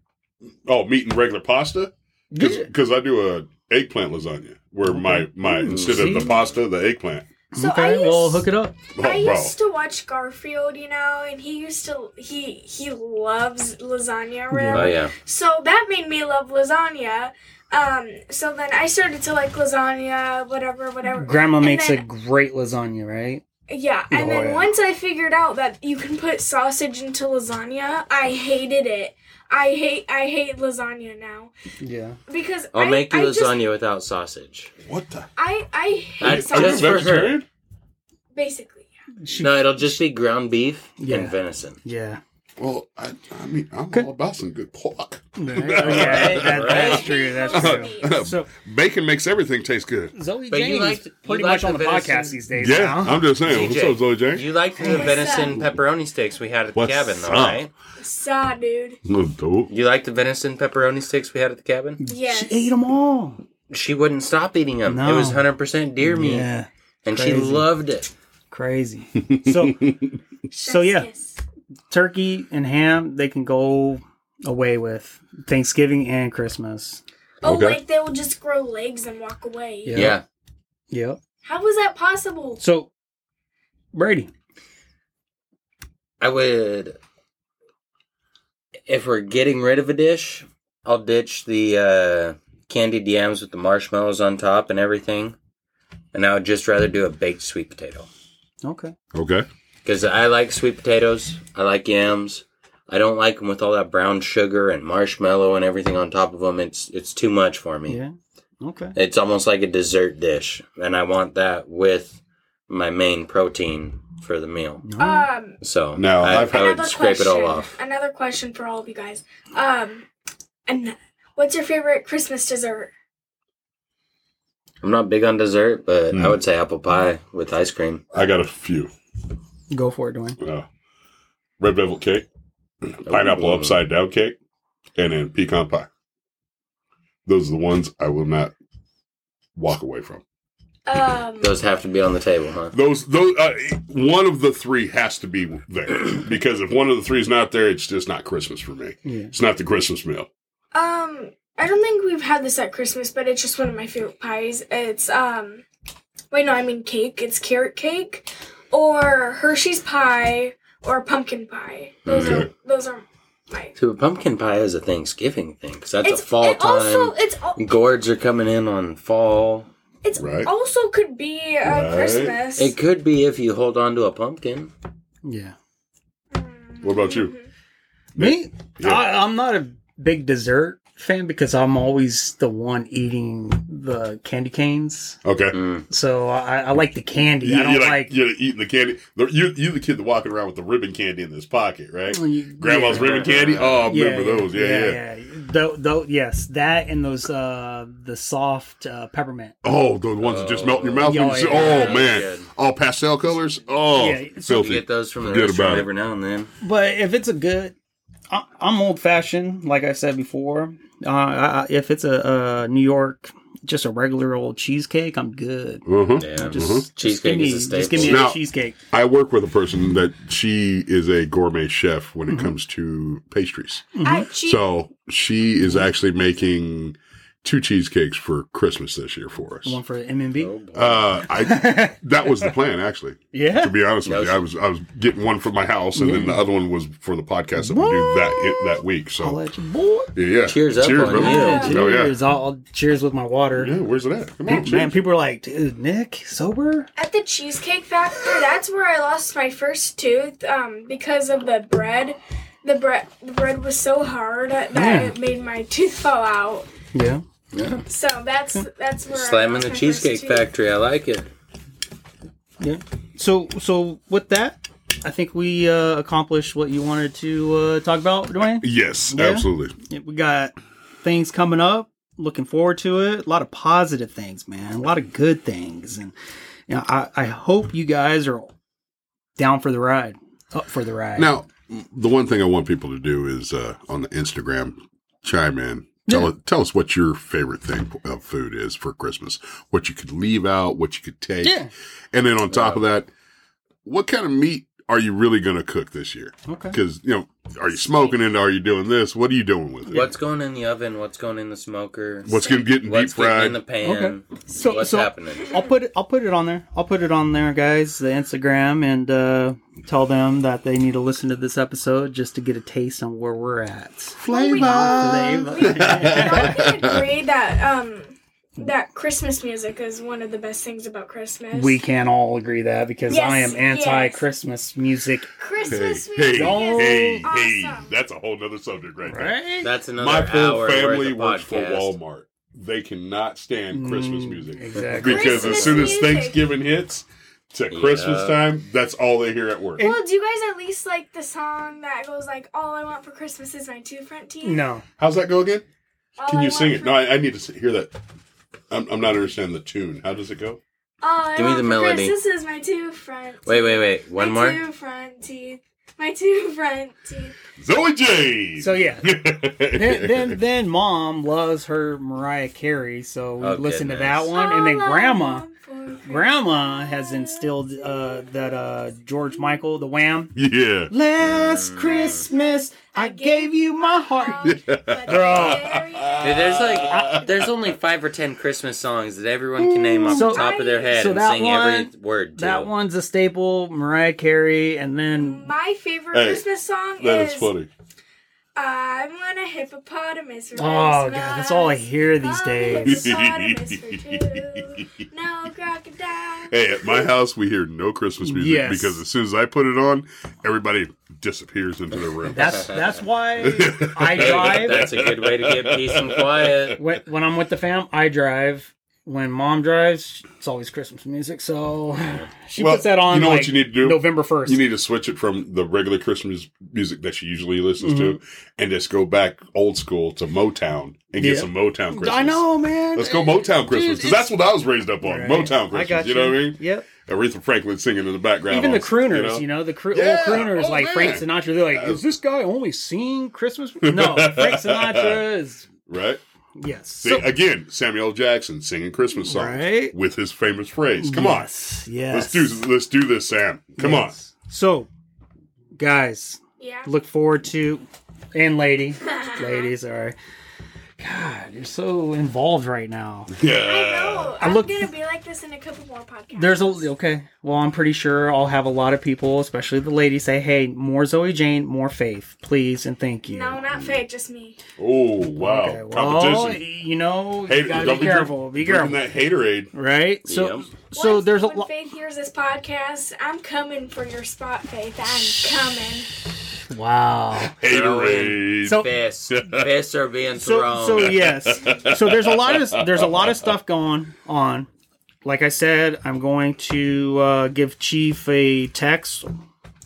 [SPEAKER 2] Oh, meat and regular pasta. Because I do a eggplant lasagna where my my instead of the
[SPEAKER 1] see?
[SPEAKER 2] pasta, the eggplant.
[SPEAKER 4] So I
[SPEAKER 1] okay,
[SPEAKER 4] used-
[SPEAKER 1] we'll hook it up.
[SPEAKER 2] Oh,
[SPEAKER 4] I
[SPEAKER 2] bro.
[SPEAKER 4] used to watch Garfield, you know, and he used to he he loves lasagna. Really.
[SPEAKER 3] Oh yeah.
[SPEAKER 4] So that made me love lasagna. Um, so then I started to like lasagna, whatever, whatever.
[SPEAKER 1] Grandma
[SPEAKER 4] And
[SPEAKER 1] makes a
[SPEAKER 4] then-
[SPEAKER 1] great lasagna, right?
[SPEAKER 4] yeah. And
[SPEAKER 1] Oh,
[SPEAKER 4] then
[SPEAKER 1] yeah.
[SPEAKER 4] once I figured out that you can put sausage into lasagna, I hated it. I hate I hate lasagna now
[SPEAKER 1] Yeah.
[SPEAKER 4] because
[SPEAKER 3] I'll
[SPEAKER 4] I,
[SPEAKER 3] make you
[SPEAKER 4] I just-
[SPEAKER 3] lasagna without sausage.
[SPEAKER 2] What the?
[SPEAKER 4] I I hate
[SPEAKER 3] That's-
[SPEAKER 2] Are you
[SPEAKER 3] Just
[SPEAKER 4] sausage
[SPEAKER 3] for her.
[SPEAKER 2] vegetarian?
[SPEAKER 4] basically.
[SPEAKER 1] She,
[SPEAKER 3] No, it'll just be ground beef
[SPEAKER 1] Yeah.
[SPEAKER 3] and venison.
[SPEAKER 1] Yeah.
[SPEAKER 2] Well, I, I mean, I'm all about some good pork.
[SPEAKER 1] Right? Oh, yeah, that- that's true. That's true. So
[SPEAKER 2] Bacon makes everything taste good.
[SPEAKER 1] Zoe
[SPEAKER 3] But you
[SPEAKER 1] Jane
[SPEAKER 3] liked-
[SPEAKER 1] is
[SPEAKER 3] you
[SPEAKER 1] pretty
[SPEAKER 3] liked
[SPEAKER 1] much on
[SPEAKER 3] the
[SPEAKER 1] the
[SPEAKER 3] venison.
[SPEAKER 1] podcast these days.
[SPEAKER 2] Yeah,
[SPEAKER 1] now.
[SPEAKER 2] I'm just saying.
[SPEAKER 3] DJ,
[SPEAKER 2] What's up, Zoe Jane?
[SPEAKER 3] You liked the
[SPEAKER 4] What's
[SPEAKER 3] venison pepperoni sticks we had at the
[SPEAKER 2] What's
[SPEAKER 3] cabin, though,
[SPEAKER 2] up?
[SPEAKER 3] right?
[SPEAKER 4] Saw dude.
[SPEAKER 3] You liked the venison pepperoni sticks we had at the cabin?
[SPEAKER 4] Yes.
[SPEAKER 1] she ate them all.
[SPEAKER 3] She wouldn't stop eating them. It
[SPEAKER 1] No.
[SPEAKER 3] was 100% deer meat,
[SPEAKER 1] Yeah,
[SPEAKER 3] and she
[SPEAKER 1] crazy.
[SPEAKER 3] loved it.
[SPEAKER 1] crazy. So, so
[SPEAKER 4] Yes,
[SPEAKER 1] yeah,
[SPEAKER 4] yes.
[SPEAKER 1] turkey and ham they can go away with Thanksgiving and Christmas.
[SPEAKER 4] Oh,
[SPEAKER 2] Okay.
[SPEAKER 4] like they will just grow legs and walk away.
[SPEAKER 1] Yeah.
[SPEAKER 3] Yeah.
[SPEAKER 1] Yep.
[SPEAKER 4] How was that possible?
[SPEAKER 1] So, Brady,
[SPEAKER 3] I would. If we're getting rid of a dish, I'll ditch the uh, candied yams with the marshmallows on top and everything. And I would just rather do a baked sweet potato.
[SPEAKER 1] okay,
[SPEAKER 2] Okay.
[SPEAKER 3] Because I like sweet potatoes. I like yams. I don't like them with all that brown sugar and marshmallow and everything on top of them. It's it's too much for me.
[SPEAKER 1] Yeah. Okay.
[SPEAKER 3] It's almost like a dessert dish, and I want that with my main protein for the meal.
[SPEAKER 4] Um,
[SPEAKER 3] So
[SPEAKER 2] Now,
[SPEAKER 3] I,
[SPEAKER 2] I've
[SPEAKER 3] I
[SPEAKER 2] had-
[SPEAKER 3] would
[SPEAKER 4] Another
[SPEAKER 3] scrape
[SPEAKER 4] question.
[SPEAKER 3] it all off.
[SPEAKER 4] Another question for all of you guys. Um, and what's your favorite Christmas dessert?
[SPEAKER 3] I'm not big on dessert, but
[SPEAKER 2] Hmm.
[SPEAKER 3] I would say apple pie with ice cream.
[SPEAKER 2] I got a few.
[SPEAKER 1] Go for it, Dwayne.
[SPEAKER 2] Uh, red velvet cake, pineapple
[SPEAKER 3] Ooh.
[SPEAKER 2] upside down cake, and then pecan pie. Those are the ones I will not walk away from.
[SPEAKER 4] Um,
[SPEAKER 3] Those have to be on the table, huh?
[SPEAKER 2] Those, those, uh, one of the three has to be there because if one of the three is not there, it's just not Christmas for me.
[SPEAKER 1] Yeah.
[SPEAKER 2] It's not the Christmas meal.
[SPEAKER 4] um, I don't think we've had this at Christmas, but it's just one of my favorite pies. It's um, wait, no, I mean cake. It's carrot cake, or Hershey's pie, or pumpkin pie. Those are
[SPEAKER 2] Okay.
[SPEAKER 4] those are my.
[SPEAKER 3] So a pumpkin pie is a Thanksgiving thing because that's
[SPEAKER 4] It's
[SPEAKER 3] a fall
[SPEAKER 4] it
[SPEAKER 3] time.
[SPEAKER 4] also it's al-
[SPEAKER 3] Gourds are coming in on fall.
[SPEAKER 4] it's
[SPEAKER 2] Right.
[SPEAKER 4] also could be uh,
[SPEAKER 2] Right.
[SPEAKER 4] Christmas.
[SPEAKER 3] It could be if you hold on to a pumpkin.
[SPEAKER 1] Yeah.
[SPEAKER 4] Hmm.
[SPEAKER 2] What about you?
[SPEAKER 4] Mm-hmm.
[SPEAKER 1] Me?
[SPEAKER 2] Yeah.
[SPEAKER 1] I, I'm not a big dessert fan because I'm always the one eating the candy canes.
[SPEAKER 2] Okay.
[SPEAKER 3] Mm.
[SPEAKER 1] So I, I like the candy. I
[SPEAKER 2] you're
[SPEAKER 1] don't like.
[SPEAKER 2] you're eating the candy. The- You you the kid that walking around with the ribbon candy in his pocket, right?
[SPEAKER 1] Mm, You-
[SPEAKER 2] Grandma's
[SPEAKER 1] yeah.
[SPEAKER 2] ribbon candy. Oh, I
[SPEAKER 1] Yeah,
[SPEAKER 2] remember those. Yeah, yeah.
[SPEAKER 1] Though, though, yes, that and those uh the soft uh, peppermint.
[SPEAKER 2] Oh, the ones that just melt in your mouth. when
[SPEAKER 1] Oh,
[SPEAKER 2] you see-
[SPEAKER 1] yeah.
[SPEAKER 2] Oh
[SPEAKER 3] Yeah,
[SPEAKER 2] man,
[SPEAKER 3] good.
[SPEAKER 2] all pastel colors. Oh,
[SPEAKER 1] Yeah, so-
[SPEAKER 3] You
[SPEAKER 2] filthy.
[SPEAKER 3] get those from the
[SPEAKER 2] Forget about
[SPEAKER 3] restaurant
[SPEAKER 2] it.
[SPEAKER 3] every now and then.
[SPEAKER 1] But if it's a good, I, I'm old fashioned, like I said before. Uh, I, I- if it's a, uh New York, just a regular old cheesecake, I'm good.
[SPEAKER 2] Uh-huh.
[SPEAKER 3] Yeah.
[SPEAKER 1] Just, just
[SPEAKER 3] Mm-hmm. Cheesecake
[SPEAKER 1] give me,
[SPEAKER 3] is a staple.
[SPEAKER 1] Just give me
[SPEAKER 2] Now-
[SPEAKER 1] a cheesecake.
[SPEAKER 2] I work with a person that she is a gourmet chef when
[SPEAKER 3] Mm-hmm.
[SPEAKER 2] it comes to pastries.
[SPEAKER 4] I cheat.
[SPEAKER 2] Mm-hmm. So she is actually making two cheesecakes for Christmas this year for us.
[SPEAKER 1] One for M and B.
[SPEAKER 3] Oh, boy.
[SPEAKER 2] Uh, I that was the plan actually.
[SPEAKER 1] Yeah.
[SPEAKER 2] To be honest with you, I was I was getting one for my house, and then the other one was for the podcast that we do that that week.
[SPEAKER 1] I'll
[SPEAKER 2] So
[SPEAKER 1] let you boy.
[SPEAKER 2] yeah, yeah.
[SPEAKER 3] Cheers up on
[SPEAKER 2] brother.
[SPEAKER 3] you.
[SPEAKER 2] Oh, yeah.
[SPEAKER 1] Cheers! I'll, I'll cheers with my water.
[SPEAKER 2] Yeah, where's it at? Come on,
[SPEAKER 1] Man,
[SPEAKER 2] cheers.
[SPEAKER 1] people are like, dude, Nick, sober?
[SPEAKER 4] At the Cheesecake Factory, that's where I lost my first tooth um, because of the bread. The bread, the bread was so hard that
[SPEAKER 1] Mm.
[SPEAKER 4] it made my tooth fall out.
[SPEAKER 1] Yeah.
[SPEAKER 4] So that's
[SPEAKER 1] Hmm.
[SPEAKER 4] that's where I
[SPEAKER 3] Slamming
[SPEAKER 4] lost
[SPEAKER 3] the
[SPEAKER 4] my
[SPEAKER 3] Cheesecake
[SPEAKER 4] first tooth.
[SPEAKER 3] Factory. I like it.
[SPEAKER 1] Yeah. So, so with that, I think we uh, accomplished what you wanted to uh, talk about, Dwayne.
[SPEAKER 2] Yes,
[SPEAKER 1] Yeah?
[SPEAKER 2] absolutely.
[SPEAKER 1] Yeah, we got things coming up. Looking forward to it. A lot of positive things, man. A lot of good things, and you know, I, I hope you guys are down for the ride, up for the ride.
[SPEAKER 2] Now, the one thing I want people to do is uh, on the Instagram chime in. Tell it, tell us what your favorite thing of food is for Christmas. What you could leave out, what you could take,
[SPEAKER 1] Yeah.
[SPEAKER 2] and then on top of that, what kind of meat are you really going to cook this year?
[SPEAKER 1] Okay.
[SPEAKER 2] Because you know, are you smoking it? Are you doing this? What are you doing with it?
[SPEAKER 3] What's going in the oven? What's going in the smoker?
[SPEAKER 2] What's going to get in deep
[SPEAKER 3] What's getting
[SPEAKER 2] fried?
[SPEAKER 3] in the pan?
[SPEAKER 1] So,
[SPEAKER 3] What's
[SPEAKER 1] so
[SPEAKER 3] happening?
[SPEAKER 1] I'll put it. I'll put it on there. I'll put it on there, guys. The Instagram and uh, tell them that they need to listen to this episode just to get a taste on where we're at.
[SPEAKER 4] And I can agree that um, that Christmas music is one of the best things about Christmas.
[SPEAKER 1] we can all agree that because I
[SPEAKER 4] Yes,
[SPEAKER 1] am anti-Christmas music.
[SPEAKER 2] hey,
[SPEAKER 4] Christmas
[SPEAKER 2] hey,
[SPEAKER 4] music
[SPEAKER 1] Don't-
[SPEAKER 2] hey,
[SPEAKER 4] is
[SPEAKER 2] hey!
[SPEAKER 4] awesome.
[SPEAKER 2] That's a whole nother subject, right? there.
[SPEAKER 1] Right?
[SPEAKER 3] That's another
[SPEAKER 2] My whole
[SPEAKER 3] hour
[SPEAKER 2] family
[SPEAKER 3] worth of
[SPEAKER 2] works for
[SPEAKER 3] podcast.
[SPEAKER 2] Walmart. They cannot stand Christmas music.
[SPEAKER 1] Mm, exactly.
[SPEAKER 2] Because
[SPEAKER 4] Christmas
[SPEAKER 2] as soon as
[SPEAKER 4] music.
[SPEAKER 2] Thanksgiving hits to Christmas
[SPEAKER 3] Yeah.
[SPEAKER 2] time, that's all they hear at work.
[SPEAKER 4] Well, do you guys at least like the song that goes like "All I want for Christmas is my two front teeth"?
[SPEAKER 1] No.
[SPEAKER 2] How's that go again?
[SPEAKER 4] All
[SPEAKER 2] Can
[SPEAKER 4] I
[SPEAKER 2] you
[SPEAKER 4] want
[SPEAKER 2] sing it?
[SPEAKER 4] for-
[SPEAKER 2] No, I, I need to s- hear that. I'm, I'm not understanding the tune. How does it go?
[SPEAKER 4] All Oh, I
[SPEAKER 3] Give me
[SPEAKER 4] want
[SPEAKER 3] the
[SPEAKER 4] for
[SPEAKER 3] melody.
[SPEAKER 4] Christmas is my two front.
[SPEAKER 3] Wait, wait, wait. One more.
[SPEAKER 4] my two front teeth. My two front teeth.
[SPEAKER 2] Zoe J.
[SPEAKER 1] So yeah. Then, then then mom loves her Mariah Carey, so we
[SPEAKER 3] Oh,
[SPEAKER 1] listen to
[SPEAKER 3] goodness.
[SPEAKER 1] that one, and then
[SPEAKER 4] All Oh, I
[SPEAKER 1] grandma.
[SPEAKER 4] want for
[SPEAKER 1] Grandma has instilled uh, that uh, George Michael, the Wham.
[SPEAKER 2] yeah.
[SPEAKER 1] Last Christmas, I gave you my heart.
[SPEAKER 4] Christmas, but
[SPEAKER 1] Girl.
[SPEAKER 4] very-
[SPEAKER 3] Dude, there's
[SPEAKER 2] Uh.
[SPEAKER 3] like there's only five or ten Christmas songs that everyone can name off
[SPEAKER 1] So-
[SPEAKER 3] the top of their head
[SPEAKER 1] so
[SPEAKER 3] and
[SPEAKER 1] that
[SPEAKER 3] sing every
[SPEAKER 1] one-
[SPEAKER 3] word. To.
[SPEAKER 1] That one's a staple, Mariah Carey, and then oh,
[SPEAKER 4] My favorite
[SPEAKER 2] Hey,
[SPEAKER 4] Christmas song
[SPEAKER 2] That is
[SPEAKER 4] is
[SPEAKER 2] funny.
[SPEAKER 4] I want a hippopotamus. for
[SPEAKER 1] oh god,
[SPEAKER 4] Christmas.
[SPEAKER 1] that's all I hear these
[SPEAKER 4] I'm a
[SPEAKER 1] days.
[SPEAKER 4] hippopotamus for two. No crocodile.
[SPEAKER 2] Hey, at my house, we hear no Christmas music
[SPEAKER 1] Yes.
[SPEAKER 2] because as soon as I put it on, everybody disappears into their room.
[SPEAKER 1] That's that's why I drive
[SPEAKER 3] That's a good way to get peace and quiet.
[SPEAKER 1] when, when I'm with the fam. I drive. When mom drives, it's always Christmas music. So she
[SPEAKER 2] Well,
[SPEAKER 1] puts that on.
[SPEAKER 2] you know what
[SPEAKER 1] like,
[SPEAKER 2] you need to do?
[SPEAKER 1] November first.
[SPEAKER 2] you need to switch it from the regular Christmas music that she usually listens to, and just go back old school to Motown and get
[SPEAKER 1] Mm-hmm. Yeah.
[SPEAKER 2] some Motown Christmas.
[SPEAKER 1] I know, man.
[SPEAKER 2] Let's go Motown Christmas because that's what I was raised up on.
[SPEAKER 1] Right.
[SPEAKER 2] Motown
[SPEAKER 1] I
[SPEAKER 2] Christmas.
[SPEAKER 1] got
[SPEAKER 2] you. know what I mean?
[SPEAKER 1] Yep.
[SPEAKER 2] Aretha Franklin singing in the background.
[SPEAKER 1] Even the
[SPEAKER 2] also,
[SPEAKER 1] crooners, you know, the cr-
[SPEAKER 2] Yeah.
[SPEAKER 1] old crooners
[SPEAKER 2] Oh,
[SPEAKER 1] like
[SPEAKER 2] man.
[SPEAKER 1] Frank Sinatra. They're like, is this guy only singing Christmas? No, Frank Sinatra is
[SPEAKER 2] right?
[SPEAKER 1] yes.
[SPEAKER 2] See,
[SPEAKER 1] So-
[SPEAKER 2] again, Samuel L. Jackson singing Christmas songs
[SPEAKER 1] Right.
[SPEAKER 2] with his famous phrase. Come
[SPEAKER 1] yes,
[SPEAKER 2] on,
[SPEAKER 1] yes.
[SPEAKER 2] let's do let's do this, Sam. Come
[SPEAKER 1] So, guys,
[SPEAKER 4] Yeah.
[SPEAKER 1] look forward to and lady, lady, sorry. God, you're so involved right now.
[SPEAKER 2] on, yeah.
[SPEAKER 4] I know.
[SPEAKER 1] I
[SPEAKER 4] I'm
[SPEAKER 1] look-
[SPEAKER 4] gonna be like this in a couple more podcasts.
[SPEAKER 1] There's a okay. Well, I'm pretty sure I'll have a lot of people, especially the ladies, say, "Hey, more Zoe Jane, more Faith, please and thank you."
[SPEAKER 4] no, not Faye, just me.
[SPEAKER 2] Oh wow,
[SPEAKER 1] Okay, well,
[SPEAKER 2] competition.
[SPEAKER 1] you know,
[SPEAKER 2] Hey,
[SPEAKER 1] you gotta
[SPEAKER 2] don't
[SPEAKER 1] be careful.
[SPEAKER 2] drink-
[SPEAKER 1] Be
[SPEAKER 2] drinking
[SPEAKER 1] careful.
[SPEAKER 2] that haterade.
[SPEAKER 1] right? So,
[SPEAKER 3] Yep.
[SPEAKER 1] so
[SPEAKER 4] Once-
[SPEAKER 1] there's a
[SPEAKER 4] when
[SPEAKER 1] lot.
[SPEAKER 4] Faith hears this podcast, I'm coming for your spot, Faith. I'm coming.
[SPEAKER 1] Wow.
[SPEAKER 2] Haterade.
[SPEAKER 1] So,
[SPEAKER 3] Fists. Fists are being
[SPEAKER 1] so,
[SPEAKER 3] thrown.
[SPEAKER 1] so yes. So there's a lot of there's a lot of stuff going on. Like I said, I'm going to uh, give Chief a text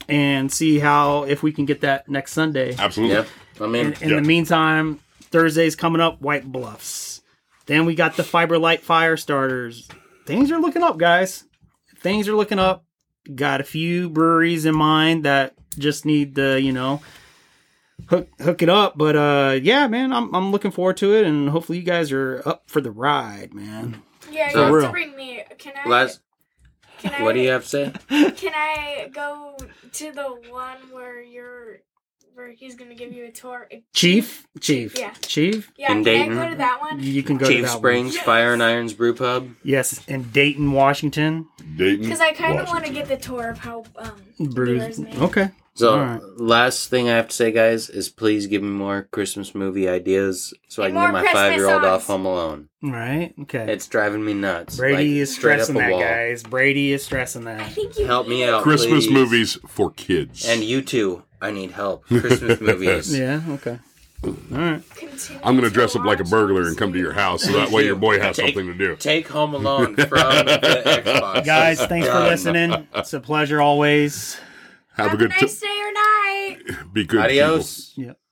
[SPEAKER 1] and see how if we can get that next Sunday.
[SPEAKER 2] Absolutely.
[SPEAKER 3] Yep. I mean,
[SPEAKER 1] In
[SPEAKER 2] Yeah.
[SPEAKER 1] the meantime, Thursday's coming up. White Bluffs. Then we got the Fiber Light Fire Starters. Things are looking up, guys. Things are looking up. Got a few breweries in mind that just need the you know hook hook it up. But uh, yeah, man, I'm I'm looking forward to it, and hopefully you guys are up for the ride, man.
[SPEAKER 4] Yeah,
[SPEAKER 3] For
[SPEAKER 4] you have
[SPEAKER 1] real.
[SPEAKER 4] to bring me. Can I?
[SPEAKER 3] last,
[SPEAKER 4] can I,
[SPEAKER 3] what do you have to say?
[SPEAKER 4] Can I go to the one where you're, where he's gonna give you a tour?
[SPEAKER 1] Chief, chief,
[SPEAKER 4] Yeah.
[SPEAKER 1] chief.
[SPEAKER 4] Yeah,
[SPEAKER 3] In
[SPEAKER 4] can I
[SPEAKER 3] Dayton?
[SPEAKER 4] go to that one?
[SPEAKER 1] You can go to
[SPEAKER 3] Chief
[SPEAKER 1] that one.
[SPEAKER 3] Springs
[SPEAKER 4] Yes.
[SPEAKER 3] Fire and Irons Brew Pub.
[SPEAKER 1] Yes, in Dayton, Washington.
[SPEAKER 2] Dayton.
[SPEAKER 4] Because I kind of want to
[SPEAKER 2] Washington.
[SPEAKER 4] get the tour of how um
[SPEAKER 1] Brews.
[SPEAKER 4] made.
[SPEAKER 1] Okay.
[SPEAKER 3] So,
[SPEAKER 1] All right.
[SPEAKER 3] last thing I have to say, guys, is please give me more Christmas movie ideas so I
[SPEAKER 4] And
[SPEAKER 3] can
[SPEAKER 4] more
[SPEAKER 3] get my
[SPEAKER 4] Christmas
[SPEAKER 3] five year old
[SPEAKER 4] songs.
[SPEAKER 3] off Home Alone.
[SPEAKER 1] All right. Okay.
[SPEAKER 3] It's driving me nuts.
[SPEAKER 1] Brady
[SPEAKER 3] Like,
[SPEAKER 1] is
[SPEAKER 3] straight up
[SPEAKER 1] stressing
[SPEAKER 3] a
[SPEAKER 1] that,
[SPEAKER 3] wall.
[SPEAKER 1] guys. Brady is stressing
[SPEAKER 4] I
[SPEAKER 1] that.
[SPEAKER 4] think you
[SPEAKER 3] Help me
[SPEAKER 4] need
[SPEAKER 3] out.
[SPEAKER 4] it.
[SPEAKER 2] Christmas
[SPEAKER 3] Please.
[SPEAKER 2] movies for kids.
[SPEAKER 3] And you too. I need help. Christmas movies.
[SPEAKER 1] Yeah. Okay. All right.
[SPEAKER 4] Continue
[SPEAKER 2] I'm gonna
[SPEAKER 4] to
[SPEAKER 2] dress up like a
[SPEAKER 4] watch
[SPEAKER 2] burglar
[SPEAKER 4] those
[SPEAKER 2] and come to your
[SPEAKER 4] movies.
[SPEAKER 2] house so that way your boy has
[SPEAKER 3] Take-
[SPEAKER 2] something to do.
[SPEAKER 3] Take Home Alone from the Xbox.
[SPEAKER 1] Guys, thanks for
[SPEAKER 3] Done.
[SPEAKER 1] listening. It's a pleasure always.
[SPEAKER 2] Have a
[SPEAKER 4] Have a
[SPEAKER 2] good, t-
[SPEAKER 4] nice day or night.
[SPEAKER 2] be good. people.
[SPEAKER 3] Adios.
[SPEAKER 1] Yep.